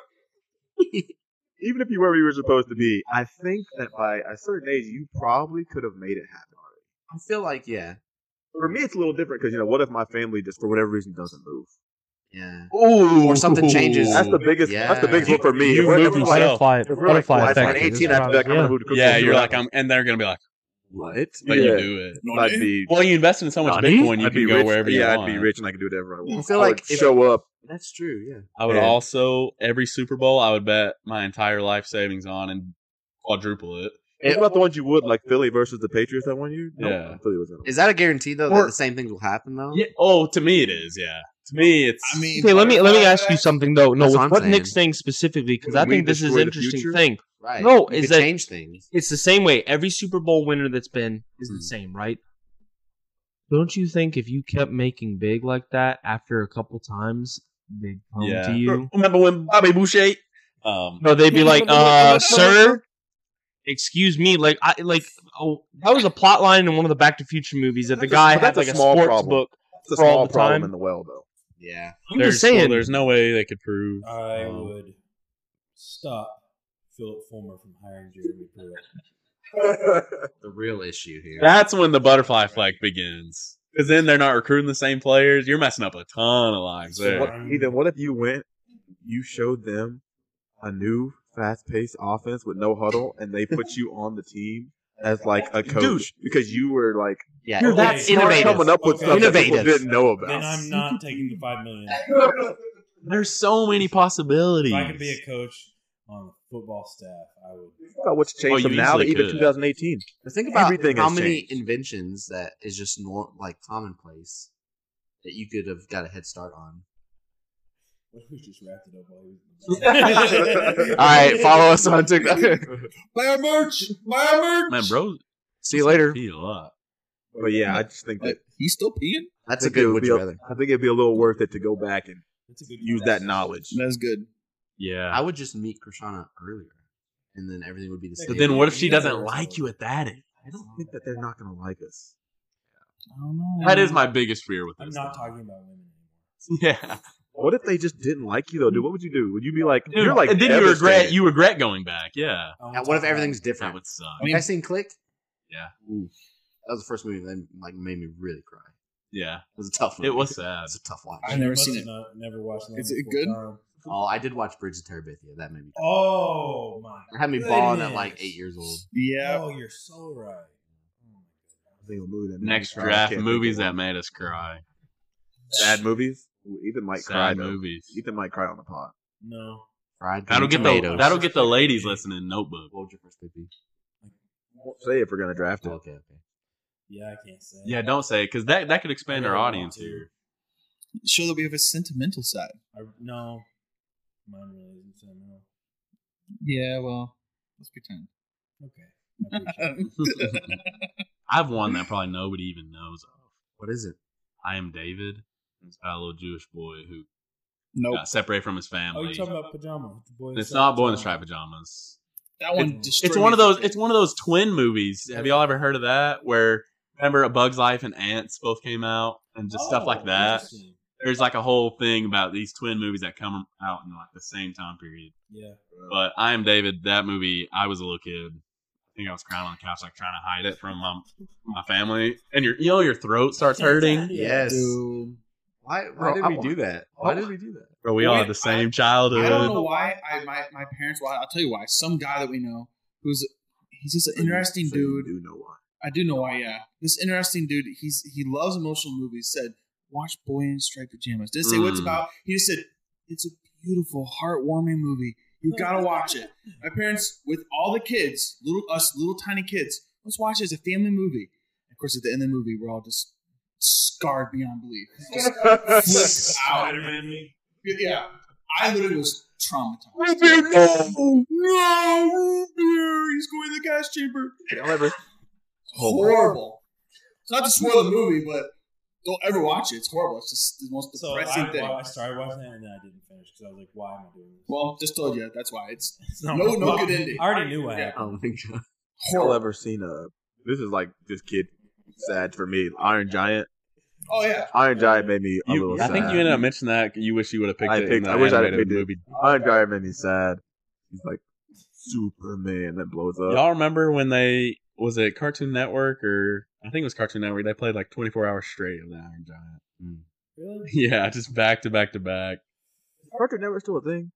even if you were where you were supposed to be, I think that by a certain age, you probably could have made it happen already.
I feel like yeah,
For me, it's a little different because, you know, what if my family just for whatever reason doesn't move?
yeah.
Oh,
Or something changes.
That's the biggest. That's the
Yeah.
biggest one for me.
You
What if
moved
I'm like-
yourself.
butterfly,
If we're like,
butterfly
well, it's
effect.
like 18, I'd be like, I'm
Yeah.
gonna move to Cook
Yeah,
Cook
you're
Cook.
like, I'm, and they're gonna be like,
what?
but
yeah.
you do it.
I'd be,
Well, you invest in so much
Nani?
Bitcoin, you can
I'd be
go
rich.
wherever you
yeah,
want.
I'd be rich and I could do whatever I want.
I feel
I
like
would
if-
show up.
That's true. Yeah.
I would
And-
also every Super Bowl, I would bet my entire life savings on and quadruple it.
What about the ones you would, like Philly versus the Patriots that one year? No,
Yeah.
Philly was gonna
Is that a guarantee though
Or-
that the same things will happen though?
Yeah. Oh, to me it is. Yeah. To me, it's.
I mean,
Okay, let me let me ask you
butterfly
something though. No,
That's
with
what I'm
what Nick's
saying.
saying specifically, because
Would
I
we
think this is
destroy the
an interesting
future?
thing.
Right.
No,
You
is
could
that-
change things?
It's the same way. Every Super Bowl winner that's been is
Hmm.
the same, right? Don't you think if you kept making big like that after a couple times, they'd come
Yeah.
to you?
Remember when Bobby Boucher? Um,
No, they'd be like, uh, sir, excuse me, like I like oh that was a plot line in one of the Back to Future movies that the
That's a-
guy
but
had
that's a
like a
small
sports
problem.
book.
That's a
for all
small
the
problem
time.
in the well, though.
Yeah.
I'm
there's,
just saying.
well, there's no way they could prove.
I
um,
would stop Philip Fulmer from hiring Jeremy Pruitt.
The real issue here.
That's when the butterfly effect begins. Because then they're not recruiting the same players. You're messing up a ton of lives
So
there.
What, Ethan, what if you went, you showed them a new fast-paced offense with no huddle, and they put you on the team as like a coach because you were like
yeah.
You're that
it's
smart
innovative.
coming up with
Okay.
stuff that
Innovative.
people didn't know
Then
about.
I'm not taking the five million.
There's so many
If
possibilities.
I could be a coach on the football staff, I would.
Think about what's
Oh,
changed
you
from now to
easily
even
could.
2018.
But think about
Everything
how
has
many
changed.
inventions that is just nor- like commonplace that you could have got a head start on.
What if we just wrapped it up while he was?
All right, follow us on TikTok.
Buy our merch. Buy our merch.
Man, bro,
See you later.
pee a lot.
But yeah, I just think that
But he's still peeing.
That's
I
a
think it
good
would
would
be
you
a-
rather.
I think it'd be a little worth it to go back and
That's a good
use that knowledge.
That's good.
Yeah.
I would just meet Krishana earlier, and then everything would be the same.
But then what if she
Yeah.
doesn't like you at that age?
I don't think that they're not going to like us.
I don't know.
That is my biggest fear with this.
I'm not
thing.
talking about women
Yeah.
What if they just didn't like you though, dude? What would you do? Would you be like,
Dude,
you're like,
and then you regret
devastated.
you regret going back. Yeah.
anymore.
And what if everything's
That
different?
would suck.
I mean, I seen Click.
Yeah.
Ooh. That was the first movie that like made me really cry. It
Yeah.
was a tough. Movie.
It was sad.
It's a tough watch.
I've never seen it.
Not, never watched.
Is
Land
it
Before
good?
Time.
Oh, I did watch Bridge of Terabithia. That made me.
Oh my!
It had me bawling at
goodness.
like eight years old.
Yeah.
Oh, you're so right. Oh,
I think a movie that made
Next
me cry, I
draft
can't think
movies
of
that
one.
made us cry.
sad movies. Ooh, Ethan might cry.
Sad
Though.
movies.
Ethan might cry on the pod.
No,
Fried
That'll get
green
the
tomatoes.
that'll get the ladies listening. Notebook.
What was your first movie?
Won't say if we're going to draft
Oh,
it.
okay, okay.
yeah, I can't say.
Yeah, don't say it because that that could
I
expand
really
our
want
audience
to.
here.
Show that we have a sentimental side.
I, no, mine really isn't sentimental.
Yeah. Well, let's pretend.
Okay. I appreciate it.
I've one that probably nobody even knows of.
What is it?
I am David. and It's about a little Jewish boy who
nope.
got separated from his
oh,
family.
you're talking about pajama? The boy in
And it's
the
not Boy in the
Striped
Striped Pajamas.
That one.
It's-
destroyed
It's one
me
of those.
as a kid.
It's one of those twin movies. Have y'all ever heard of that? Where Remember, A Bug's Life and Ants both came out, and just
Oh,
stuff like that. There's like a whole thing about these twin movies that come out in like the same time period.
Yeah.
But I Am David, that movie, I was a little kid. I think I was crying on the couch, like trying to hide it from my, my family. And your, you know, your throat starts hurting.
Yes.
Dude.
Why, why
Bro,
did
I
we
want-
do that?
Why did we do that?
Bro, we all had the same childhood.
I don't know why I my, my parents. Why I'll tell you why. Some guy that we know who's he's just an interesting
So you
dude.
Do know why?
I do know why. Yeah, this interesting dude. He's he loves emotional movies. Said watch Boy in Striped Pajamas. Didn't say what it's
Mm.
about. He just said it's a beautiful, heartwarming movie. You gotta watch it. My parents with all the kids, little us, little tiny kids. Let's watch it as a family movie. Of course, at the end of the movie, we're all just scarred beyond belief. Just flipped out. Yeah, I literally was traumatized. no, no, Ruby, he's going to the gas chamber.
Y'all ever-
Horrible. It's not to spoil the movie, but don't ever watch it. It's horrible. It's just the most
So I,
depressing thing.
well, I started watching it and then I didn't finish because I was like, why am I doing this?
Well, just told you that's why it's
It's
no, no,
not my fault.
good ending.
I already knew what
Yeah.
happened.
Oh my god.
y'all ever seen a? This is like just kid sad for me. Iron Giant.
Oh yeah,
Iron Giant made me a
You,
little
I
sad.
think you ended up mentioning that. You wish you would have picked
I
it. in
picked-
the
I wish I had
animated
picked it.
movie.
Iron Giant made me sad. He's like Superman that blows up.
Y'all remember when they was it Cartoon Network or I think it was Cartoon Network? They played like 24 hours straight of the Iron Giant.
Really?
Yeah, just back to back to back.
Cartoon Network's still a thing.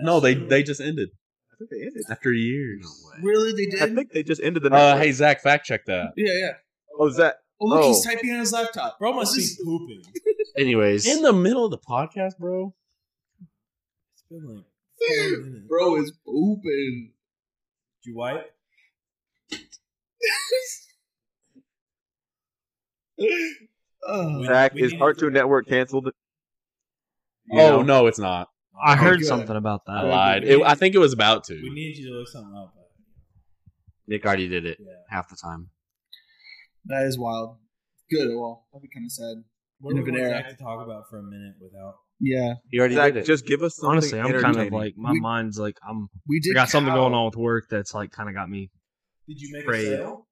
No, they they just ended
I think they ended.
after years.
really? They
I
did.
think they just ended the.
Uh,
network.
hey Zach, fact check that.
yeah, yeah.
oh, is that?
Oh look, he's
Oh.
typing on his laptop.
Bro must
This
be pooping. It's
Anyways,
In the middle of the podcast, bro.
been like four
Dude,
minutes.
bro is pooping.
Did you wipe?
Oh,
Zach,
we
is
need-
Cartoon Network canceled?
Oh no, it's not.
I heard
good.
something about that.
I
Good.
lied. It, I think it was about
We
to.
need you to look something up.
Nick already did it
Yeah.
half the time.
that is wild. Good. Well, that'd be kind of sad.
What do we
Innovative
want
era.
Zach to talk about for a minute without?
Yeah,
He already
Zach,
did it.
just give us something.
Honestly, I'm kind of
entertaining.
like my
We-
mind's like I'm.
we did.
I got something
cow.
going on with work that's like kind of got me.
Did you make
Great.
a sale?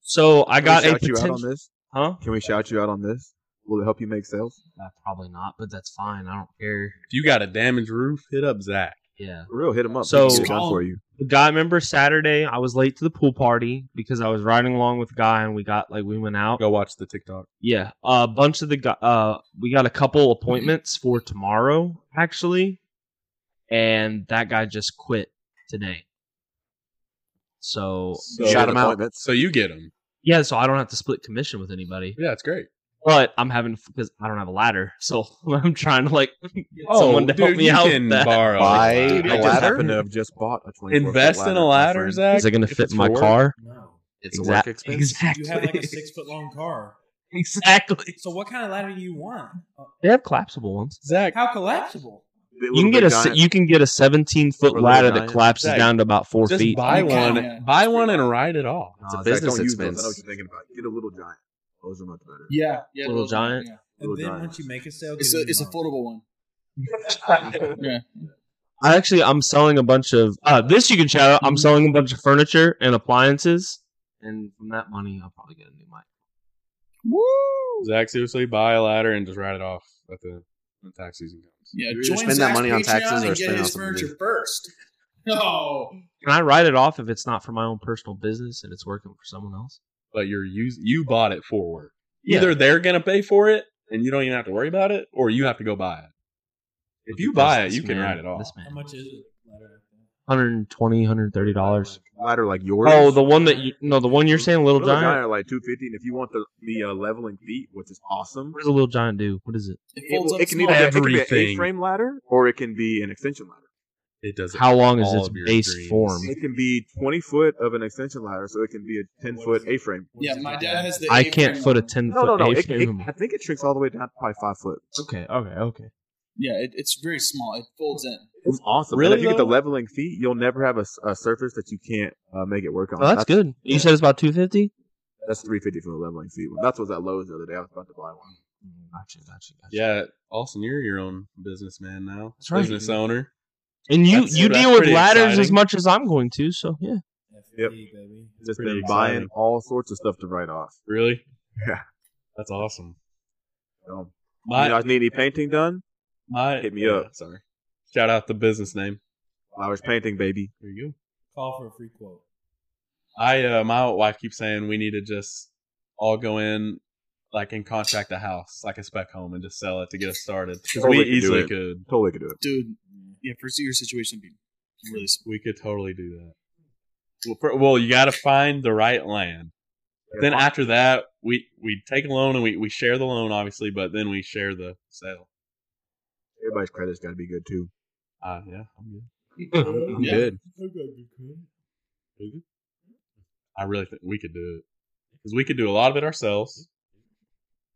So I
Can we
got a
shout you out on
potential.
this.
Huh?
Can we shout you out on this? Will it help you make sales?
Uh, probably not, but that's fine. I don't care.
If you got a damaged roof, hit up Zach.
Yeah.
For real, hit him up.
So-
He's done for you.
The guy, I remember Saturday, I was late to the pool party because I was riding along with a guy and we got like, we went out.
Go watch the TikTok.
Yeah. A bunch of the guy, uh, we got a couple appointments for tomorrow, actually. And that guy just quit today. So,
So-
Shout him out.
Appointments.
So you get him.
yeah, so I don't have to split commission with anybody.
Yeah, it's great.
But I'm having, because I don't have a ladder. So I'm trying to like get
Oh,
someone to
dude,
help me
you
out. with
can
that.
borrow.
Buy
a
a
I
ladder.
just
ladder?
happen to have just bought a 24
Invest in a ladder, Zach.
Is it going to
if
fit
it's
in my
for work.
car?
No.
It's
Exact-
a work expense.
Exactly.
You have like a six foot long car.
exactly.
So what kind of ladder do you want? Uh,
They have collapsable ones.
Zach,
How collapsible?
You can get a se- you can get a 17 foot
Or little
ladder that
giant.
collapses
Exact.
down to about four
just
feet.
buy
You can,
one,
yeah.
buy one and ride it off.
It's a business expense.
I know what you're thinking about. Get a little giant. Those are much better.
Yeah, yeah.
Little
those are-
Giant.
yeah.
And
Little
then
giant.
once you make a sale,
It's a
get
it's a
new
foldable one. Yeah.
I actually I'm selling a bunch of uh, this you can shout out. I'm
Mhm.
selling a bunch of furniture and appliances, and from that money I'll probably get a new mic.
Woo.
Zach, seriously, buy a ladder and just ride it off at the when tax season comes.
Yeah.
You're gonna
Join
spend that
Zach's
money on
Patreon
taxes
and
or
get
spend it on
his
something
furniture
new?
first. No.
Can I write it off if it's not for my own personal business and it's working for someone else?
But you're use you bought it for work.
Yeah.
Either they're gonna pay for it and you don't even have to worry about it, or you have to go buy it. If you buy it,
This
you can
man-
ride it off.
This man,
How much is it? Ladder?
120 130 dollars.
Ladder like yours.
Oh, the one that you no, the one you're saying, little,
little giant,
giant.
are like 250, and if you want the the uh, leveling feet, which is awesome,
What does a little giant do? What is it?
It
it,
folds
will-
up
it can
small.
either it can be an
Everything.
A-frame ladder or it can be an extension ladder.
It does.
How long is
all
its
of your
base
dreams.
form?
It can be 20 foot of an extension ladder, so it can be a 10 foot A-frame.
Yeah, my dad has the.
I
A-frame
can't foot a
one.
10
No, no,
foot
no.
A
It, it,
frame.
I think it shrinks all the way down to probably five foot.
Okay, okay, okay.
Yeah, it, it's very small. It folds in.
It's awesome.
Really,
and if you get the
though?
leveling feet, you'll never have a, s- a surface that you can't uh, make it work on.
Oh, that's, good. You said it's about 250?
That's 350 for the leveling feet. one. That's what was at Lowe's the other day. I was about to buy one.
Gotcha, gotcha, gotcha.
Yeah, Austin, you're your own businessman now.
That's right,
Business
dude.
owner.
And you
That's-
you
that's
deal with
pretty
ladders as
exciting.
much as I'm going to, so yeah.
If
Yep.
Hey, baby.
Just
pretty
been buying
exciting.
all sorts of stuff to write off.
Really?
Yeah.
That's awesome.
So,
My,
you guys need any painting done?
my,
Hit me
yeah,
up.
Sorry. Shout out the business name.
Flowers painting, baby.
There you go.
Call for a free quote.
I uh, my wife keeps saying we need to just all go in like and contract a house, like a spec home, and just sell it to get us started. Because
Totally
we
could do
easily
it.
could.
Totally could do it.
dude. Yeah, first your situation would be really. sp-
We could totally do that. Well, fir- well you got to find the right land. Then after that, we we take a loan and we, we share the loan, obviously, but then we share the sale.
Everybody's credit's got to be good too.
Ah,
Uh, yeah, I'm good.
I'm
Yeah.
good.
I really think we could do it because we could do a lot of it ourselves.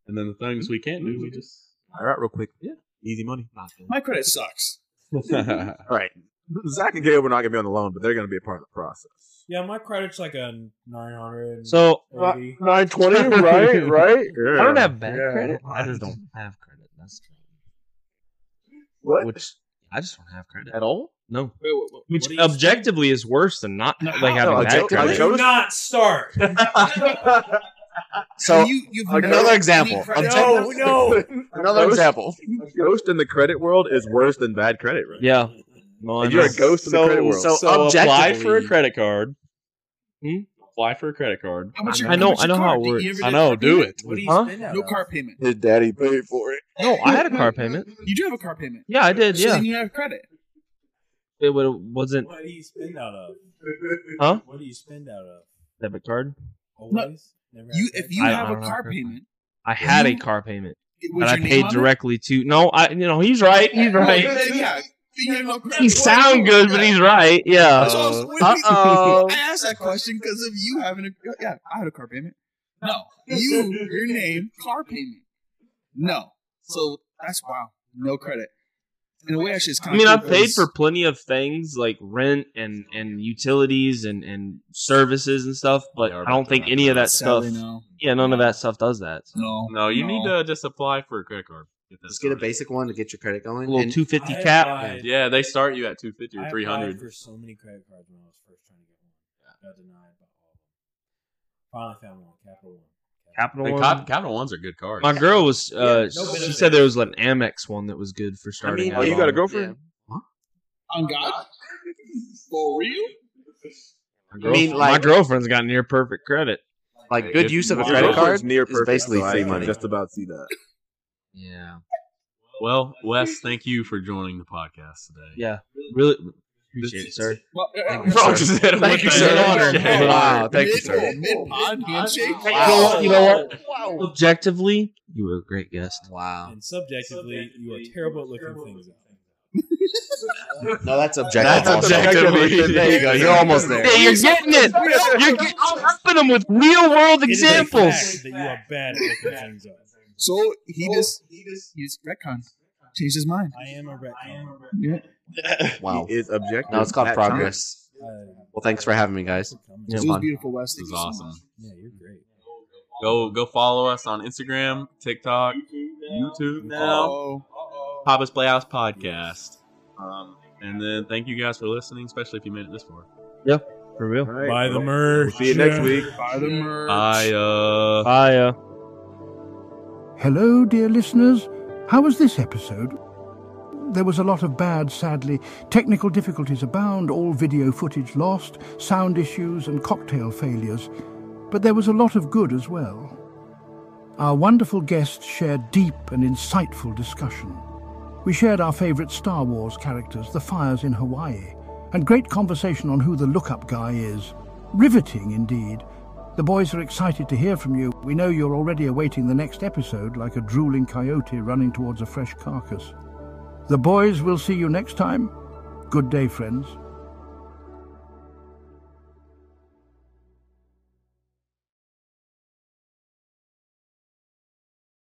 And then the things we can't do, we just
All right, real quick. Yeah. Easy money.
My credit sucks.
yeah.
All right. Zach and Caleb are not going to be on the loan, but they're going to be a part of the process.
Yeah, my credit's like a 900.
So uh,
Maybe.
Nine twenty, right? Right?
I don't have bad
Yeah.
credit.
I
I
just
just
don't.
don't have credit. That's
What?
which I just don't have credit.
At all?
No,
Wait, wait, wait,
which
what do you-
objectively is worse than not
No,
like having
no,
bad
object-
credit.
object-
Do not start.
So
you, you've
another
never-
example.
any credit-
Objective-
no.
another
Ghost-
example.
A ghost in the credit world is worse than bad credit, right?
yeah,
And you're a ghost in the credit world.
so-
So apply for a
objectively-
credit card.
Hmm?
Apply for a credit card.
How much
I
how
know-
much
I know
car-
how it
did you
works.
ever do
I
a
know,
car
do
payment?
it.
What do you
Huh?
spend that
No
on?
car payment.
His daddy paid for it.
no, I had a car payment.
You do have a car payment.
Yeah, I did.
So
Yeah,
then you have credit.
it wa- wasn't
What do you spend out of?
Huh?
What do you spend out of?
debit card.
Always? Never had
You
credit
if you
I-
card?
I
have a
don't have
car
credit.
payment,
I had a
You-
car payment,
it
and
was
I
your name
paid
on it?
directly to. No, I you know he's right. He's
Well,
right.
then, yeah, you have no credit.
He sound good, but he's uh-uh. right. Yeah.
That's what I was-
Uh
when we-
oh.
I asked that question because of you having a yeah. I had a car payment. No, you your name car payment. No, so that's wow. No credit. In a way, actually, it's kind
I mean,
of.
I paid for plenty of things like rent and and utilities and and services and stuff, but
Yeah, we're
I
about
don't
to
think
wrap
any
it
of
up.
that stuff.
No,
Yeah, none of that stuff does that.
no,
No, you need to just apply for a credit card. that
Just get a
started.
basic one to get your credit
A
going.
little
and-
two fifty
I uh,
cap.
applied-
Yeah, they start you at two fifty
I
or
applied
three hundred.
for so many credit cards when I was first trying to get one. Got denied by all of them. Finally found one, Capital One.
Capital
Hey,
One.
Cap- Capital One's a good card.
My girl was. Uh,
no
she
benefit.
said there was like an Amex one that was good for
I
starting.
mean,
out
oh, you got a
on.
girlfriend?
on God. For real?
My
I mean,
girlfriend-
like-
my girlfriend's got near perfect credit.
Like
Hey,
good
if
use of a
my
credit
girlfriend's
card
Near
is
perfect,
basically
so I
free
can
money.
Just about see that.
Yeah.
well, Wes, thank you for joining the podcast today.
Yeah. Really appreciate it, sir.
Well, uh,
Thank you, sir.
Thank you,
It's
sir.
an honor.
Yeah. Wow, thank you, sir.
Mid-pod handshake.
Hey, you know what? You know what?
Objectively, you were a great guest.
Wow.
And subjectively, you are terrible at looking things up.
No,
That's
that's objective.
objectively. There you go. You're almost there.
Yeah, you're getting it. You're getting, I'm helping them with real world
It is a
examples.
fact That you are bad at looking things up.
So he just he just he's retcon. Changed his mind.
I am a uh, retcon.
Yeah.
Wow.
He is objective.
Now it's called
at
progress.
Uh,
Well, thanks for having me, guys.
Yeah.
This was beautiful, Wes.
This
Thank
is
you so
awesome.
much.
yeah, you're great.
Go go follow us on Instagram, TikTok, YouTube now.
Oh.
Papa's Playhouse Podcast. Um, and then thank you guys for listening, especially if you made it this far.
For
time.
real.
All right,
Buy the
well,
merch.
See you next week.
Buy the merch.
I uh
Bye. uh,
Hello, dear listeners. How was this episode? There was a lot of bad, sadly. Technical difficulties abound, all video footage lost, sound issues, and cocktail failures. But there was a lot of good as well. Our wonderful guests shared deep and insightful discussion. We shared our favourite Star Wars characters, the fires in Hawaii, and great conversation on who the lookup guy is. Riveting, indeed. The boys are excited to hear from you. We know you're already awaiting the next episode like a drooling coyote running towards a fresh carcass. The boys will see you next time. Good day, friends.